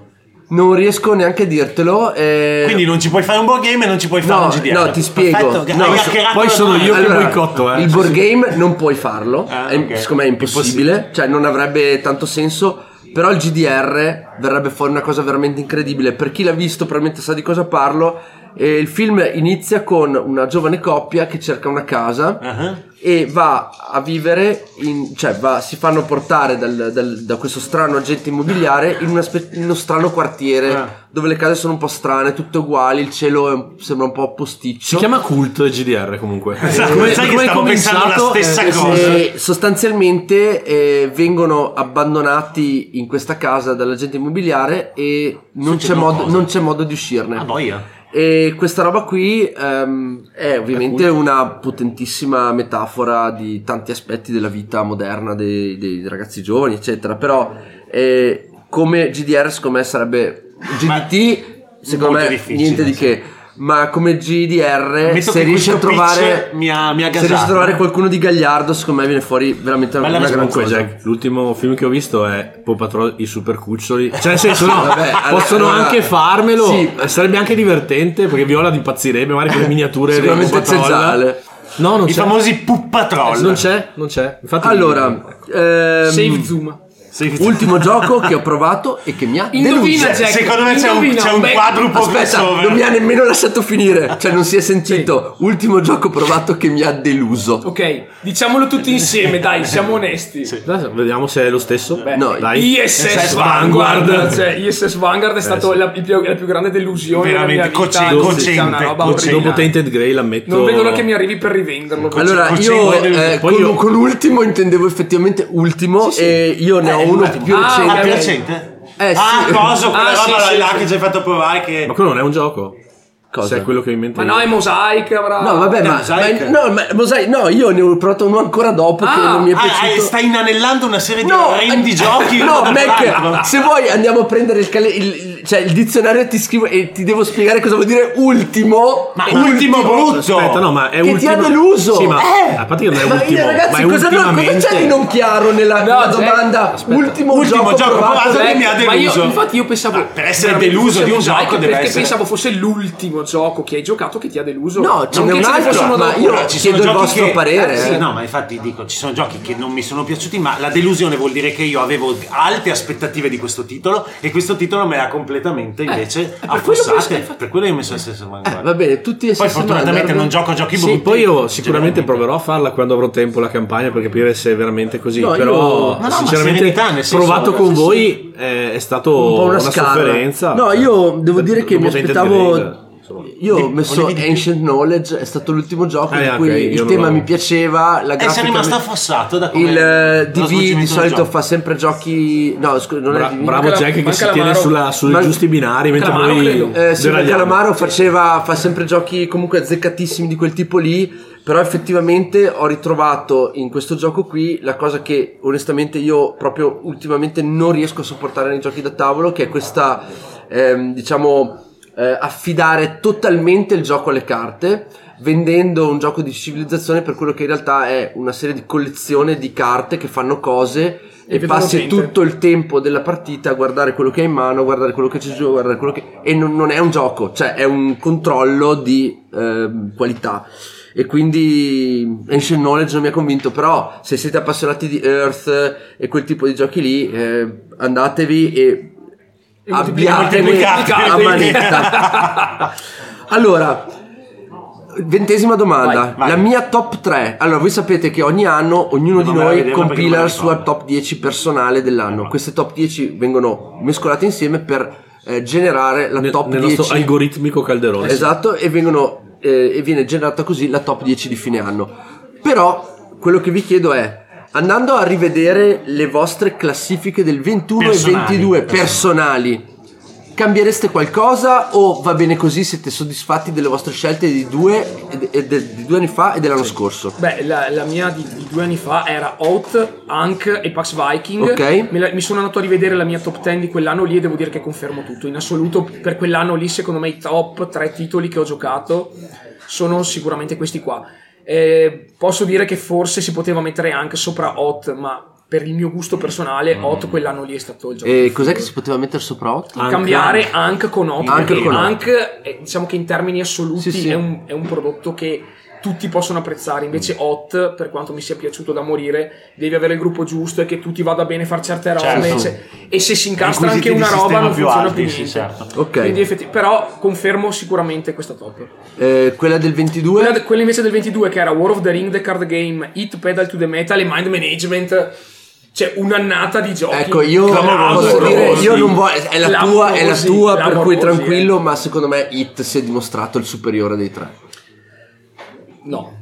S2: Non riesco neanche a dirtelo. eh,
S4: Quindi non ci puoi fare un board game e non ci puoi fare
S2: No,
S4: un GDR.
S2: no, ti spiego.
S4: Perfetto,
S2: No,
S4: hai
S2: so-
S4: hackerato
S5: poi
S4: la
S5: sono
S4: domanda.
S5: io che boicotto, eh.
S2: Il board game non puoi farlo,
S4: Ah,
S2: è-
S4: ok.
S2: secondo me è impossibile, cioè non avrebbe tanto senso. Però il GDR verrebbe fuori una cosa veramente incredibile. Per chi l'ha visto, probabilmente sa di cosa parlo. Eh, il film inizia con una giovane coppia che cerca una casa
S4: Ah,
S2: e va a vivere, in- cioè va- si fanno portare dal- dal- da questo strano agente immobiliare in, una spe- in uno strano quartiere
S4: Ah.
S2: dove le case sono un po' strane, tutte uguali, il cielo è un- sembra un po' posticcio.
S5: Si chiama cult GDR comunque.
S4: Esatto, sai che
S5: hai
S4: stavo pensando
S5: cominciato?
S4: la stessa
S5: Eh,
S4: cosa.
S2: E sostanzialmente eh, vengono abbandonati in questa casa dall'agente immobiliare e non c'è,
S4: Succedono
S2: modo,
S4: cose.
S2: non c'è modo di uscirne.
S4: Ah, boia.
S2: E questa roba qui ehm, è ovviamente una potentissima metafora di tanti aspetti della vita moderna dei, dei ragazzi giovani, eccetera. Però eh, come GDR secondo me sarebbe GDT, secondo
S4: molto
S2: me
S4: difficile,
S2: niente di
S4: sì.
S2: che. Ma come GDR,
S4: Ammetto
S2: se
S4: che
S2: riesci a
S4: questo pitch
S2: trovare
S4: mi ha, mi ha
S2: se riesci a
S4: gasato.
S2: trovare qualcuno di gagliardo, secondo me viene fuori veramente una,
S4: Bella
S2: una gran
S5: Comunque,
S2: cosa.
S5: Jack, l'ultimo film che ho visto è Paw Patrol i super cuccioli. Cioè,
S2: [LAUGHS]
S5: nel senso, no,
S2: Vabbè, allora-
S5: possono anche farmelo.
S2: Sì.
S5: Sarebbe anche divertente perché Viola impazzirebbe magari con le miniature del
S2: Sicuramente
S5: Paw Patrol.
S2: Zezzale.
S5: No, non
S4: I
S5: c'è.
S4: famosi puppa troll.
S5: Non c'è, non c'è. Infatti,
S2: Allora, ehm,
S3: Save Zuma.
S2: ultimo gioco che ho provato e che mi ha
S3: Indovina,
S2: deluso.
S3: Jack.
S4: cioè, Secondo me c'è un,
S3: Indovina,
S4: c'è un
S3: beh,
S4: quadrupo
S2: Aspetta,
S4: crossover.
S2: non mi ha nemmeno lasciato finire, cioè non si è sentito. Ultimo gioco provato che mi ha deluso.
S3: Ok, diciamolo tutti insieme, dai, siamo onesti.
S5: Adesso vediamo se è lo stesso.
S2: No,
S5: Dai.
S3: ISS Vanguard, cioè ISS Vanguard è stata la, il più, la più grande delusione
S4: Eh, Veramente,
S3: della mia vita.
S4: cocci-
S3: Cioè,
S4: cocente,
S3: una roba
S4: cocente.
S5: Dopo
S3: orribile.
S5: Tainted Grey l'ammetto.
S3: Non vedo l'ora che mi arrivi per rivenderlo.
S2: Allora,
S4: Con
S2: io
S4: cinque delusi.
S2: eh,
S5: Poi
S2: con,
S5: io-
S2: con ultimo intendevo effettivamente ultimo e io ne ho uno più
S3: ah,
S4: Ah,
S2: recente.
S3: ok.
S4: piacente?
S2: Eh, sì.
S4: Ah, coso, quella
S3: Ah, sì,
S4: roba
S3: sì,
S4: là
S3: sì.
S4: che ci hai fatto provare che...
S5: Ma quello non è un gioco.
S2: Cosa?
S5: Se è quello che ho in mente.
S3: ma
S5: io.
S3: no, è Mosaic, avrà...
S2: No, vabbè, ma,
S4: Mosaic.
S2: ma- no, ma Mosaic- no, io ne ho provato uno ancora dopo che
S3: Ah,
S2: non mi è
S4: Ah, eh,
S2: piaciuto.
S4: stai inanellando una serie di
S2: No,
S4: orrendi
S2: eh,
S4: giochi.
S2: No,
S4: Ah, [LAUGHS]
S2: Mac, se vuoi andiamo a prendere il, cale- il- il- cioè, il dizionario e ti scrivo e ti devo spiegare cosa vuol dire ultimo.
S4: Ma ultimo brutto!
S5: Aspetta, no, ma
S2: Che
S5: è ultimo.
S2: ti ha deluso!
S5: Sì, ma
S2: Eh!
S5: a parte che non è
S2: ma
S5: ultimo. ma
S2: ragazzi,
S5: è
S2: cosa, no, cosa
S5: ultimamente-
S2: c'è di non chiaro nella, nella
S3: Jack,
S2: domanda? Ultimo,
S4: Ultimo
S2: gioco,
S4: gioco
S2: provato.
S4: provato.
S2: Jack.
S4: mi ha
S3: Ma io,
S4: deluso.
S3: infatti, io pensavo.
S4: Ah, per essere
S3: veramente
S4: deluso
S3: fosse
S4: di un
S3: Mosaic,
S4: gioco deve
S3: Perché
S4: essere-
S3: pensavo fosse l'ultimo gioco che hai giocato che ti ha deluso.
S2: No, ce
S3: Non
S2: n'è
S3: che
S2: un
S3: ce ne
S2: altro,
S3: fossero
S2: ma
S3: dopo.
S2: io
S4: Allora, ci sono
S2: chiedo il
S4: giochi
S2: vostro
S4: che-
S2: parere.
S4: eh,
S2: eh.
S4: sì, no, ma infatti dico, ci sono giochi che non mi sono piaciuti, ma la delusione vuol dire che io avevo alte aspettative di questo titolo e questo titolo me l'ha completamente
S2: Eh,
S4: invece
S3: per quello penso-
S4: affossate.
S3: infatti-
S4: Per quello io ho messo il stesso Eh, vanguardia.
S2: Va bene, Ah, tutti e
S4: Poi
S2: sei
S4: fortunatamente
S2: Vanguard.
S4: non gioco a giochi
S5: Sì,
S4: brutti.
S5: poi io sicuramente
S4: generalmente.
S5: proverò a farla quando avrò tempo la campagna per capire se è veramente così.
S2: No, io-
S5: Però,
S4: Ma no, ma
S5: sinceramente,
S4: serenità, nel senso-
S5: provato con
S4: sì, sì.
S5: voi eh, è stato
S2: un po'
S5: una,
S2: una, scarpa.
S5: sofferenza. Eh,
S2: No, io devo dire che mi
S5: Dopo Tainted Grail,
S2: aspettavo.
S5: insomma.
S2: Io ho messo
S4: volevi di più?
S2: Ancient Knowledge, è stato l'ultimo gioco
S5: Ah,
S2: in
S5: ok,
S2: cui
S5: io
S2: il
S5: non
S2: tema
S5: l'ho-
S2: mi piaceva, la
S4: E
S2: grafica
S4: sei rimasto
S2: mi-
S4: affossato da come
S2: Il eh, DV di
S4: dallo svolgimento del
S2: solito
S4: gioco.
S2: fa sempre giochi. No, scusa, non
S5: Bra-
S2: è DV.
S5: bravo
S3: Manca la-
S5: Jack che
S3: manca
S5: si
S3: la
S5: tiene
S3: Maro.
S5: sulla- sui
S2: Ma-
S5: giusti binari mentre
S3: Calamaro,
S5: voi
S3: credo.
S2: Eh, sì, perché
S5: deragliate.
S2: Calamaro faceva fa sempre giochi comunque azzeccatissimi di quel tipo lì. Però effettivamente ho ritrovato in questo gioco qui la cosa che onestamente io proprio ultimamente non riesco a sopportare nei giochi da tavolo, che è questa, ehm, diciamo, eh, affidare totalmente il gioco alle carte, vendendo un gioco di civilizzazione per quello che in realtà è una serie di collezione di carte che fanno cose e,
S3: vedono
S2: passi
S3: gente.
S2: tutto il tempo della partita a guardare quello che hai in mano, a guardare quello che c'è giù, a guardare quello che... e non, non è un gioco, cioè è un controllo di ehm, qualità. E quindi Ancient Knowledge non mi ha convinto, però se siete appassionati di Earth e quel tipo di giochi lì, eh, andatevi e
S3: E
S2: abbiate
S3: moltiplicate,
S2: [LAUGHS] a manetta. allora, ventesima domanda, la mia top 3. Allora, voi sapete che ogni anno ognuno di
S4: Andiamo a
S2: noi
S4: vederla perché
S2: compila
S4: non me
S2: la
S4: la
S2: sua top 10 personale
S5: Eh,
S2: dell'anno. Queste top 10 vengono mescolate insieme per eh, generare la top
S5: nel
S2: 10
S5: nostro algoritmico calderone.
S2: Esatto, e, vengono, eh, e viene generata così la top 10 di fine anno. Però quello che vi chiedo è, andando a rivedere le vostre classifiche del 21
S4: Personali,
S2: e 22 personali, cambiereste qualcosa o va bene così, siete soddisfatti delle vostre scelte di due, e- e de- di due anni fa e dell'anno scorso?
S3: Beh, la, la mia di, di due anni fa era Out, Hank e Pax Viking.
S2: Ok.
S3: Me la- mi sono andato a rivedere la mia top 10 di quell'anno lì e devo dire che confermo tutto. In assoluto, per quell'anno lì, secondo me, i top tre titoli che ho giocato sono sicuramente questi qua. Eh, posso dire che forse si poteva mettere Hank sopra Out, ma per il mio gusto personale, Out quell'anno lì è stato il gioco.
S2: Mm. E cos'è che si poteva mettere sopra 8?
S3: cambiare Hank con Hot
S2: Hank
S3: perché
S2: con Hot.
S3: Hank è- diciamo che in termini
S2: Sì,
S3: assoluti
S2: sì.
S3: È, un, è un prodotto che tutti possono apprezzare invece
S4: Mm.
S3: Hot per quanto mi sia piaciuto da morire devi avere il gruppo giusto e che tutti vada bene a fare certe robe
S4: Certo.
S3: cioè- e se si incastra
S4: Requisiti
S3: anche una
S4: di
S3: roba
S4: sistema
S3: non
S4: più
S3: funziona
S4: alti,
S3: più
S4: sì,
S3: niente
S4: certo.
S2: Ok.
S3: Quindi effetti- però confermo sicuramente questa top
S2: Eh, quella del 22?
S3: quella, quella invece del 22 che era War of the Ring The Card Game Hit Pedal to the Metal e Mind Management cioè un'annata di giochi
S2: Ecco, io
S3: Clamorosi.
S2: posso dire, io non voglio, è la tua, è la
S3: Clamorosi,
S2: tua, per cui
S3: clamorosi, eh.
S2: tranquillo, ma secondo me It si è dimostrato il superiore dei tre.
S3: No.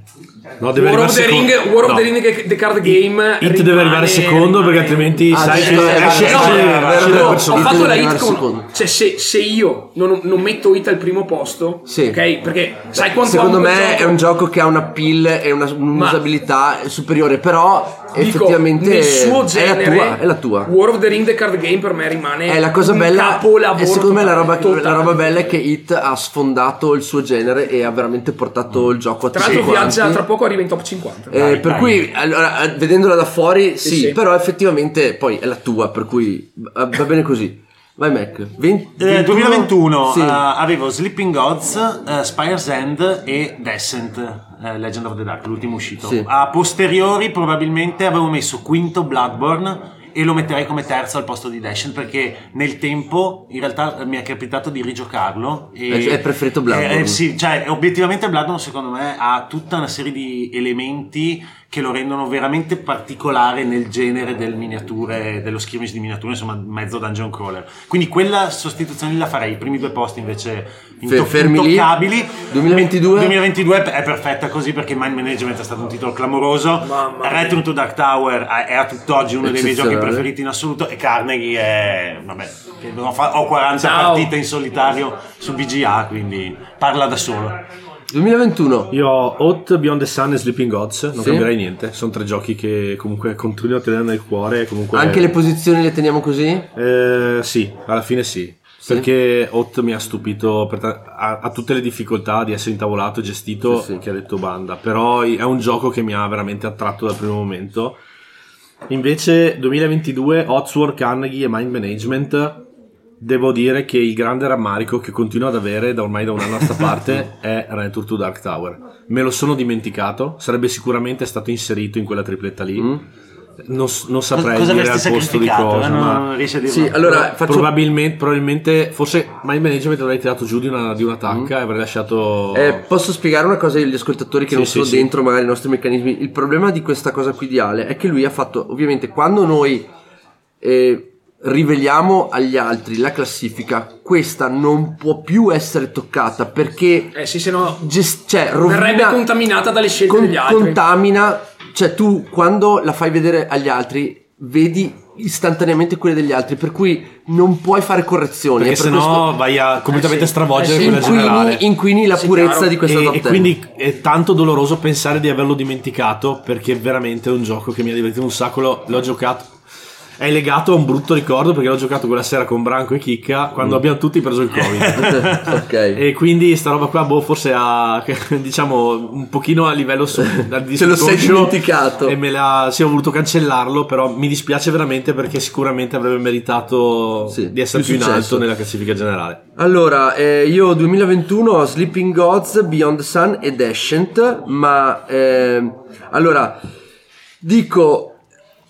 S5: No, deve
S3: War
S5: arrivare
S3: of the
S5: secondo-
S3: Ring, War of
S5: no.
S3: the Ring e The Card Game.
S5: It deve arrivare secondo perché altrimenti
S3: Ah,
S5: sai
S3: sì,
S5: che
S3: sì,
S5: esce-
S3: sì, sì,
S5: esce-
S3: no,
S5: esce-
S3: no,
S5: esce
S3: no,
S5: dal
S3: ho
S5: personaggio.
S3: fatto la hit
S2: secondo.
S3: con cioè se, se io non, non metto hit al primo posto
S2: Sì.
S3: ok perché sai quanto
S2: Secondo
S3: amo
S2: me
S3: quel gioco?
S2: è un gioco che ha un appeal e una, un'usabilità superiore, però
S3: Dico,
S2: effettivamente
S3: nel suo genere,
S2: è la tua, è la tua.
S3: War of the Ring The Card Game per me rimane
S2: È la cosa
S3: un
S2: bella,
S3: capolavoro
S2: e secondo me la roba,
S3: totale.
S2: la roba bella è che It ha sfondato il suo genere e ha veramente portato il gioco a
S3: tra
S2: tutti
S3: l'altro
S2: quanti.
S3: viaggia tra poco arriva in top 50
S2: Eh, per cui allora, eh, vedendola da fuori sì,
S3: Sì, sì.
S2: però effettivamente poi è la tua, per cui va va bene così. Vai Mac.
S4: Nel
S2: 20,
S4: 2021
S2: Sì.
S4: eh, avevo Sleeping Gods, eh, Spire's End e Descent, eh, Legend of the Dark, l'ultimo uscito.
S2: Sì.
S4: A posteriori probabilmente avevo messo quinto Bloodborne e lo metterei come terzo al posto di Descent perché nel tempo in realtà mi è capitato di rigiocarlo. E,
S2: Eh, è preferito Bloodborne.
S4: Eh, eh, sì, cioè obiettivamente Bloodborne secondo me ha tutta una serie di elementi che lo rendono veramente particolare nel genere del miniature, dello skirmish di miniature, insomma mezzo dungeon crawler. Quindi quella sostituzione lì la farei, i primi due posti invece into-
S2: fermi lì.
S4: intoccabili.
S2: 2022?
S4: 2022 è perfetta così perché Mind Management è stato un titolo clamoroso.
S3: Mamma mia.
S4: Return to Dark Tower è è a tutt'oggi uno dei miei giochi
S2: Eccezionale.
S4: preferiti in assoluto e Carnegie è... vabbè, che ho fa- ho 40
S3: Ciao.
S4: partite in solitario su BGA, quindi parla da solo.
S2: 2021.
S5: Io ho Hot, Beyond the Sun e Sleeping Gods, non
S2: Sì.
S5: cambierai niente. Sono tre giochi che comunque continuo a tenere nel cuore. Comunque,
S2: Anche le posizioni le teniamo così?
S5: Eh, sì, alla fine sì.
S2: Sì?
S5: Perché Hot mi ha stupito per ta- a, a tutte le difficoltà di essere intavolato, gestito,
S2: Sì, sì.
S5: che ha detto Banda. Però è un gioco che mi ha veramente attratto dal primo momento. Invece 2022 Oxford, Carnegie e Mind Management devo dire che il grande rammarico che continuo ad avere da ormai da un anno a sta
S4: [LAUGHS]
S5: parte è Return to Dark Tower. Me lo sono dimenticato, sarebbe sicuramente stato inserito in quella tripletta lì. Non, s- non saprei
S4: Mm. cosa
S5: dire al
S4: avresti
S5: posto di
S4: sacrificato,
S5: cosa,
S4: eh? No,
S5: ma
S4: non riesci a dirlo.
S2: Sì, allora
S5: Pro-
S2: faccio
S5: probabilmente, probabilmente, forse Mind Management l'avrei tirato giù di una, di una tacca e avrei lasciato.
S2: Mm. Eh, posso spiegare una cosa agli ascoltatori che
S5: Oh. Sì,
S2: non
S5: sì,
S2: sono
S5: sì.
S2: dentro magari i nostri meccanismi? Il problema di questa cosa qui di Ale è che lui ha fatto, ovviamente, quando noi eh, riveliamo agli altri la classifica, questa non può più essere toccata perché
S3: eh sì se no
S2: gest- cioè,
S3: verrebbe
S2: rovina,
S3: contaminata dalle scelte
S2: con-
S3: degli altri
S2: contamina, cioè tu quando la fai vedere agli altri vedi istantaneamente quelle degli altri, per cui non puoi fare correzioni.
S5: Perché
S2: E per
S5: sennò
S2: questo-
S5: vai a completamente
S2: Eh sì.
S5: stravolgere
S2: Eh sì,
S5: quella
S2: inquini-
S5: generale.
S2: Inquini la purezza di questa
S5: e,
S2: top
S5: e
S2: 10.
S5: quindi è tanto doloroso pensare di averlo dimenticato perché veramente è un gioco che mi ha divertito un sacco. L'ho, l'ho giocato. È legato a un brutto ricordo perché l'ho giocato quella sera con Branco e Chicca
S2: Mm.
S5: quando abbiamo tutti preso il Covid.
S2: [LAUGHS]
S5: E quindi sta roba qua, boh, forse ha, [LAUGHS] diciamo, un pochino a
S2: [LAUGHS]
S5: livello su, da- di
S2: Te lo sei
S5: subconscio
S2: dimenticato.
S5: E me la, sì, ho voluto cancellarlo, però mi dispiace veramente perché sicuramente avrebbe meritato di essere
S2: più
S5: più, in
S2: successo.
S5: alto nella classifica generale.
S2: Allora, eh, io 2021 ho Sleeping Gods, Beyond the Sun ed Ascent, ma ehm, allora dico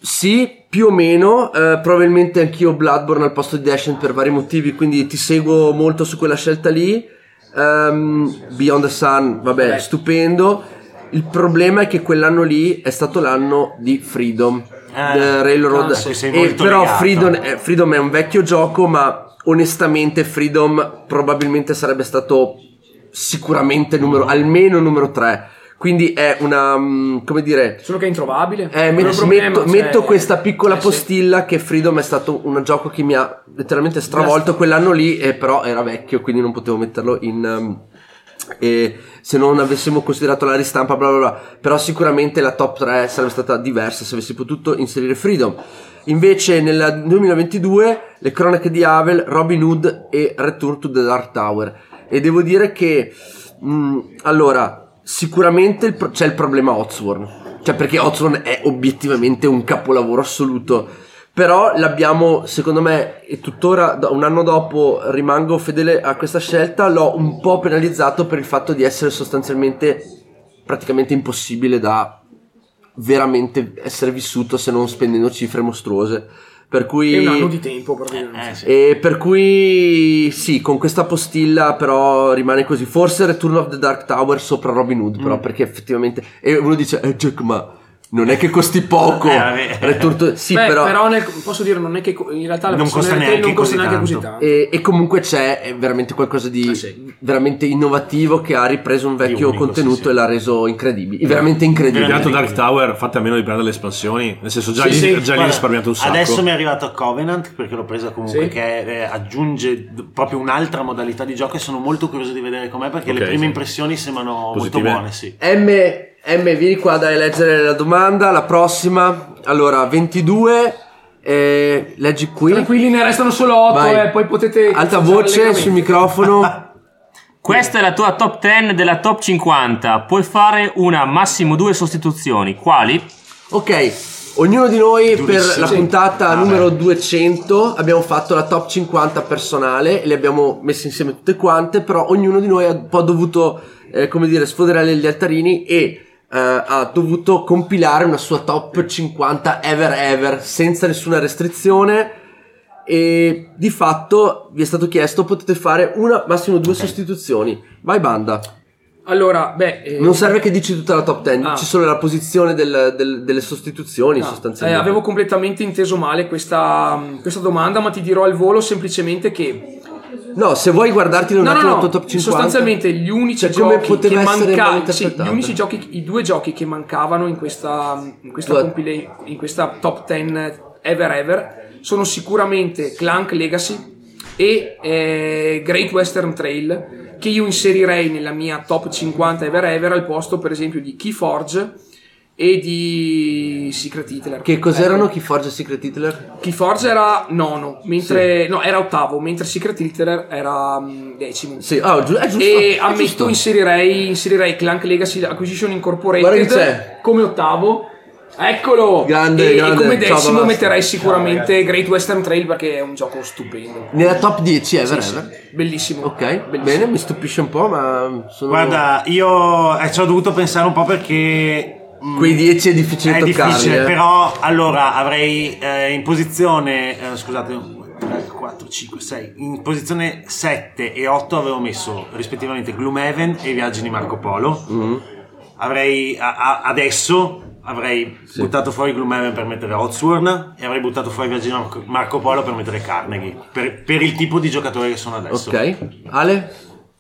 S2: sì, più o meno, eh, probabilmente anch'io Bloodborne al posto di Ascent per vari motivi, quindi ti seguo molto su quella scelta lì. Ehm, Beyond the Sun, vabbè, stupendo. Il problema è che quell'anno lì è stato l'anno di Freedom. The Railroad.
S4: ah, sì, sei
S2: E
S4: molto
S2: però
S4: legato.
S2: Freedom, eh, Freedom è un vecchio gioco, ma onestamente Freedom probabilmente sarebbe stato sicuramente numero, almeno numero 3. Quindi è una, mm, come dire,
S3: Solo che è introvabile.
S2: eh,
S3: Quello è il
S2: met-
S3: problema,
S2: metto,
S3: cioè,
S2: metto questa piccola
S3: eh, sì.
S2: postilla che Freedom è stato un gioco che mi ha letteralmente stravolto quell'anno lì, e però era vecchio, quindi non potevo metterlo in... ehm, e se non avessimo considerato la ristampa, bla bla bla. Però sicuramente la top 3 sarebbe stata diversa se avessi potuto inserire Freedom. Invece nel 2022 le cronache di Havel, Robin Hood e Return to the Dark Tower. E devo dire che, mh, allora, sicuramente il pro- c'è il problema Oxworn. Cioè perché Oxworn è obiettivamente un capolavoro assoluto. Però l'abbiamo, secondo me, e tuttora da- un anno dopo rimango fedele a questa scelta, l'ho un po' penalizzato per il fatto di essere sostanzialmente praticamente impossibile da veramente essere vissuto se non spendendo cifre mostruose. Per cui...
S3: È un anno di tempo,
S2: Eh,
S3: praticamente.
S4: Eh,
S2: E per cui sì, con questa postilla però rimane così. Forse Return of the Dark Tower sopra Robin Hood,
S3: Mm.
S2: però perché effettivamente... E uno dice, eh Jack, ma non è che costi poco.
S4: Eh, vabbè.
S2: Return to- Sì,
S3: Beh,
S2: però...
S3: nel- posso dire, non è che co- in realtà la
S2: Non costa
S3: personalità
S2: neanche
S3: non costa
S2: così
S3: neanche così
S2: tanto.
S3: tanto.
S2: E, e comunque c'è eh, veramente qualcosa di veramente innovativo che ha ripreso un vecchio
S5: unico,
S2: contenuto e l'ha reso incredibile. Veramente incredibile.
S5: Intanto Dark Tower, fate a meno di prendere le espansioni. Nel senso, già
S4: Sì,
S5: lì,
S4: sì,
S5: già lì
S4: guarda,
S5: risparmiate un sacco.
S4: Adesso mi è arrivato Covenant perché l'ho presa comunque
S5: Sì.
S4: che eh, aggiunge d- proprio un'altra modalità di gioco e sono molto curioso di vedere com'è perché
S5: Ok,
S4: le prime
S5: sì.
S4: impressioni sembrano
S5: Positive.
S4: molto buone, sì.
S2: M, M, vieni qua dai a leggere la domanda. La prossima, allora 22. eh, leggi qui.
S3: Tranquilli, ne restano solo 8,
S2: Vai.
S3: eh, poi potete...
S2: Alta voce sul
S3: [LAUGHS]
S2: microfono.
S12: Questa è la tua top 10 della top 50. Puoi fare una massimo due sostituzioni. Quali?
S2: Ok, ognuno di noi per la
S12: Sì.
S2: puntata numero 200 abbiamo fatto la top 50 personale e le abbiamo messe insieme tutte quante, però ognuno di noi ha un po' dovuto, eh, come dire, sfoderare gli altarini e eh, ha dovuto compilare una sua top 50 ever ever senza nessuna restrizione e di fatto vi è stato chiesto potete fare una, massimo due sostituzioni. Vai banda.
S3: Allora, beh... eh,
S2: Non serve che dici tutta la top 10,
S3: Ah.
S2: dici solo la posizione del- del- delle sostituzioni
S3: No, eh,
S2: sostanzialmente.
S3: avevo completamente inteso male questa, mh, questa domanda, ma ti dirò al volo semplicemente che.
S2: No, se vuoi guardarti un
S3: no,
S2: attimo
S3: no,
S2: la tua top 50.
S3: Sostanzialmente gli unici
S2: Cioè, come
S3: giochi che
S2: poteva essere
S3: mancavano.
S2: veramente
S3: Sì, gli
S2: aspettata?
S3: unici giochi, i due giochi che mancavano in questa, in questa,
S2: Due.
S3: compila- in questa top 10 ever ever sono sicuramente Clank Legacy e eh, Great Western Trail che io inserirei nella mia top 50 ever ever al posto per esempio di Keyforge e di Secret Hitler
S2: Che
S3: Ecco.
S2: cos'erano Keyforge e Secret Hitler?
S3: Keyforge era nono, mentre no, era ottavo, mentre Secret Hitler era mm, decimo.
S2: Sì, ah, giu- è giusto,
S3: E
S2: è
S3: ammetto,
S2: giusto.
S3: Inserirei, inserirei Clank Legacy Acquisition
S2: Guarda
S3: Incorporated
S2: chi c'è.
S3: come ottavo. Eccolo!
S2: Grande,
S3: e, e
S2: grande.
S3: come
S2: Ciao,
S3: decimo
S2: Babasta.
S3: metterei
S2: Ciao,
S3: sicuramente
S2: ragazzi.
S3: Great Western Trail perché è un gioco stupendo.
S2: Nella top 10 ever
S3: Sì,
S2: ever?
S3: sì, Bellissimo.
S2: Ok, bene, mi stupisce un po', ma sono
S4: Guarda, io eh, ci ho dovuto pensare un po' perché. mm,
S2: Quei 10 è difficile
S4: è
S2: toccarli,
S4: difficile,
S2: eh.
S4: però allora avrei eh, in posizione. eh, scusate, 3, 4, 5, 6. In posizione 7 e 8 avevo messo rispettivamente Gloomhaven e i viaggi di Marco Polo.
S5: Mm-hmm.
S4: Avrei a- a- adesso. Avrei buttato fuori Gloomhaven per mettere Otsworn e avrei buttato fuori i Viaggi di Marco- Marco Polo per mettere Carnegie. Per, per il tipo di giocatore che sono adesso.
S2: Ok, Ale?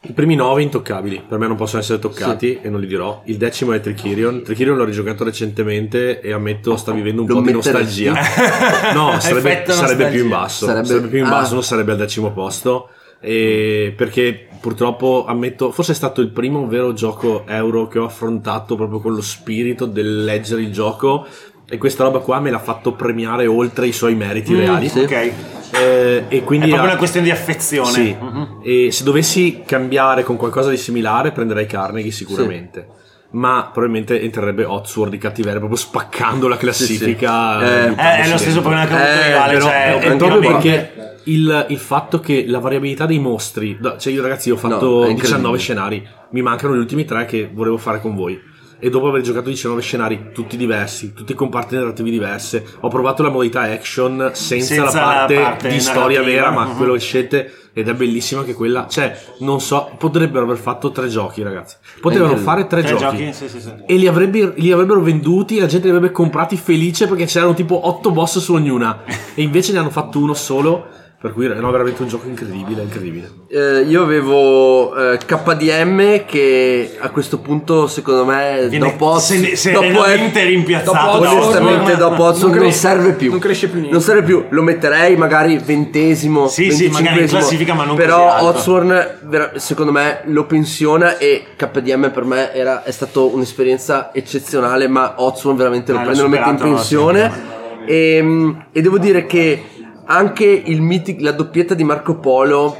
S5: I primi nove intoccabili, per me non possono essere toccati e non li dirò. Il decimo è Trichirion. Trichirion l'ho rigiocato recentemente e ammetto sta vivendo un
S2: Lo
S5: po' di
S2: metteresti? [LAUGHS]
S5: nostalgia. no, sarebbe,
S2: Effetto
S5: sarebbe più
S2: nostalgia.
S5: in basso.
S2: Sarebbe-
S5: Sarebbe, più in
S2: ah.
S5: basso, non sarebbe al decimo posto. E perché purtroppo ammetto, forse è stato il primo vero gioco euro che ho affrontato proprio con lo spirito del leggere il gioco. E questa roba qua me l'ha fatto premiare oltre i suoi meriti
S4: Mm,
S5: reali.
S4: sì. Ok.
S5: Eh, e quindi
S4: È proprio
S5: ha-
S4: una questione di affezione.
S5: Sì.
S4: Mhm.
S5: E se dovessi cambiare con qualcosa di similare, prenderei Carnegie sicuramente. Ma probabilmente entrerebbe Oxford di cattiveria, proprio spaccando la classifica.
S4: Sì, sì. Eh,
S5: buttando
S4: è lo
S5: dentro.
S4: stesso problema che ha avuto
S5: Eh,
S4: Rivale,
S5: però
S4: cioè,
S5: è- è
S4: tranquillamente.
S5: proprio perché il, il fatto che la variabilità dei mostri. da- Cioè, io ragazzi, ho
S2: No, è
S5: fatto
S2: incredibile.
S5: 19 scenari. Mi mancano gli ultimi tre che volevo fare con voi. E dopo aver giocato 19 scenari, tutti diversi, tutti con parti narrative diverse, ho provato la modalità action senza, la
S4: Senza la
S5: parte,
S4: parte
S5: di storia
S4: narrativa.
S5: vera, ma
S4: Mhm.
S5: quello che scelte. Ed è bellissima anche quella. Cioè, non so, potrebbero aver fatto tre giochi, ragazzi. Potevano fare
S4: Incredibile.
S5: tre,
S4: Tre
S5: giochi. Esatto.
S4: giochi, sì, sì, sì.
S5: E li, avrebbe- li avrebbero venduti, la gente li avrebbe comprati felice perché c'erano tipo otto boss su ognuna. e invece ne hanno fatto uno solo. Per cui no, veramente un gioco incredibile, incredibile.
S2: Eh, io avevo eh, KDM che a questo punto secondo me
S5: Viene-
S2: dopo
S4: se ne- se
S2: dopo
S4: era veramente rimpiazzato
S2: dopo
S4: da Oxford.
S2: onestamente dopo
S4: Non
S2: Oxford non,
S4: cresce-
S2: serve più
S4: non cresce più niente.
S2: non serve più lo metterei magari ventesimo
S4: Sì, sì, magari in
S2: venticinquesimo,
S4: classifica, ma non
S2: però
S4: così alto.
S2: Oxford vera- secondo me lo pensiona e KDM per me era- è stata un'esperienza eccezionale ma Oxford veramente lo
S4: Ah, l'ha
S2: prende lo mette in
S4: superato, no, sì.
S2: pensione e, e devo dire che anche il mythic, la doppietta di Marco Polo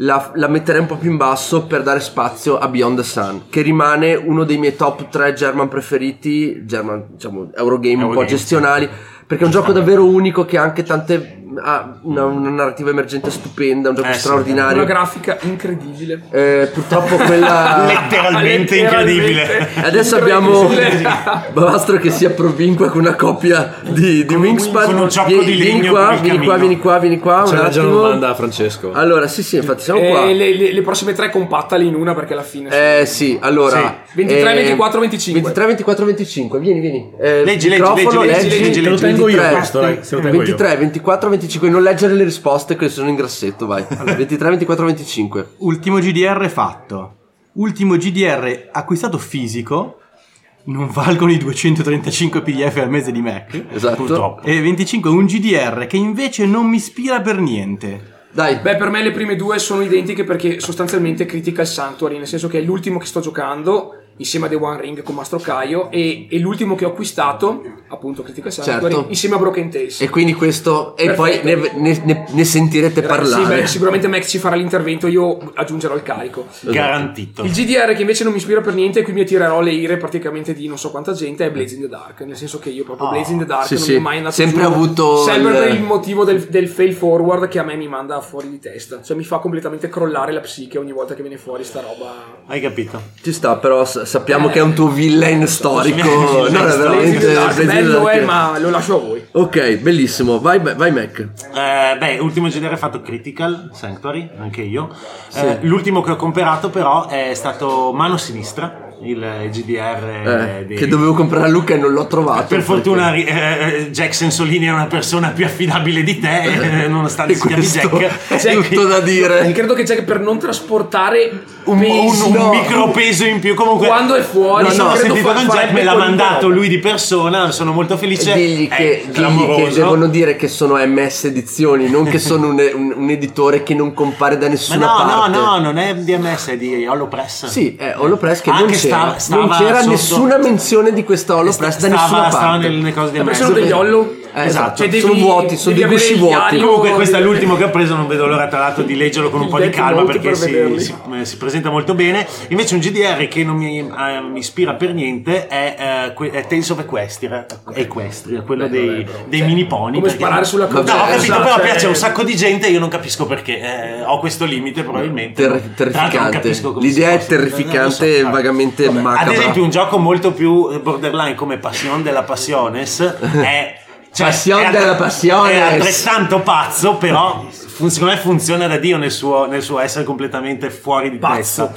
S2: la, la metterei un po' più in basso per dare spazio a Beyond the Sun, che rimane uno dei miei top 3 German preferiti, German, diciamo, Eurogame un po'
S4: Eurogame,
S2: gestionali, perché è un gioco davvero unico che ha anche tante... ha una, una narrativa emergente stupenda, un gioco
S3: Eh, sì.
S2: straordinario.
S3: Una grafica incredibile.
S2: Eh, purtroppo quella
S3: [LAUGHS] Letteralmente incredibile.
S2: [LAUGHS] Adesso abbiamo
S3: [LAUGHS]
S2: [LAUGHS] Bastro che si approvvincua con una coppia di, di Wingspan.
S4: con un ciocco
S2: vieni,
S4: di
S2: vieni
S4: legno
S2: qua,
S4: per il
S2: vieni qua,
S4: camino.
S2: vieni qua, vieni qua. un
S5: C'era già una
S2: attimo.
S5: domanda a Francesco.
S2: Allora, sì, sì, infatti siamo
S3: Eh,
S2: qua.
S3: le, le- le prossime tre compattali in una perché alla fine.
S2: Eh sì, allora
S3: Sì. 23,
S2: eh,
S3: 24, 25.
S2: 23, 24, 25. Vieni, vieni. Eh,
S3: Leggi, leggi,
S2: microfono,
S3: leggi, leggi, leggi,
S5: Te lo tengo io questo, dai, se lo tengo
S2: 23, 24, 25. Non leggere le risposte che sono in grassetto, vai. 23, 24, 25.
S11: Ultimo GDR fatto. Ultimo GDR acquistato fisico. Non valgono i 235 PDF al mese di Mac.
S2: Esatto. Purtroppo.
S11: E 25 è un GDR che invece non mi ispira per niente.
S2: Dai.
S3: Beh, per me le prime due sono identiche perché sostanzialmente critica il Sanctuary, nel senso che è l'ultimo che sto giocando insieme a The One Ring con Mastro Caio e, e l'ultimo che ho acquistato, appunto Critical Sanctuary,
S2: Certo.
S3: insieme a Broken Tales.
S2: E quindi questo. E
S3: Perfetto.
S2: poi ne, ne- ne- ne sentirete
S3: Sì, beh,
S2: parlare.
S3: sicuramente Max ci farà l'intervento, io aggiungerò il carico.
S4: Garantito.
S3: Il GDR che invece non mi ispira per niente e qui mi attirerò le ire praticamente di non so quanta gente è Blaze in the Dark, nel senso che io proprio
S2: Ah,
S3: Blaze in the Dark
S2: sì,
S3: non
S2: sì.
S3: mi è mai andato
S2: Sempre
S3: giù.
S2: avuto
S3: sempre
S2: il-
S3: per il motivo del, del fail forward che a me mi manda fuori di testa, cioè mi fa completamente crollare la psiche ogni volta che viene fuori sta roba.
S4: Hai capito?
S2: Ci sta, però s- sappiamo che è un tuo villain storico.
S3: Blaze
S2: No, è
S3: in the
S2: veramente.
S3: Dark,
S2: Blaze in the
S3: bello
S2: Dark.
S3: è, ma lo lascio a voi.
S2: Ok, bellissimo. Vai, vai Mac.
S4: Eh, beh, ultimo genere fatto Critical Sanctuary, anche io.
S2: Sì.
S4: Eh, l'ultimo che ho comprato però è stato Mano Sinistra, il GDR
S2: Eh,
S4: dei-
S2: Che dovevo comprare a Luca e non l'ho trovato.
S4: Per fortuna ri- eh, Jack Sensolini è una persona più affidabile di te, eh, nonostante si chiami Jack.
S2: C'è tutto da dire.
S3: Credo che Jack per non trasportare
S4: Un, un,
S3: pesi-
S4: un
S3: no.
S4: micro peso in più comunque
S3: Quando è fuori,
S4: mi
S3: no,
S4: sono
S3: credo
S4: sentito
S3: fa-
S4: con
S3: farebbe
S4: Jack me l'ha
S3: quel
S4: mandato
S3: modo.
S4: lui di persona sono molto felice
S2: Digli,
S4: è
S2: che, digli che
S4: clamoroso.
S2: devono dire che sono MS Edizioni, non che sono un, un- un editore che non compare da
S4: Ma
S2: nessuna
S4: no,
S2: parte.
S4: no, no, non è DMS, è di Holopress.
S2: Sì, è Holopress che
S4: Ah,
S2: non
S4: che
S2: c'era,
S4: stava- stava
S2: non c'era
S4: sotto-
S2: nessuna menzione di questa Holopress da
S4: Stava-
S2: nessuna parte.
S4: stava nel- nelle cose del
S3: Perché
S4: mezzo.
S3: sono degli hollow?
S2: Eh, esatto,
S3: Cioè, devi-
S2: sono vuoti, sono
S3: devi
S2: dei
S3: avere
S2: gusci
S3: il
S2: vuoti.
S3: diario-
S4: Comunque questo è l'ultimo che ho preso, non vedo l'ora tra l'altro di leggerlo con un po' di
S3: Death
S4: calma
S3: Note
S4: perché
S3: per
S4: si,
S3: vederli.
S4: si- eh, si presenta molto bene. Invece un GDR che non mi, eh, mi ispira per niente è, eh, que- è Tales of Equestria, Equestria quello dei, dei
S2: Cioè,
S4: mini pony.
S3: come
S4: perché-
S3: sparare sulla
S4: No, ho
S3: crociera,
S4: capito,
S3: cioè-
S4: però piace a
S2: eh.
S4: un sacco di gente e io non capisco perché. eh, ho questo limite probabilmente.
S2: Ter-
S4: Tra l'altro non
S2: terrificante.
S4: capisco come si
S2: L'idea è
S4: possa- non lo so. ah,
S2: terrificante e vagamente
S4: Ad
S2: macabra.
S4: esempio, un gioco molto più eh, borderline come Passion della Passiones è. Cioè,
S2: Passion
S4: è attre-
S2: della Passiones.
S4: È altrettanto pazzo, però fun- secondo me funziona da Dio nel suo, nel suo essere completamente fuori di testa.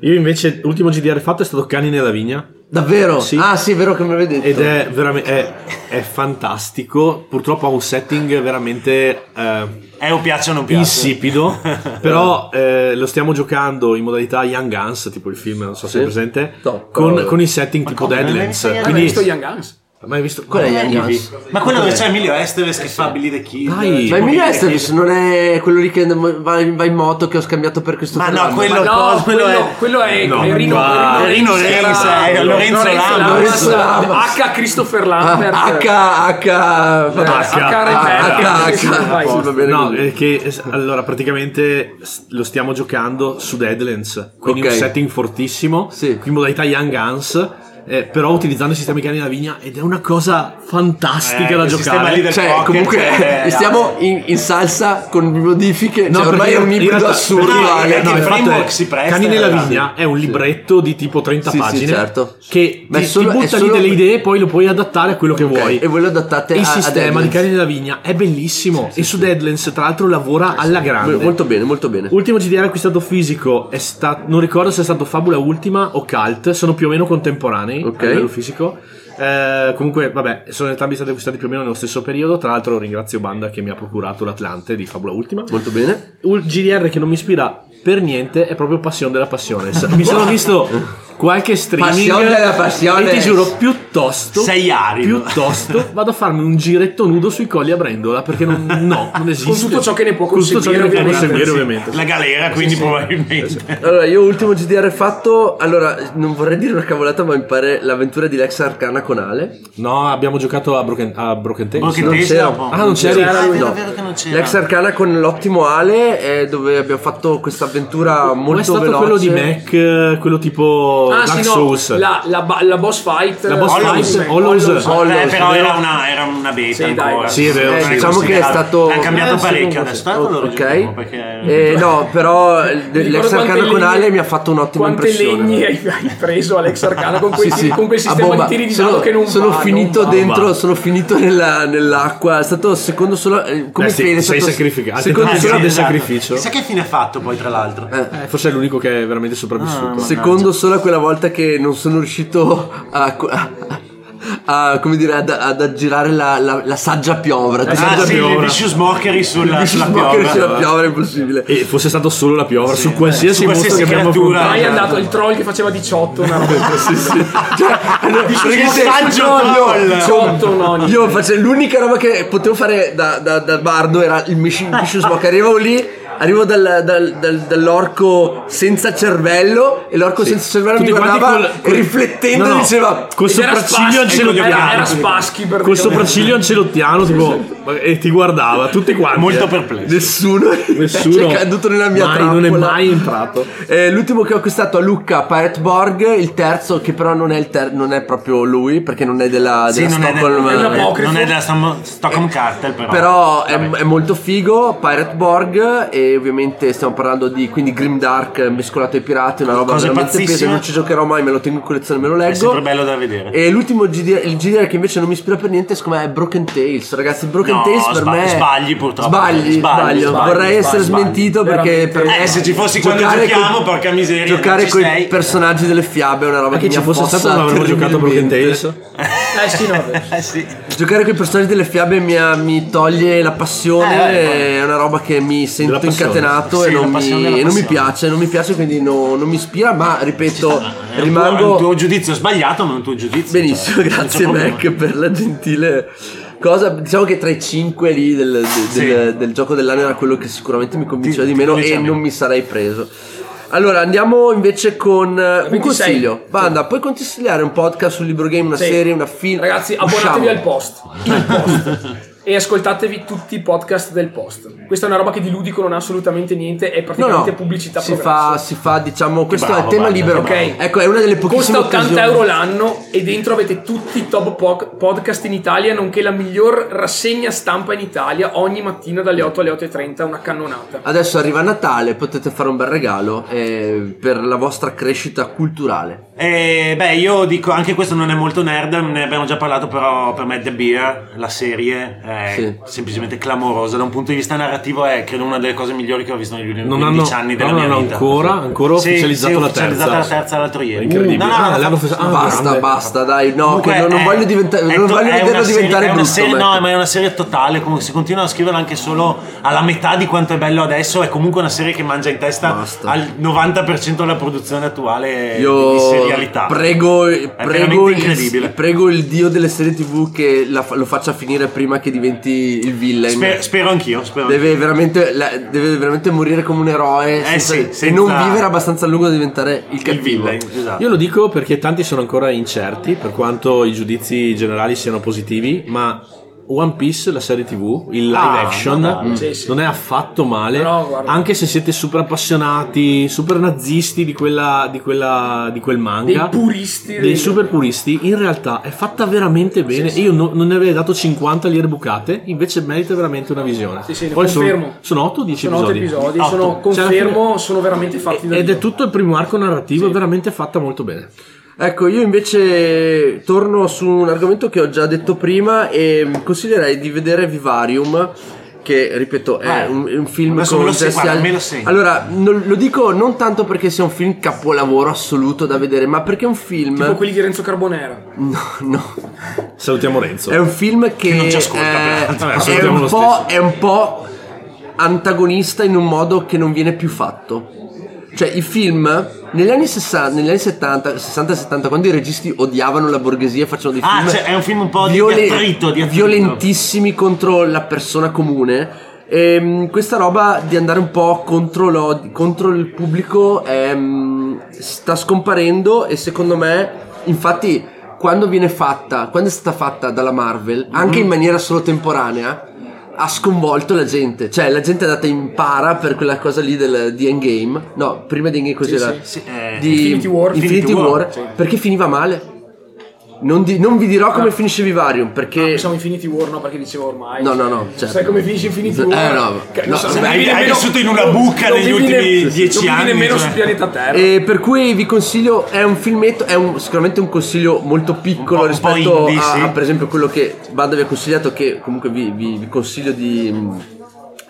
S5: Io invece, l'ultimo GDR fatto è stato Cani nella vigna.
S2: Davvero? Ah, sì, è vero che me l'avete detto.
S5: Ed è veramente è, è fantastico. Purtroppo ha un setting veramente.
S4: è un piaccia Eh, o non piace.
S5: Insipido. però eh, lo stiamo giocando in modalità Young Guns, tipo il film, non so se è
S4: Sì.
S5: presente.
S4: No.
S5: con, con il setting tipo
S4: come, non l'hai
S5: Deadlands.
S4: visto
S5: Quindi,
S3: visto Young Guns?
S5: ma hai visto
S2: Qual è
S5: no,
S2: Young
S5: Ivy.
S2: Guns?
S4: [LAUGHS] Ma quello dove
S5: Cos'è?
S4: c'è Emilio Esteves che fa Billy the Kid.
S5: Dai.
S2: Ma
S4: Tipo
S2: Emilio
S4: Billy the
S2: Esteves
S4: Kid.
S2: non è quello lì che and- va va in moto che ho scambiato per questo
S4: Ma no,
S2: Ferragamo?
S4: quello-
S3: No, quello, quello è
S2: No,
S3: è Rino
S2: ma-
S3: Rino
S2: Rino Renzi,
S3: era-
S2: eh, Lorenzo Lamas. Lorenzo Lamas.
S3: H. Christopher Lambert. Eh,
S2: Ah, H H
S5: Ah,
S2: H H H va bene
S5: No,
S2: così.
S5: eh, che, eh, allora praticamente s- lo stiamo giocando su Deadlands, quindi
S2: Ok.
S5: un setting fortissimo, in modalità Young Guns, eh, però utilizzando i sistemi cani della vigna ed è una cosa fantastica
S2: Eh,
S5: da
S2: quel sistema
S5: giocare.
S2: lì del pocket, cioè, [LAUGHS] stiamo in, in salsa con modifiche, cioè, ormai è un ibrido assurdo. eh, Ale.
S5: Perché
S2: No, infatti-
S5: Cani nella vigna è un libretto di tipo 30
S2: Sì, sì,
S5: pagine
S2: certo.
S5: che
S2: Ma è
S5: ti,
S2: solo-
S5: ti
S2: è
S5: butta lì
S2: solo-
S5: delle idee e poi lo puoi adattare a quello che vuoi.
S2: E voi lo adattate
S5: Il
S2: a- a
S5: sistema di
S2: Deadlands.
S5: Cani nella vigna è bellissimo e su Deadlands tra l'altro lavora alla grande.
S2: Molto bene, molto bene.
S5: Ultimo GDR acquistato fisico è stato. Non ricordo se è stato Fabula Ultima o Cult, sono più o meno contemporanei
S2: Ok.
S5: a livello fisico. Eh, comunque, vabbè, sono entrambi stati acquistati più o meno nello stesso periodo. Tra l'altro, ringrazio Banda che mi ha procurato l'Atlante di Fabula Ultima.
S2: Molto bene.
S5: Un GDR che non mi ispira per niente è proprio Passione della Passione. S- Mi sono visto qualche streaming.
S2: Passione della Passione.
S5: E ti giuro, piuttosto.
S4: Sei arido.
S5: Piuttosto vado a farmi un giretto nudo sui colli a Brendola perché non, no, non esiste.
S3: Con tutto ciò che ne può
S5: Con tutto ciò che ne può conseguire, ovviamente.
S4: La galera, quindi probabilmente.
S2: Allora, io ultimo GDR fatto. Allora, non vorrei dire una cavolata, ma mi pare l'avventura di Lex Arcana con Ale.
S5: No, abbiamo giocato a Broken, a Broken
S4: Boh,
S5: Tales.
S2: Non c'era.
S4: Eh,
S5: Ah, non c'era.
S2: lui, no.
S4: che non c'era.
S2: Lex Arcana con l'ottimo Ale, eh, dove abbiamo fatto questa avventura
S5: Ma
S2: molto
S5: è stato
S2: veloce.
S5: quello di Mac, eh, quello tipo
S3: Ah,
S5: Dark
S3: sì, no,
S5: Souls.
S3: la, la ba- la boss fight.
S5: La boss
S3: Hollows.
S5: fight, Hollows.
S3: Hollows.
S5: Hollows,
S4: Eh, però
S5: vero.
S4: era una, era una beta
S5: Sì, dai.
S4: ancora. Eh,
S5: Sì, è vero,
S4: Non
S5: sì.
S2: Diciamo che è
S4: considerato.
S2: stato.
S4: Ha cambiato
S2: Eh, sì,
S4: parecchio
S2: comunque.
S4: adesso. Tra l'altro lo
S2: Ok.
S4: rigiochiamo, perché-
S2: Eh, no, però eh, Lex
S3: ricordo
S2: Arcana
S3: quante
S2: con
S3: legne-
S2: Ale mi ha fatto un'ottima
S3: Quante
S2: impressione.
S3: legni hai, hai preso Alex Arcana con, quei
S2: Sì, sì.
S3: con quel
S2: A
S3: sistema
S2: bomba.
S3: di tiri di
S2: sono,
S3: dado che non
S2: sono
S3: va, non
S2: finito
S3: va.
S2: dentro sono finito nella- nell'acqua è stato secondo solo eh, come
S5: Eh sì,
S2: Fede, è
S5: sei
S2: stato-
S5: sacrificato.
S2: secondo
S5: Ah,
S4: Eh,
S5: sì,
S2: solo
S4: esatto.
S5: del sacrificio.
S4: Chissà che fine ha fatto poi, tra l'altro.
S5: Eh, forse è l'unico che è veramente
S2: Ah,
S5: sopravvissuto.
S2: Secondo solo a quella volta che non sono riuscito a, a- a- come dire, ad, ad aggirare la, la- la saggia piovra.
S4: Ah, sì, il Vicious Mockery sulla,
S2: Vicious
S4: sulla
S2: Mockery
S4: piovra.
S2: sulla piovra è impossibile.
S5: E fosse stato solo la piovra su qualsiasi
S4: Su
S5: mostro
S4: qualsiasi
S5: che abbiamo
S4: creatura.
S5: affrontato.
S3: Hai andato il troll che faceva 18, una roba.
S2: sì, sì. Cioè, allora,
S3: Vicious
S2: perché se-
S3: Mockery,
S2: io,
S3: troll. Sotto, no,
S2: io facevo l'unica roba che potevo fare da, da- da bardo era il Mish- Vicious Mockery. Arrivavo lì, arrivo dal- dal- dal- dall'orco senza cervello e l'orco senza cervello
S5: Tutti
S2: mi
S5: quanti
S2: guardava
S5: col- col-
S2: riflettendo
S5: No, no.
S2: e diceva
S5: Col
S2: "Ed era
S5: sopracciglio
S2: Spassky,
S5: ancelottiano.
S2: era- era
S3: Era Spaschi per
S5: Col sopracciglio ancelottiano, tipo, e ti guardava, tutti quanti. eh.
S2: Molto
S5: perplesso.
S2: Nessuno,
S5: Nessuno
S2: è caduto nella mia
S5: mai,
S2: trappola.
S5: non è mai entrato.
S2: Eh, l'ultimo che ho acquistato a Lucca Pirate Borg, il terzo che però non è, il ter- non è proprio lui perché non è della,
S4: Sì,
S2: della
S4: non è, del-
S2: Stockholm.
S4: non è- non è della Stam- Stockholm Cartel, Eh, però.
S2: Però è, è molto figo, Pirate Borg e ovviamente stiamo parlando di quindi Grim Dark mescolato ai pirati, una roba
S4: Cose
S2: veramente
S4: pazzissime.
S2: pesa, non ci giocherò mai, me lo tengo in collezione, me lo
S4: È sempre
S2: leggo.
S4: bello da vedere.
S2: E l'ultimo GDR, il GDR che invece non mi ispira per niente, secondo me è Broken Tales. Ragazzi, Broken
S4: No,
S2: Tales per
S4: sba-
S2: me.
S4: sbagli, purtroppo. eh,
S2: Sbagli,
S4: Sbagli,
S2: sbaglio.
S4: sbagli,
S2: Vorrei
S4: sbagli,
S2: essere
S4: sbagli.
S2: smentito perché per me.
S4: Eh, se ci fossi quando
S2: giocare
S4: giochiamo,
S2: coi-
S4: porca miseria, non
S2: Giocare
S4: ci
S2: con
S4: sei.
S2: i personaggi delle fiabe è una roba
S5: Ma
S2: che
S5: che
S2: mi
S5: ci fosse
S2: affossa
S5: stato non avremmo giocato a Broken
S2: terribilmente.
S5: Tales?
S3: Eh sì, no.
S2: Giocare con i personaggi delle fiabe mi, ha- mi toglie la
S4: Eh,
S2: passione, è una roba che mi sento
S5: Della passione.
S2: incatenato
S5: Sì,
S2: e,
S5: la
S2: non
S5: passione
S2: mi,
S5: della
S2: e non mi
S5: passione.
S2: piace, non mi piace quindi no- non mi ispira, ma ripeto,
S4: È un tuo- è un
S2: rimango...
S4: tuo giudizio sbagliato, ma è un tuo giudizio.
S2: Benissimo,
S4: cioè, non c'è
S2: grazie
S4: problema.
S2: Mac per la gentile cosa. Diciamo che tra i 5 lì del, del-
S4: Sì.
S2: del- del gioco dell'anno era quello che sicuramente mi convinceva
S4: Ti-
S2: di
S4: ti
S2: meno e
S4: convinceva
S2: non
S4: meno.
S2: mi sarei preso. Allora, andiamo invece con eh, un
S3: 26.
S2: consiglio. Banda, puoi consigliare un podcast sul libro game, una
S3: Sì.
S2: serie, una film?
S3: Ragazzi, abbonatevi al
S2: [LAUGHS]
S3: post. Il post. e ascoltatevi tutti i podcast del post. Questa è una roba che di ludico non ha assolutamente niente, è
S2: No,
S3: praticamente
S2: no,
S3: pubblicità
S2: si
S3: progresso.
S2: fa, si fa, diciamo, questo è
S3: bravo,
S2: tema
S3: Banda,
S2: libero.
S3: che bravo.
S2: Ecco, è una delle pochissime
S3: Costa 80
S2: occasioni.
S3: euro l'anno e dentro avete tutti i top po- podcast in Italia, nonché la miglior rassegna stampa in Italia ogni mattina dalle 8 alle 8.30, una cannonata.
S2: Adesso arriva Natale, potete fare un bel regalo eh, per la vostra crescita culturale.
S4: Eh, beh, io dico anche questo non è molto nerd, ne abbiamo già parlato, però per me The Beer, la serie, eh, è semplicemente clamorosa. Da un punto di vista narrativo, è credo una delle cose migliori che ho visto negli ultimi
S5: Non
S4: 15
S5: hanno-
S4: anni
S5: no,
S4: della
S5: non
S4: mia
S5: hanno
S4: vita.
S5: ancora- ancora
S4: Sì,
S5: ufficializzato
S4: sì,
S5: la
S4: ufficializzata
S5: terza.
S4: la terza l'altro ieri.
S5: Incredibile.
S4: No, no,
S5: Ah,
S4: no,
S5: l'hanno fes- ah,
S2: basta,
S5: grande.
S2: basta, dai, no,
S4: Comunque
S2: che non, non
S4: è-
S2: voglio, diventa-
S4: è
S2: non
S4: to-
S2: voglio
S4: è
S2: vederlo
S4: una serie-
S2: diventare
S4: è una
S2: brutto. ecco.
S4: serie-
S2: Matt.
S4: no, ma è una serie totale. Comunque, se continuano a scriverla anche solo alla metà di quanto è bello adesso, è comunque una serie che mangia in testa al 90% della produzione attuale di- di serialità.
S2: Io prego, prego,
S4: veramente
S2: il,
S4: incredibile.
S2: prego il dio delle serie tv che la fa- lo faccia finire prima che diventi il villain.
S4: Sper- spero anch'io. Spero
S2: Deve
S4: anch'io.
S2: veramente, la- deve veramente morire come un eroe
S4: Eh
S2: senza-
S4: sì,
S2: e
S4: senza-
S2: non vivere abbastanza a lungo da diventare il cattivo.
S4: esatto.
S5: Io lo dico perché tanti sono ancora incerti, per quanto i giudizi generali siano positivi, ma One Piece, la serie TV, il live
S11: Ah,
S5: action,
S11: ma dai.
S5: mm,
S11: Sì, sì.
S5: non è affatto male,
S11: guarda.
S5: anche se siete super appassionati, super nazisti di, quella, di, quella, di quel manga.
S11: Dei puristi
S5: Dei
S11: del-
S5: super puristi, in realtà è fatta veramente bene. Io no- non ne avrei dato 50 lire bucate, invece merita veramente una visione.
S3: Sì, sì, ne
S5: Poi sono,
S3: confermo.
S5: sono 8 o 10
S3: Sono otto
S5: episodi.
S3: episodi,
S5: Otto.
S3: sono,
S5: Cioè, alla fine-
S3: confermo, sono veramente fatti da
S5: ed
S3: Dio.
S5: è tutto il primo arco narrativo, è veramente fatta molto bene.
S2: Ecco, io invece torno su un argomento che ho già detto prima e consiglierei di vedere Vivarium che ripeto è
S4: Eh,
S2: un, un film
S4: adesso
S2: con
S4: me lo segno,
S2: Jesse
S4: guarda,
S2: Al-
S4: me lo segno.
S2: Allora, non- lo dico non tanto perché sia un film capolavoro assoluto da vedere, ma perché è un film
S5: eh?
S3: Tipo quelli di Renzo Carbonera.
S2: [LAUGHS] No, no.
S5: Salutiamo Renzo.
S2: È
S4: Eh,
S2: un film che,
S3: Che non ci ascolta,
S2: eh,
S3: peraltro.
S2: è,
S3: Vabbè, salutiamo
S2: un
S3: lo
S2: po',
S3: stesso.
S2: è un po' antagonista in un modo che non viene più fatto. Cioè, i film negli anni 60, negli anni 70, 60 70, quando i registi odiavano la borghesia, facevano dei
S4: Ah,
S2: film
S4: cioè, è un film un po' di-
S2: viole-
S4: di attrito, di attrito.
S2: violentissimi contro la persona comune. Ehm, questa roba di andare un po' contro, l'od- contro il pubblico ehm, sta scomparendo e secondo me, infatti, quando viene fatta, quando è stata fatta dalla Marvel, anche
S11: Mhm.
S2: in maniera solo temporanea, ha sconvolto la gente. Cioè, la gente è andata in para per quella cosa lì del, di Endgame. No, prima di Endgame così
S11: Sì,
S2: era.
S11: sì, sì, eh,
S2: di
S11: Infinity War.
S2: Infinity
S11: Infinity War,
S2: War,
S11: sì.
S2: perché finiva male. Non, di- non vi dirò come finisce Vivarium,
S4: Ah,
S2: perché...
S3: Siamo Infinity War, no? Perché dicevo ormai. Cioè,
S2: No, no, no. certo.
S3: Sai come finisce Infinity
S2: Eh,
S3: War?
S2: no,
S3: Che-
S2: no,
S3: non so,
S2: sì,
S3: non
S2: hai-
S3: vivi
S2: hai
S3: nemmeno-
S2: vissuto in una buca
S3: non
S2: negli
S3: vivi
S2: ultimi
S3: ne-
S2: dieci
S3: Non
S2: anni,
S3: vivi nemmeno
S2: cioè.
S3: su pianeta Terra.
S2: E per cui vi consiglio, è un filmetto, è un- sicuramente un consiglio molto piccolo rispetto
S4: indie,
S2: a,
S4: sì.
S2: a, per esempio quello che Banda vi ha consigliato, che comunque vi, vi- vi consiglio di, mh,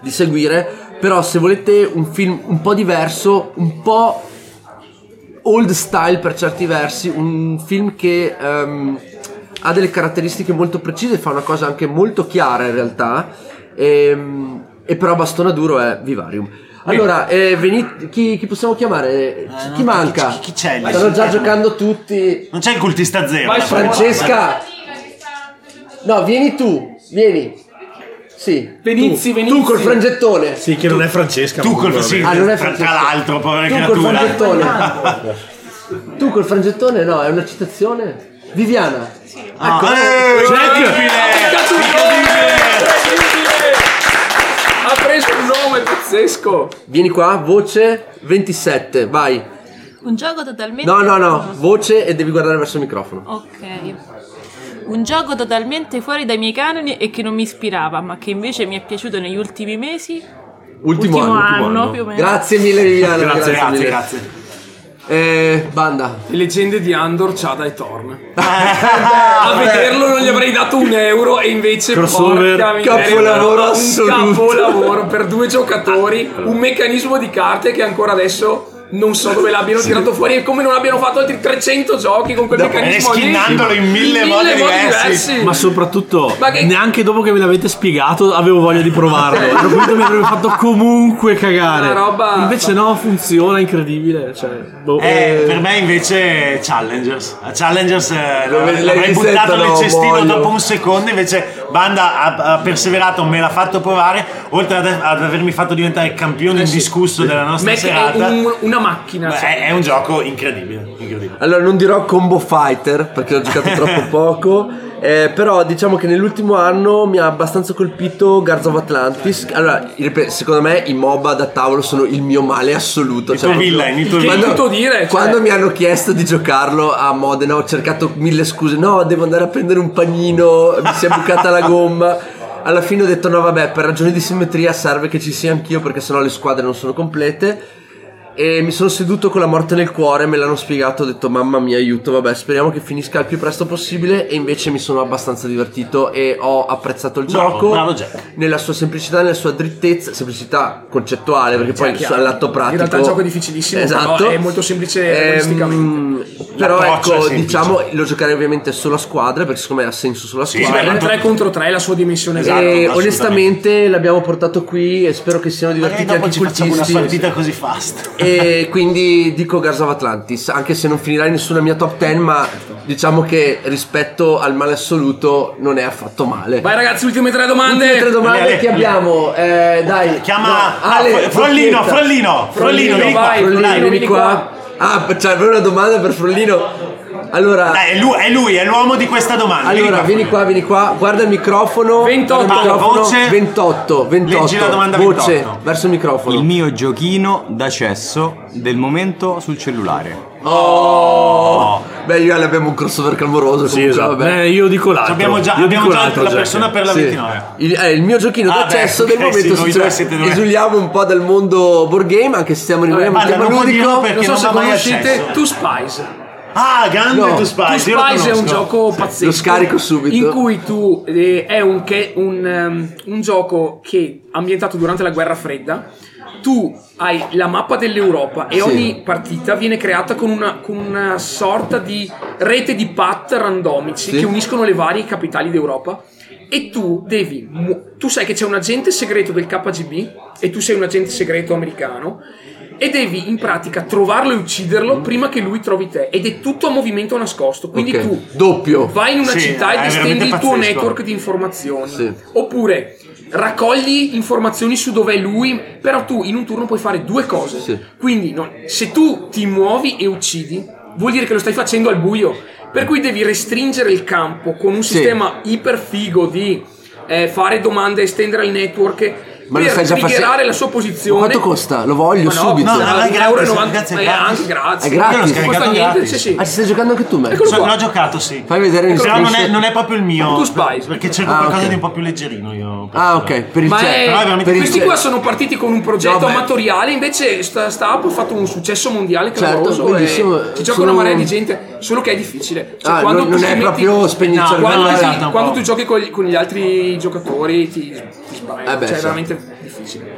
S2: di seguire, però se volete un film un po' diverso, un po' old style per certi versi, un film che ehm, ha delle caratteristiche molto precise, fa una cosa anche molto chiara in realtà, ehm, e, però bastona duro è Vivarium. Allora, eh, venite- chi, chi possiamo chiamare? Eh, chi manca? Chi, c'è?
S4: lì?
S2: Stanno già giocando tutti.
S4: Non c'è il cultista zero.
S2: Vai, Francesca! No, vieni tu, vieni. Sì.
S4: Venizi,
S2: tu,
S4: Venizi.
S2: Tu col frangettone.
S5: Sì, che non è Francesca.
S4: Tu col sì,
S2: Ah, non è
S4: tra,
S2: Francesca.
S4: tra l'altro, povera
S2: Tu col
S4: creatura.
S2: frangettone. tu col frangettone, no, è una citazione. Viviana.
S4: Ah,
S2: Ecco.
S4: eh, incredibile!
S3: Ah, Ha preso un nome pazzesco.
S2: Vieni qua, voce 27, vai.
S13: Un gioco totalmente.
S2: No, no, no, voce e devi guardare verso il microfono.
S13: Ok. Un gioco totalmente fuori dai miei canoni e che non mi ispirava, ma che invece mi è piaciuto negli ultimi mesi.
S2: Ultimo,
S13: Ultimo
S2: anno,
S13: anno, più o meno.
S2: Grazie mille Viviana,
S3: Grazie,
S2: grazie,
S3: grazie,
S2: mille.
S3: grazie.
S2: Eh, banda.
S3: Le leggende di Andor, Chada
S2: [LAUGHS]
S3: e Thorn. A vederlo non gli avrei dato un euro e invece
S2: Crossover,
S3: porca miseria,
S2: capolavoro
S3: un
S2: assoluto.
S3: capolavoro per due giocatori, un meccanismo di carte che ancora adesso non so dove l'abbiano tirato fuori e come non abbiano fatto altri 300 giochi con quel meccanismo lì.
S5: Ma soprattutto,
S3: Ma che-
S5: neanche dopo che me l'avete spiegato, avevo voglia di provarlo. Ero convinto mi avrebbe fatto comunque cagare.
S3: Una roba-
S5: Invece no, funziona, incredibile. Cioè, boh.
S4: Eh, per me invece Challengers. A Challengers eh,
S5: Dove
S4: l'avrei
S5: le
S4: l'avrei
S5: risette
S4: buttato nel
S5: non
S4: cestino
S5: voglio.
S4: dopo un secondo, invece Banda ha, ha perseverato, me l'ha fatto provare, oltre ad, ad avermi fatto diventare campione indiscusso della nostra
S3: Mac è
S4: serata.
S3: un- una macchina. Cioè,
S4: Beh, è, è un gioco incredibile, incredibile.
S2: Allora, non dirò combo fighter perché l'ho
S4: [LAUGHS]
S2: giocato troppo poco. eh, però diciamo che nell'ultimo anno mi ha abbastanza colpito Guards of Atlantis. Allora, ripeto, secondo me i MOBA da tavolo sono il mio male assoluto. cioè
S4: tuo villain, il tuo Che villain.
S2: Quando,
S4: brutto dire, cioè.
S2: quando mi hanno chiesto di giocarlo a Modena ho cercato mille scuse. No, devo andare a prendere un panino, mi si è bucata la gomma. Alla fine ho detto no vabbè, per ragioni di simmetria serve che ci sia anch'io perché sennò le squadre non sono complete. E mi sono seduto con la morte nel cuore, me l'hanno spiegato, ho detto mamma mia aiuto, vabbè speriamo che finisca il più presto possibile e invece mi sono abbastanza divertito e ho apprezzato il
S14: Bravo,
S2: gioco
S14: bravo Jack.
S2: nella sua semplicità, nella sua drittezza, semplicità concettuale perché
S3: Cioè,
S2: poi
S3: chiaro.
S2: all'atto pratico...
S3: In realtà il gioco è difficilissimo,
S2: Esatto.
S3: però è molto semplice
S2: Ehm,
S3: regolisticamente.
S2: Però
S3: L'approccio è
S2: ecco,
S3: semplice.
S2: diciamo, lo giocare ovviamente solo a squadra perché secondo me ha senso solo a squadra.
S3: Guarda, 3 contro 3 la sua dimensione
S2: e onestamente l'abbiamo portato qui e spero che siano
S4: Eh,
S2: divertiti
S3: dopo
S2: anche
S3: ci
S2: i cultisti
S3: facciamo una partita
S4: così fast
S2: e quindi dico Guards of Atlantis anche se non finirà in nessuna mia top 10 ma diciamo che rispetto al male assoluto non è affatto male
S3: Vai ragazzi, ultime tre domande.
S2: Ultime tre domande
S3: Lea,
S2: che
S3: Lea.
S2: abbiamo Eh, dai
S4: Chiama-
S2: no, Ale,
S4: Ah, Fr- Frollino,
S2: Zocchetta.
S4: Frollino, Frollino, vieni qua,
S2: vai,
S4: Frollino,
S2: Frollino, vieni
S4: vieni
S2: qua ah c'è una domanda per Frollino allora
S4: Dai, Eh, è lui, è lui, è l'uomo di questa domanda. Vieni
S2: allora,
S4: qua,
S2: vieni qua, vieni qua, guarda il microfono.
S4: 28.
S2: guarda il microfono,
S4: Voce.
S2: 28, 28.
S4: Leggi la domanda
S2: voce
S4: 28.
S2: verso il microfono.
S15: Il mio giochino da cesso del momento sul cellulare.
S2: Oh! Beh, io e Ale abbiamo un crossover clamoroso.
S15: Sì,
S2: comunque,
S15: esatto.
S2: vabbè.
S15: Eh, io dico l'altro.
S4: Abbiamo già- Io abbiamo dico già l'altro, la Jack. persona per la 29.
S2: Il, eh, il mio giochino
S4: Ah,
S2: d'accesso
S4: beh,
S2: del
S4: ok, sì,
S2: momento
S4: voi
S2: sì,
S4: due siete due.
S2: Esuliamo un po' dal mondo board game, anche se stiamo
S3: Vabbè,
S2: rimanendo in tema
S3: parla, non può dirlo
S2: ludico.
S3: perché non va mai accesso. Two Spies.
S4: Ah, grande
S2: No,
S4: tu Spies.
S3: Two
S4: io lo
S3: Spies è un
S4: conosco.
S3: gioco pazzesco.
S2: Lo scarico subito.
S3: In cui tu eh, è un, che- un, ehm, un gioco che ambientato durante la guerra fredda. Tu hai la mappa dell'Europa e
S2: Sì.
S3: ogni partita viene creata con una, con una sorta di rete di pat randomici
S2: Sì.
S3: che uniscono le varie capitali d'Europa. E tu devi. mu- Tu sai che c'è un agente segreto del KGB e tu sei un agente segreto americano e devi in pratica trovarlo e ucciderlo prima che lui trovi te ed è tutto a movimento nascosto quindi
S2: Mm. Ok,
S3: tu
S2: doppio.
S3: vai in una
S2: Sì,
S3: città
S2: è
S3: e distendi il
S2: veramente
S3: tuo
S2: pazzesco.
S3: network di informazioni
S2: Sì.
S3: oppure raccogli informazioni su dov'è lui però tu in un turno puoi fare due cose quindi no- se tu ti muovi e uccidi vuol dire che lo stai facendo al buio per cui devi restringere il campo con un
S2: Sì.
S3: sistema iperfigo di eh, fare domande estendere il network
S2: Ma lo
S3: per
S2: stai già
S3: triggerare
S2: facendo.
S3: la sua
S2: Ma
S3: posizione
S2: quanto costa? Lo voglio
S3: ma no,
S2: subito.
S3: No, no, è gratis,
S2: euro e
S3: grazie, è gratis.
S2: anche È
S3: Eh, grazie.
S2: gratis.
S3: Io l'ho Non scaricato costa niente, gratis. sì, sì.
S2: Ah, ci stai giocando anche tu, Max?
S3: Eccolo qua. L'ho
S4: giocato, sì.
S2: Fai vedere il
S4: Però non è, non è proprio il mio.
S3: Tu Spies.
S4: Perché cerco
S2: Ah,
S4: qualcosa
S2: ok.
S4: di un po' più leggerino io.
S2: Ah, ok, per il cioè. Ah,
S3: Ma
S2: chat.
S3: è-
S2: Però è veramente-
S3: questi
S2: per il
S3: qua
S2: chat.
S3: sono partiti con un progetto
S2: No, beh.
S3: amatoriale, invece sta, sta app ha fatto un successo mondiale
S2: Certo,
S3: clamoroso
S2: quindi
S3: e
S2: sono-
S3: ci gioca
S2: sono-
S3: una marea di gente, solo che è difficile. Cioè,
S2: Ah,
S3: quando
S2: non-
S3: tu
S2: non
S3: ti
S2: è
S3: metti-
S2: proprio spegni il cervello,
S3: Quando,
S2: esatto,
S3: sì,
S2: un po'.
S3: quando tu giochi con, con gli altri giocatori ti, ti sbagli,
S2: Eh beh,
S3: cioè è
S2: certo.
S3: veramente difficile.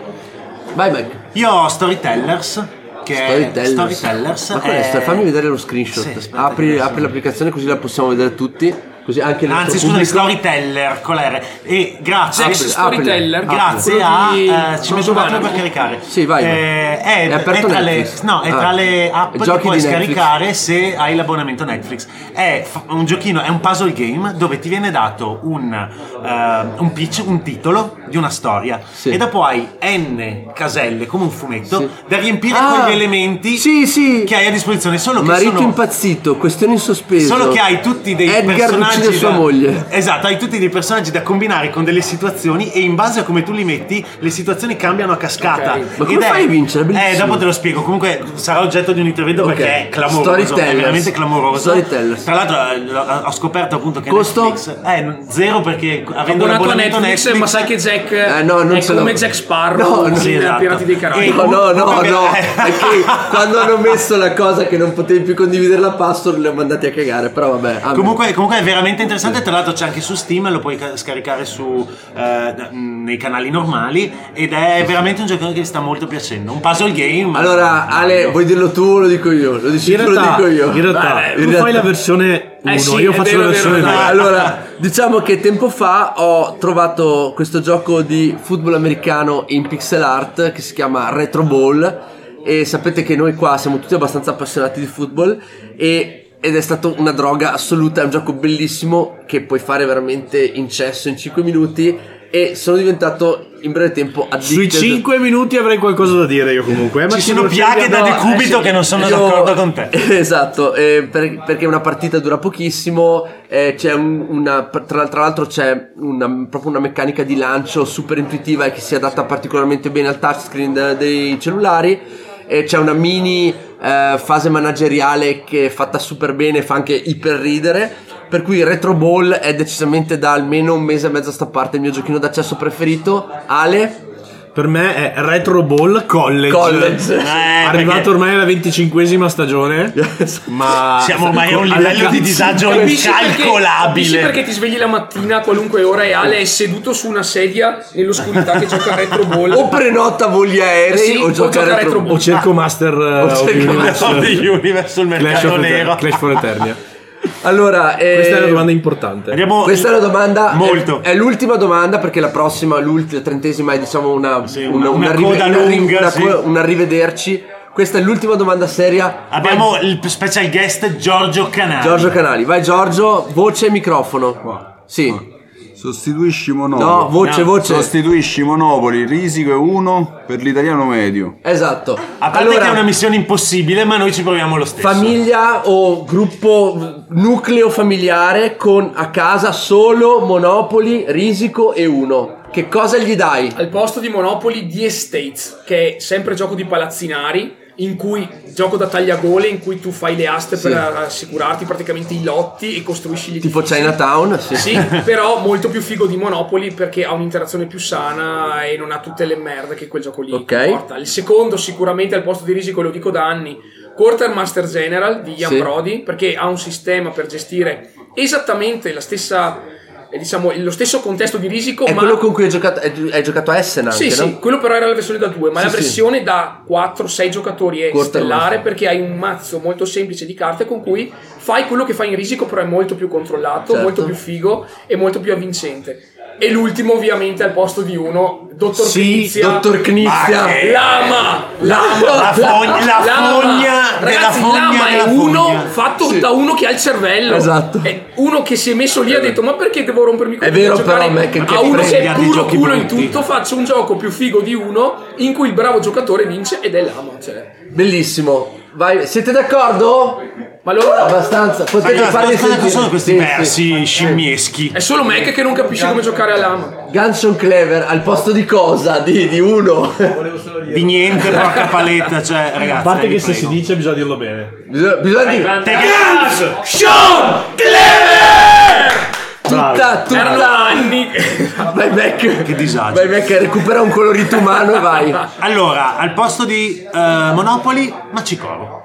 S2: Vai, Mac.
S4: Io ho Storytellers. Che è
S2: Storytellers.
S4: Eh, Storytellers.
S2: Ma qual è
S4: è-
S2: sto- Fammi vedere lo screenshot. apri, apri l'applicazione così la possiamo vedere tutti. Così anche il
S4: Anzi,
S2: nostro
S4: scusa,
S2: pubblico- Ah,
S4: Storyteller con la R. E grazie,
S2: Jack Storyteller.
S4: grazie
S2: Quello
S4: a.
S2: di-
S4: eh, ci metto un attimo
S2: Giovanna.
S4: per caricare.
S2: Sì, vai, vai.
S4: Eh,
S2: È
S4: è,
S2: aperto
S4: è tra, le,
S2: Netflix?
S4: no, è
S2: Ah.
S4: tra le app
S2: Giochi
S4: che puoi
S2: di Netflix.
S4: scaricare se hai l'abbonamento Netflix. È f- un giochino, è un puzzle game dove ti viene dato un, eh, un pitch, un titolo di una storia. E dopo hai N caselle, come un fumetto, da riempire
S2: Ah,
S4: con gli elementi che hai a disposizione. Solo che
S2: Marito
S4: sono
S2: impazzito, questione in sospeso.
S4: Solo che hai tutti dei
S2: Edgar
S4: personaggi.
S2: uccide sua
S4: da-
S2: moglie.
S4: Esatto, hai tutti dei personaggi da combinare con delle situazioni e in base a come tu li metti, le situazioni cambiano a cascata.
S2: Ok. Ma come
S4: Ed è-
S2: fai a vincere? Bellissimo.
S4: Eh, dopo te lo spiego. Comunque sarà oggetto di un intervento
S2: Ok.
S4: perché è clamoroso. È
S2: Storytellers.
S4: veramente clamoroso.
S2: Storytellers.
S4: Tra l'altro, eh, lo- ho scoperto appunto che
S2: Costo?
S4: Netflix è zero perché avendo
S3: Abbonato a
S4: l'abbonamento
S3: Netflix,
S4: Netflix,
S3: ma sai che Jack
S2: Eh, no, non
S3: è
S2: ce l'ho.
S3: come Jack Sparrow
S2: No, no,
S3: in
S2: sì, esatto.
S3: Pirati dei Caraibi.
S2: No, no, no, no. È
S4: [LAUGHS]
S2: che quando hanno messo la cosa che non potevi più condividere la password, li ho mandati a cagare. Però vabbè. amen.
S4: Comunque, comunque è veramente interessante. Tra l'altro, c'è anche su Steam, lo puoi ca- scaricare su, eh, da- nei canali normali. Ed è veramente un giochino che mi sta molto piacendo. Un puzzle game.
S2: Allora, Ale, vuoi dirlo tu o lo dico io? Lo dici
S4: In
S2: tu
S4: realtà-
S2: lo dico io.
S4: in realtà,
S2: Vabbè,
S4: tu fai la
S5: versione
S4: Eh uno, sì, io è faccio la vero, è versione vero, due. dai.
S2: Allora, diciamo che tempo fa ho trovato questo gioco di football americano in pixel art che si chiama Retro Ball e sapete che noi qua siamo tutti abbastanza appassionati di football e- ed è stata una droga assoluta, è un gioco bellissimo che puoi fare veramente in cesso in 5 minuti e sono diventato in breve tempo
S5: Sui
S2: addicted
S5: 5 minuti avrei qualcosa da dire io comunque. eh, ma
S2: Ci
S4: sono piaghe da decubito che non sono d'accordo con te.
S2: Eh [LAUGHS] Esatto, eh, per- perché una partita dura pochissimo, eh, c'è un- una, tra, tra l'altro c'è una- proprio una meccanica di lancio super intuitiva e che si adatta particolarmente bene al touchscreen de- dei cellulari. E c'è una mini eh, fase manageriale che è fatta super bene, fa anche iperridere. Per cui Retro Ball è decisamente da almeno un mese e mezzo a sta parte il mio giochino d'accesso preferito. Ale?
S5: eh, Per me è Retro Ball College.
S2: College. Eh,
S5: Arrivato
S2: perché-
S5: ormai alla venticinquesima stagione. Ma
S4: Siamo ormai a un livello di disagio
S3: Capisci perché- Capisci perché
S5: incalcolabile.
S3: ti svegli la mattina a qualunque ora e Ale è seduto su una sedia nell'oscurità che gioca a retro ball.
S2: [LAUGHS] O prenota voli aerei
S3: Sì,
S2: Eh o gioca a retro
S5: O cerco Master eh,
S2: Ah. O
S5: of
S2: cerco
S5: Universe.
S2: Master of the
S4: Universe sul
S5: Clash
S4: mercato
S5: of Eter-
S4: nero.
S5: Clash
S2: [LAUGHS]
S5: for Eternia.
S2: Allora, eh,
S5: Questa è una domanda importante.
S2: Questa è una domanda. Molto. È, è l'ultima domanda perché la prossima, l'ultima, trentesima è diciamo una.
S4: una- una
S2: rive-
S4: coda
S2: ri-
S4: lunga,
S2: una
S4: sì.
S2: co- una rivederci. Questa è l'ultima domanda seria.
S4: Abbiamo il special guest Giorgio Canali.
S2: Giorgio Canali, vai Giorgio, voce e microfono. Sì.
S9: Sostituisci Monopoli.
S2: No, voce, voce.
S9: Sostituisci Monopoli, Risico e 1 per l'italiano medio.
S2: Esatto.
S4: A parte che è una missione impossibile, ma noi ci proviamo lo stesso.
S2: Famiglia o gruppo nucleo familiare con a casa solo Monopoli, Risico e uno. Che cosa gli dai?
S3: Al posto di Monopoly di Estates, che è sempre gioco di palazzinari, in cui gioco da tagliagole, in cui tu fai le aste
S2: Sì.
S3: per assicurarti praticamente i lotti e costruisci gli
S2: Tipo Chinatown? Sì.
S3: Sì,
S2: [LAUGHS]
S3: però molto più figo di Monopoly perché ha un'interazione più sana e non ha tutte le merde che quel gioco lì
S2: Ok.
S3: porta. Il secondo, sicuramente al posto di Risico, lo dico da anni, Quartermaster General di Ian
S2: Sì.
S3: Brody, perché ha un sistema per gestire esattamente la stessa, eh, diciamo, lo stesso contesto di Risico,
S2: È
S3: ma
S2: quello con cui hai giocato, hai, hai giocato a Essen anche,
S3: sì,
S2: no?
S3: sì, quello però era la versione da 2, ma
S2: Sì,
S3: la
S2: sì.
S3: versione da 4-6 giocatori è
S2: Corta
S3: stellare
S2: rossa.
S3: perché hai un mazzo molto semplice di carte con cui fai quello che fai in risico, però è molto più controllato,
S2: Certo.
S3: molto più figo e molto più avvincente. E l'ultimo, ovviamente, al posto di uno, Dottor
S2: Sì,
S3: Knizia.
S2: Dottor Knizia.
S3: Ma che- Ah, Lama! Lama!
S4: Eh, La fogna- la
S3: Lama!
S4: fogna della
S3: Ragazzi,
S4: fogna
S3: Lama è
S4: della
S3: uno
S4: fogna.
S3: fatto
S4: Sì.
S3: da uno che ha il cervello.
S2: Esatto.
S3: È uno che si è messo lì e ha detto, ma perché devo rompermi
S2: È vero,
S3: a giocare
S2: però, a me che- che
S3: a uno che
S2: frega
S3: è
S2: dei
S3: puro
S2: giochi
S3: culo in
S2: brutti.
S3: tutto faccio un gioco più figo di uno in cui il bravo giocatore vince ed è l'ama cioè.
S2: Bellissimo. Vai, siete d'accordo?
S3: Ma allora
S2: abbastanza, potete
S4: Aspetta,
S2: farli
S4: aspetta,
S2: sentire.
S4: sono questi
S2: Sì,
S4: versi
S2: sì.
S4: scimmieschi?
S3: è solo Mac che non capisce come giocare all'ama
S2: Ganson Clever al posto di cosa? Di, di uno.
S4: Di niente, porca paletta, cioè, ragazzi.
S5: A parte
S4: vi
S5: che se
S4: prego.
S5: si dice bisogna dirlo bene.
S2: Bisogna, bisogna dire.
S4: Te che-
S2: Sean Clever! Tutta, tutta.
S4: Erano
S3: anni. Eh,
S2: Vai Mac.
S4: Che disagio.
S2: Vai Mac, recupera un colorito umano e vai.
S4: Allora, al posto di eh, Monopoli, Macicoro.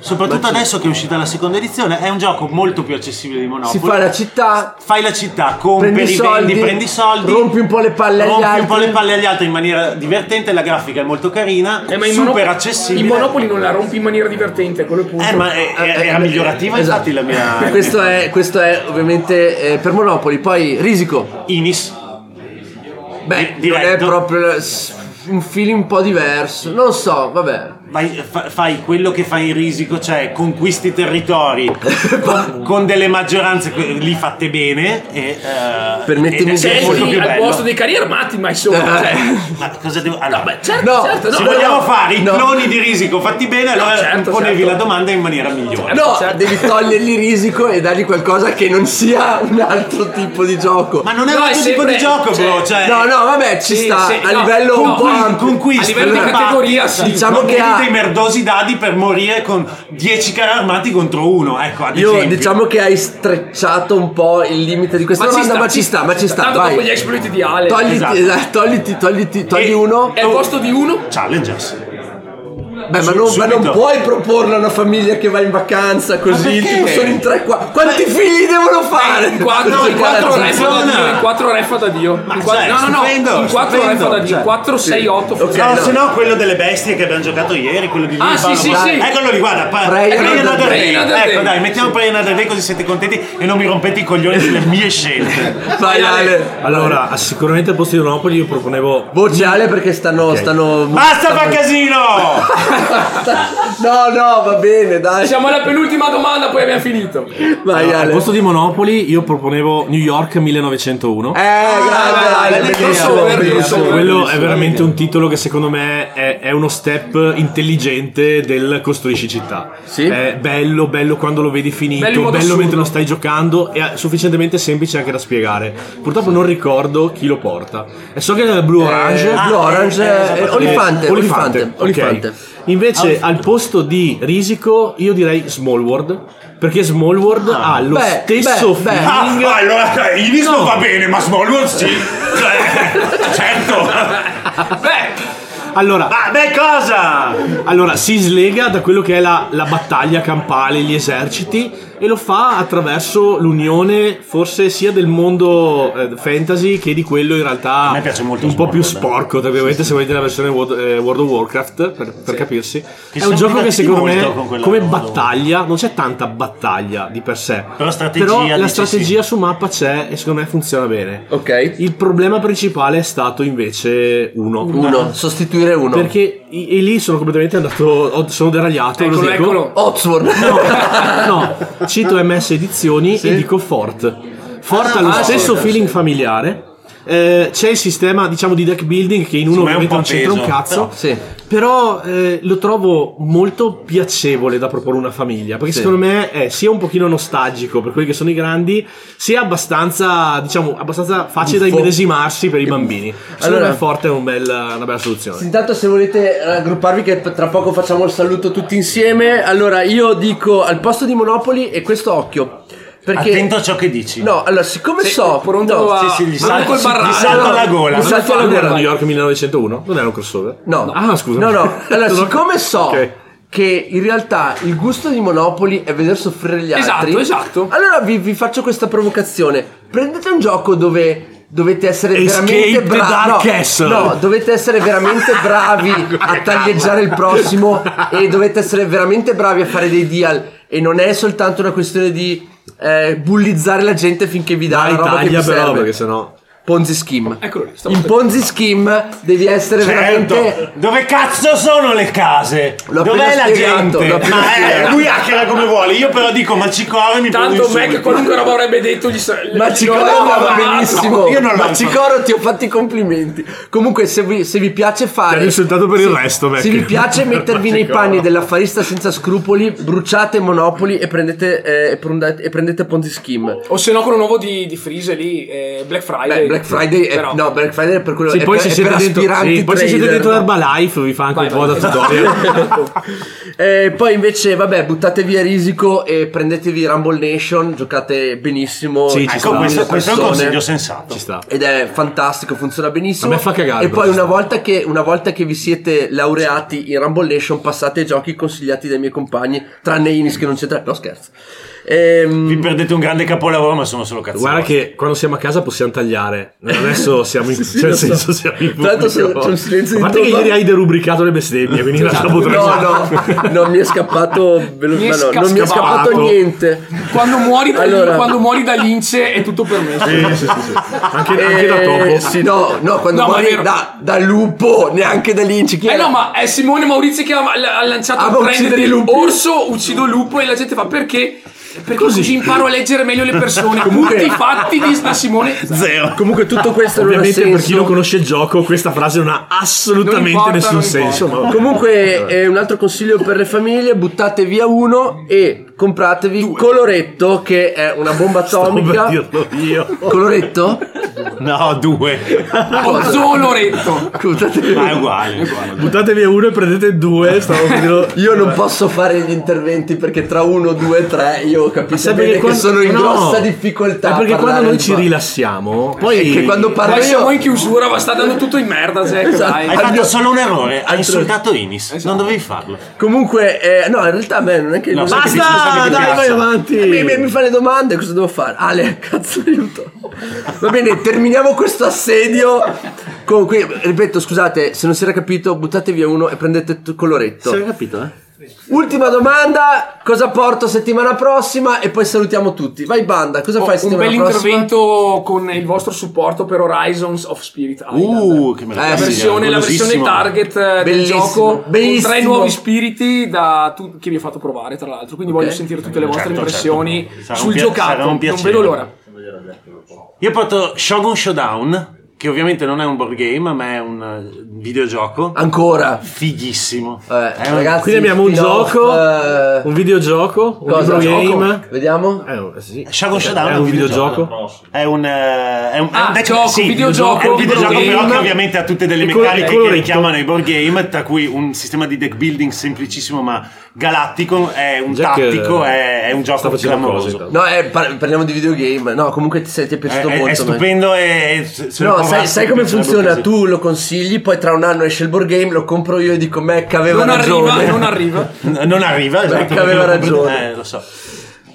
S4: Soprattutto adesso che è uscita la seconda edizione, è un gioco molto più accessibile di
S2: Si
S4: Monopoli.
S2: fa la città,
S4: Fai la città, compri,
S2: prendi i
S4: rivendi,
S2: soldi,
S4: prendi i soldi.
S2: rompi un po' le palle agli
S4: Rompi
S2: altri.
S4: un po' le palle agli altri in maniera divertente, la grafica è molto carina,
S3: Eh, ma in
S4: super
S3: Monopoly-
S4: accessibile.
S3: in Monopoli non la rompi in maniera divertente quello è il punto
S4: Eh, ma
S2: Ah,
S4: è- è- era
S2: eh,
S4: migliorativa infatti la mia...
S2: Esatto. [LAUGHS] Questo è, questo è ovviamente eh, per Monopoli. Poi Risico.
S4: Inis.
S2: Beh, non è proprio s- un feeling un po' diverso. Non so, vabbè.
S4: Vai- fa- fai quello che fai in risico, cioè
S2: [LAUGHS]
S4: conquisti territori con, con delle maggioranze que- lì fatte bene e eh,
S2: Permettimi
S4: ed è
S2: di-
S4: molto più
S3: al
S4: bello. Eh.
S3: posto dei cari armati ma insomma cioè,
S4: Ma cosa devo. Allora,
S2: cioè,
S3: certo, No, certo, no,
S4: se
S3: no,
S4: vogliamo
S3: no.
S4: fare i
S3: No.
S4: cloni di risico fatti bene, allora
S3: certo,
S4: ponevi
S3: certo.
S4: la domanda in maniera migliore.
S2: Cioè, No, devi togliergli risico e dargli qualcosa che non sia un altro tipo di gioco.
S4: Ma non è un altro tipo di gioco, bro, cioè-
S2: No, no, vabbè, ci
S4: Sì,
S2: sta.
S4: sì,
S2: a
S4: no,
S2: livello un po'
S4: conquista,
S2: ampio.
S4: conquista, allora,
S2: Diciamo
S4: non
S2: che
S4: prendi
S2: ha.
S4: dei merdosi dadi per morire con 10 carri armati contro uno. Ecco, ad
S2: Io
S4: esempio.
S2: diciamo che hai strecciato un po' il limite di questa
S4: Ma ci
S2: domanda,
S4: sta,
S2: ma ci sta, ma ci sta.
S3: tanto
S2: Vai.
S3: dopo gli exploit di Ale
S2: Togliti, esatto, togliti, togliti, togli uno.
S3: e al posto di uno
S4: Challengers
S2: Beh, ma non, ma non puoi proporlo a una famiglia che va in vacanza così.
S3: perché? Eh,
S2: Tipo, sono in tre qua. Quanti figli devono fare?
S3: in quattro,
S2: No,
S3: in quattro
S2: cazzo,
S3: refa da
S2: no.
S3: Dio, in quattro refa da Dio. In quattro-
S4: cioè,
S3: no, no, no,
S4: stupendo,
S3: in quattro
S4: stupendo,
S3: refa da Dio,
S4: cioè.
S3: 4, 6, 8,
S2: Cioè,
S4: no, se no quello delle bestie che abbiamo giocato ieri, quello di
S3: Ah,
S4: Paolo
S3: sì, sì,
S4: Morales.
S3: sì.
S4: Eccolo lì, guarda. Pa-
S3: Pray
S4: Pray
S3: Another
S4: Another
S3: Day.
S4: Day.
S3: Another
S4: Ecco,
S3: Day.
S4: dai, mettiamo Pray Another Day così siete contenti e non mi rompete i
S3: [LAUGHS]
S4: coglioni delle mie scelte.
S2: Vai, Ale.
S5: Allora, ah, sicuramente al posto di Monopoli io proponevo.
S2: Voce Ale perché stanno. stanno
S3: Ah!
S4: Basta fa casino!
S3: [LAUGHS]
S2: No, no, va bene, dai.
S3: Siamo alla penultima domanda, poi abbiamo finito.
S2: Vai,
S5: Allora, al
S2: Ale.
S5: posto di Monopoli io proponevo New York 1901.
S2: Eh,
S3: Ah,
S2: grande, Ale, bellissimo, bellissimo.
S5: Quello è veramente un titolo che secondo me è, è uno step intelligente del costruisci città. È bello, bello quando lo vedi finito,
S3: Bello in
S5: bello,
S3: modo assurdo.
S5: mentre lo stai giocando e sufficientemente semplice anche da spiegare. Purtroppo non ricordo chi lo porta. E so che è Blue Orange.
S2: Blue Orange, eh, Olifante, Olifante,
S5: ok.
S2: Olifante.
S5: Invece al posto di Risico io direi Small World. Perché Small World ha lo
S2: Ah. Beh,
S5: stesso
S2: beh, beh.
S5: feeling.
S4: Ah, allora,
S3: [LAUGHS]
S4: cioè, Inis non va bene, ma Smallwood sì. Cioè, certo.
S3: Beh,
S5: Allora,
S10: Ma beh, cosa?
S5: Allora, si slega da quello che è la, la battaglia campale, gli eserciti, e lo fa attraverso l'unione, forse sia del mondo eh, fantasy che di quello in realtà un po' più sporco, tra virgolette, se volete la versione World, eh, World of Warcraft, per, per capirsi.
S10: Che
S5: è
S10: sono
S5: un gioco che
S10: divertiti
S5: secondo me,
S10: molto con quella
S5: come
S10: World of
S5: battaglia, non c'è tanta battaglia di per sé,
S10: Però strategia
S5: la
S10: dici
S5: strategia su mappa c'è e secondo me funziona bene.
S2: Ok.
S5: Il problema principale è stato invece uno.
S3: Ah.
S2: Uno, sostituire uno.
S5: Perché i- e lì sono completamente andato, ho- sono deragliato. lo
S2: Eccolo,
S5: dico.
S2: eccolo. Oxford.
S5: [LAUGHS] No, no, cito MS Edizioni e dico Fort. Fort
S10: Ah,
S5: ha lo
S10: ah,
S5: stesso
S10: sì,
S5: feeling familiare. Eh, c'è il sistema diciamo di deck building che in uno
S10: Sì, ma è un
S5: ovviamente
S10: po'
S5: non c'entra un
S10: peso,
S5: cazzo
S10: però.
S5: però eh, lo trovo molto piacevole da proporre a una famiglia perché
S10: Sì.
S5: secondo me è sia un pochino nostalgico per quelli che sono i grandi sia abbastanza diciamo abbastanza facile da
S2: Buffo.
S5: immedesimarsi per i bambini secondo
S2: Allora-
S5: me Fort è un bel- una bella
S2: [LAUGHS]
S5: soluzione
S2: Intanto se volete raggrupparvi che tra poco facciamo il saluto tutti insieme, allora io dico al posto di Monopoli e questo occhio. Perché...
S10: Attento a ciò che dici.
S2: No, allora siccome so...
S3: pronto
S2: no,
S3: a- Sì, sì, gli pronto salta- col barrale. gli salta alla gola.
S2: eh, Gli
S5: non
S2: salta alla
S5: era
S2: gola.
S5: New York 1901 non era un crossover
S2: No.
S5: ah scusa
S2: No, no. Allora, siccome so
S5: Ok.
S2: che in realtà il gusto di Monopoli è vedere soffrire gli
S3: Esatto,
S2: altri.
S3: esatto.
S2: Allora vi, vi faccio questa provocazione. Prendete un gioco dove dovete essere
S10: Escape
S2: veramente
S10: the Dark
S2: bravi.
S10: Castle.
S2: No, no, dovete essere veramente bravi a taglieggiare il prossimo e dovete essere veramente bravi a fare dei deal e non è soltanto una questione di eh, bullizzare la gente finché vi dà la roba che vi
S5: Italia però
S2: serve.
S5: perché sennò
S2: Ponzi scheme.
S5: Eccolo
S2: In Ponzi scheme devi
S5: Cioè,
S2: essere
S10: Certo.
S2: veramente
S10: Dove cazzo sono le case?
S2: L'ho
S10: Dov'è
S2: appena
S10: la
S2: spiegato, l'ho
S10: gente?
S2: appena
S10: Ma eh,
S2: spiegato.
S10: lui hackera come vuole. Io però dico, ma ci corre mi prendo
S3: Tanto
S10: un
S3: Mac
S10: insulto.
S3: qualunque roba avrebbe detto gli sa-
S2: Ma
S3: gli-
S2: Cicoro
S3: no,
S2: andava
S3: no,
S2: benissimo.
S10: io non l'ho
S2: Ma Cicoro ti ho fatto i complimenti. Comunque, se vi, se vi piace fare.
S5: Cioè, Ti hanno insultato per il
S2: se-
S5: resto, Mac.
S2: Se vi
S5: [LAUGHS]
S2: piace mettervi nei
S5: Cicoro.
S2: panni dell'affarista senza scrupoli, bruciate Monopoli e prendete, eh, e prendete, e prendete Ponzi Scheme.
S3: O se no quello nuovo di, di Freeze lì, eh, Black Friday.
S2: Beh, Black Friday è,
S3: Però-
S2: no, Black Friday è per quello
S5: Sì,
S2: è
S5: poi
S2: per,
S5: se
S2: è
S5: siete
S2: per
S5: dentro,
S2: aspiranti
S5: sì, poi se siete
S2: trader.
S5: dentro Herbalife vi fa anche un po' da tutorial
S2: [LAUGHS] Eh, poi invece, vabbè, buttate via Risico e prendetevi Rumble Nation, giocate benissimo.
S5: Sì, ci
S2: Ecco,
S5: sta.
S2: mille
S5: Questo- questo
S10: è un
S2: persone.
S10: consiglio sensato.
S5: Ci sta.
S2: Ed è fantastico, funziona benissimo.
S5: A me fa cagare,
S2: E
S5: però,
S2: poi
S5: ci
S2: una volta, che, una volta che vi siete laureati in Rumble Nation, passate ai giochi consigliati dai miei compagni, tranne Inis che non c'entra. No, scherzo. Ehm,
S10: Vi perdete un grande capolavoro, ma sono solo cazzo.
S5: Guarda che quando siamo a casa possiamo tagliare. Adesso siamo
S2: [LAUGHS]
S5: in,
S2: Sì, sì, lo
S5: cioè, nel
S2: so.
S5: senso siamo in
S2: Tra l'altro c'è-
S5: pubblico.
S2: c'è un silenzio
S5: A
S2: di
S5: parte che
S2: tomba.
S5: ieri hai derubricato le bestemmie, quindi lasciamo tre
S2: No, no,
S5: [LAUGHS]
S2: no, mi è scappato velo-
S3: Mi è
S2: ma no, non mi è
S3: scappato.
S2: scappato niente.
S3: Quando muori, da
S2: Allora.
S3: quando muori da lince è tutto permesso.
S5: Anche,
S2: Eh, Sì, no, no, quando
S3: No, ma è
S2: muori
S3: vero.
S2: da, da lupo, neanche da lince. Chi
S3: Eh
S2: era?
S3: no, ma è Simone Maurizio che ha, ha lanciato
S2: Ah,
S3: un
S2: ma
S3: trend
S2: uccidere
S3: di
S2: i lupi?
S3: orso, uccido lupo e la gente fa perché? Perché così, imparo a leggere meglio le
S2: [LAUGHS]
S3: persone.
S5: Comunque-
S3: Tutti i fatti di da Simone.
S5: Zero.
S2: Comunque tutto questo non ha
S5: Ovviamente per chi
S2: senso.
S5: non conosce il gioco questa frase non ha
S2: Non
S5: assolutamente
S2: importa,
S5: nessun
S2: non
S5: senso.
S2: importa.
S5: ma-
S2: Comunque, eh, un altro consiglio per le famiglie: buttate via uno e compratevi Coloretto, che è una bomba atomica. Coloretto?
S10: No, due.
S3: Ozoloretto.
S10: Ma è uguale. è uguale.
S5: Buttate via uno e prendete due. Stavo per dirlo-
S2: Io non posso fare gli interventi perché tra uno, due, tre io capisco
S5: Sai
S2: bene che
S5: quando-
S2: sono in
S5: no.
S2: grossa difficoltà.
S5: È perché
S2: a parlare
S5: quando noi
S2: al
S5: ci
S2: bar.
S5: rilassiamo,
S2: È
S5: poi
S2: che quando parlo
S3: Poi siamo
S2: io-
S3: in chiusura, ma sta dando tutto in merda, Zack.
S2: Esatto.
S3: dai.
S10: Hai
S2: Al mio-
S10: fatto solo un errore.
S2: Altro-
S10: Hai insultato Inis.
S5: Esatto.
S10: Non dovevi farlo.
S2: Comunque, eh, no, in realtà beh, non è che.
S10: No,
S2: non è
S10: basta,
S2: che- non è che-
S10: dai,
S2: cazzo.
S10: vai
S5: avanti.
S2: Eh, Mi, mi- mi fa le domande, cosa devo fare? Ale, [LAUGHS] cazzo, aiuto. Va bene, terminiamo questo assedio. Con, qui, ripeto, scusate, se non si era capito, buttate via uno e prendete il coloretto.
S10: capito, eh?
S2: Ultima domanda, cosa porto settimana prossima? E poi salutiamo tutti. Vai, banda, cosa fai
S3: Oh, un
S2: settimana
S3: bel
S2: prossima?
S3: intervento con il vostro supporto per Horizons of Spirit Island.
S10: Uh, che
S2: Eh,
S3: la,
S2: sì,
S3: versione, la versione
S10: golosissimo.
S3: target eh, del
S2: Bellissimo,
S3: gioco con
S2: bellissimo.
S3: tre nuovi spiriti da tu- che mi hai fatto provare tra l'altro quindi
S2: Ok.
S3: voglio sentire tutte le vostre
S10: Certo,
S3: impressioni
S10: certo. Sarà
S3: sul
S10: un pia- sarà
S3: giocato
S10: un
S3: non
S10: piacere.
S3: vedo l'ora
S10: Io porto Shogun Showdown, che ovviamente non è un board game, ma è un eh, videogioco.
S5: Ah.
S2: Ancora.
S10: Fighissimo.
S2: Eh,
S10: È un-
S2: ragazzi,
S5: quindi abbiamo un
S2: spin-off,
S5: gioco,
S2: eh,
S5: un videogioco, un
S2: cosa?
S5: videogame.
S2: Vediamo.
S5: Eh, sì.
S10: Shogun Showdown
S5: È un videogioco.
S10: È un, eh, è un, è
S3: Ah,
S10: un deck-
S3: gioco,
S10: sì,
S3: videogioco,
S10: È un videogioco,
S3: videogame.
S10: però che ovviamente ha tutte delle
S5: E col- e
S10: meccaniche che
S5: coloretto.
S10: richiamano i board game, tra cui un sistema di deck building semplicissimo ma galattico. È un
S5: Jack,
S10: tattico,
S5: eh,
S10: è, è un
S5: sta
S10: gioco
S5: facendo
S10: clamoroso.
S5: cose, intanto.
S2: No, eh, par- parliamo di videogame. No, comunque ti, sei- ti è
S10: È,
S2: piaciuto
S10: è- è
S2: molto. Mike.
S10: stupendo e e se se
S2: No,
S10: lo
S2: sai, sai come funziona? Tu lo consigli, poi tra un anno esce il board game, lo compro io e dico Mac aveva
S3: Non
S2: ragione. [LAUGHS]
S3: arriva, non arriva.
S4: non arriva,
S2: Mac
S5: esatto,
S2: aveva
S5: perché lo compro-
S2: ragione.
S4: Eh, lo so.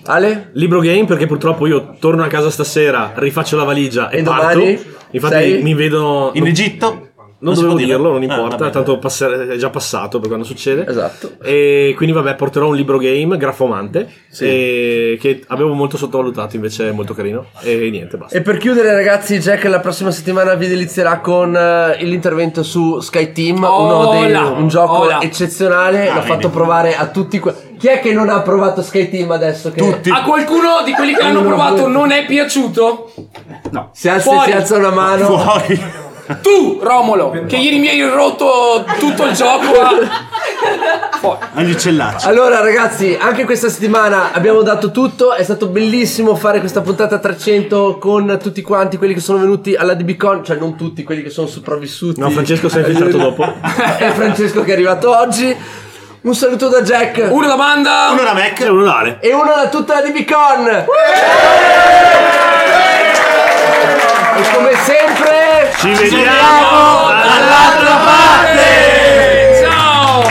S2: Ale?
S5: Libro game perché purtroppo io torno a casa stasera, rifaccio la valigia e,
S2: E
S5: parto.
S2: domani
S5: Infatti
S2: sei?
S5: mi vedo...
S2: In
S4: Egitto?
S2: Non
S5: Non,
S2: si
S5: dovevo
S2: può dire.
S5: dirlo, non
S2: Ah,
S5: importa,
S2: vabbè.
S5: tanto passer- è già passato per quando succede.
S2: Esatto.
S5: E quindi vabbè, porterò un libro game, grafomante,
S2: Sì.
S5: e- che avevo molto sottovalutato, invece è molto carino. E niente, basta.
S2: E per chiudere, ragazzi, Jack la prossima settimana vi delizierà con eh, l'intervento su Sky Team, uno dei-
S3: Hola.
S2: un gioco
S3: Hola.
S2: eccezionale.
S3: Ah,
S2: L'ho
S3: vedi.
S2: fatto provare a tutti. que- Chi è che non ha provato Sky Team adesso? Che... Tutti.
S3: A qualcuno di quelli che l'hanno provato non è piaciuto?
S2: Si alza,
S3: Fuori.
S2: si alza una mano.
S10: [LAUGHS]
S3: Tu, Romolo, che ieri mi hai rotto tutto il gioco. a-
S2: [LAUGHS] Agli uccellacci. Allora, ragazzi, anche questa settimana abbiamo dato tutto. È stato bellissimo fare questa puntata 300 con tutti quanti quelli che sono venuti alla DBCon. Cioè, non tutti quelli che sono sopravvissuti.
S5: No,
S2: [LAUGHS]
S5: Francesco si è infiltrato dopo.
S2: è Francesco che è arrivato oggi. Un saluto da Jack.
S3: Uno da Banda.
S2: Uno
S4: da Mac. E uno da Ale.
S2: E uno da tutta la DBCon. E come sempre,
S5: ci
S3: vediamo dall'altra parte. Ciao.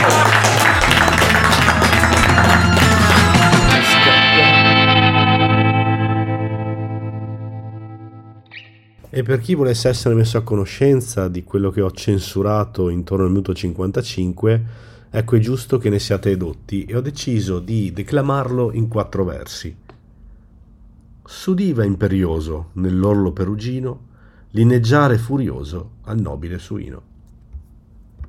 S16: E per chi volesse essere messo a conoscenza di quello che ho censurato intorno al minuto 55, ecco è giusto che ne siate edotti e ho deciso di declamarlo in quattro versi. Sudiva imperioso nell'orlo perugino, lineggiare furioso al nobile suino.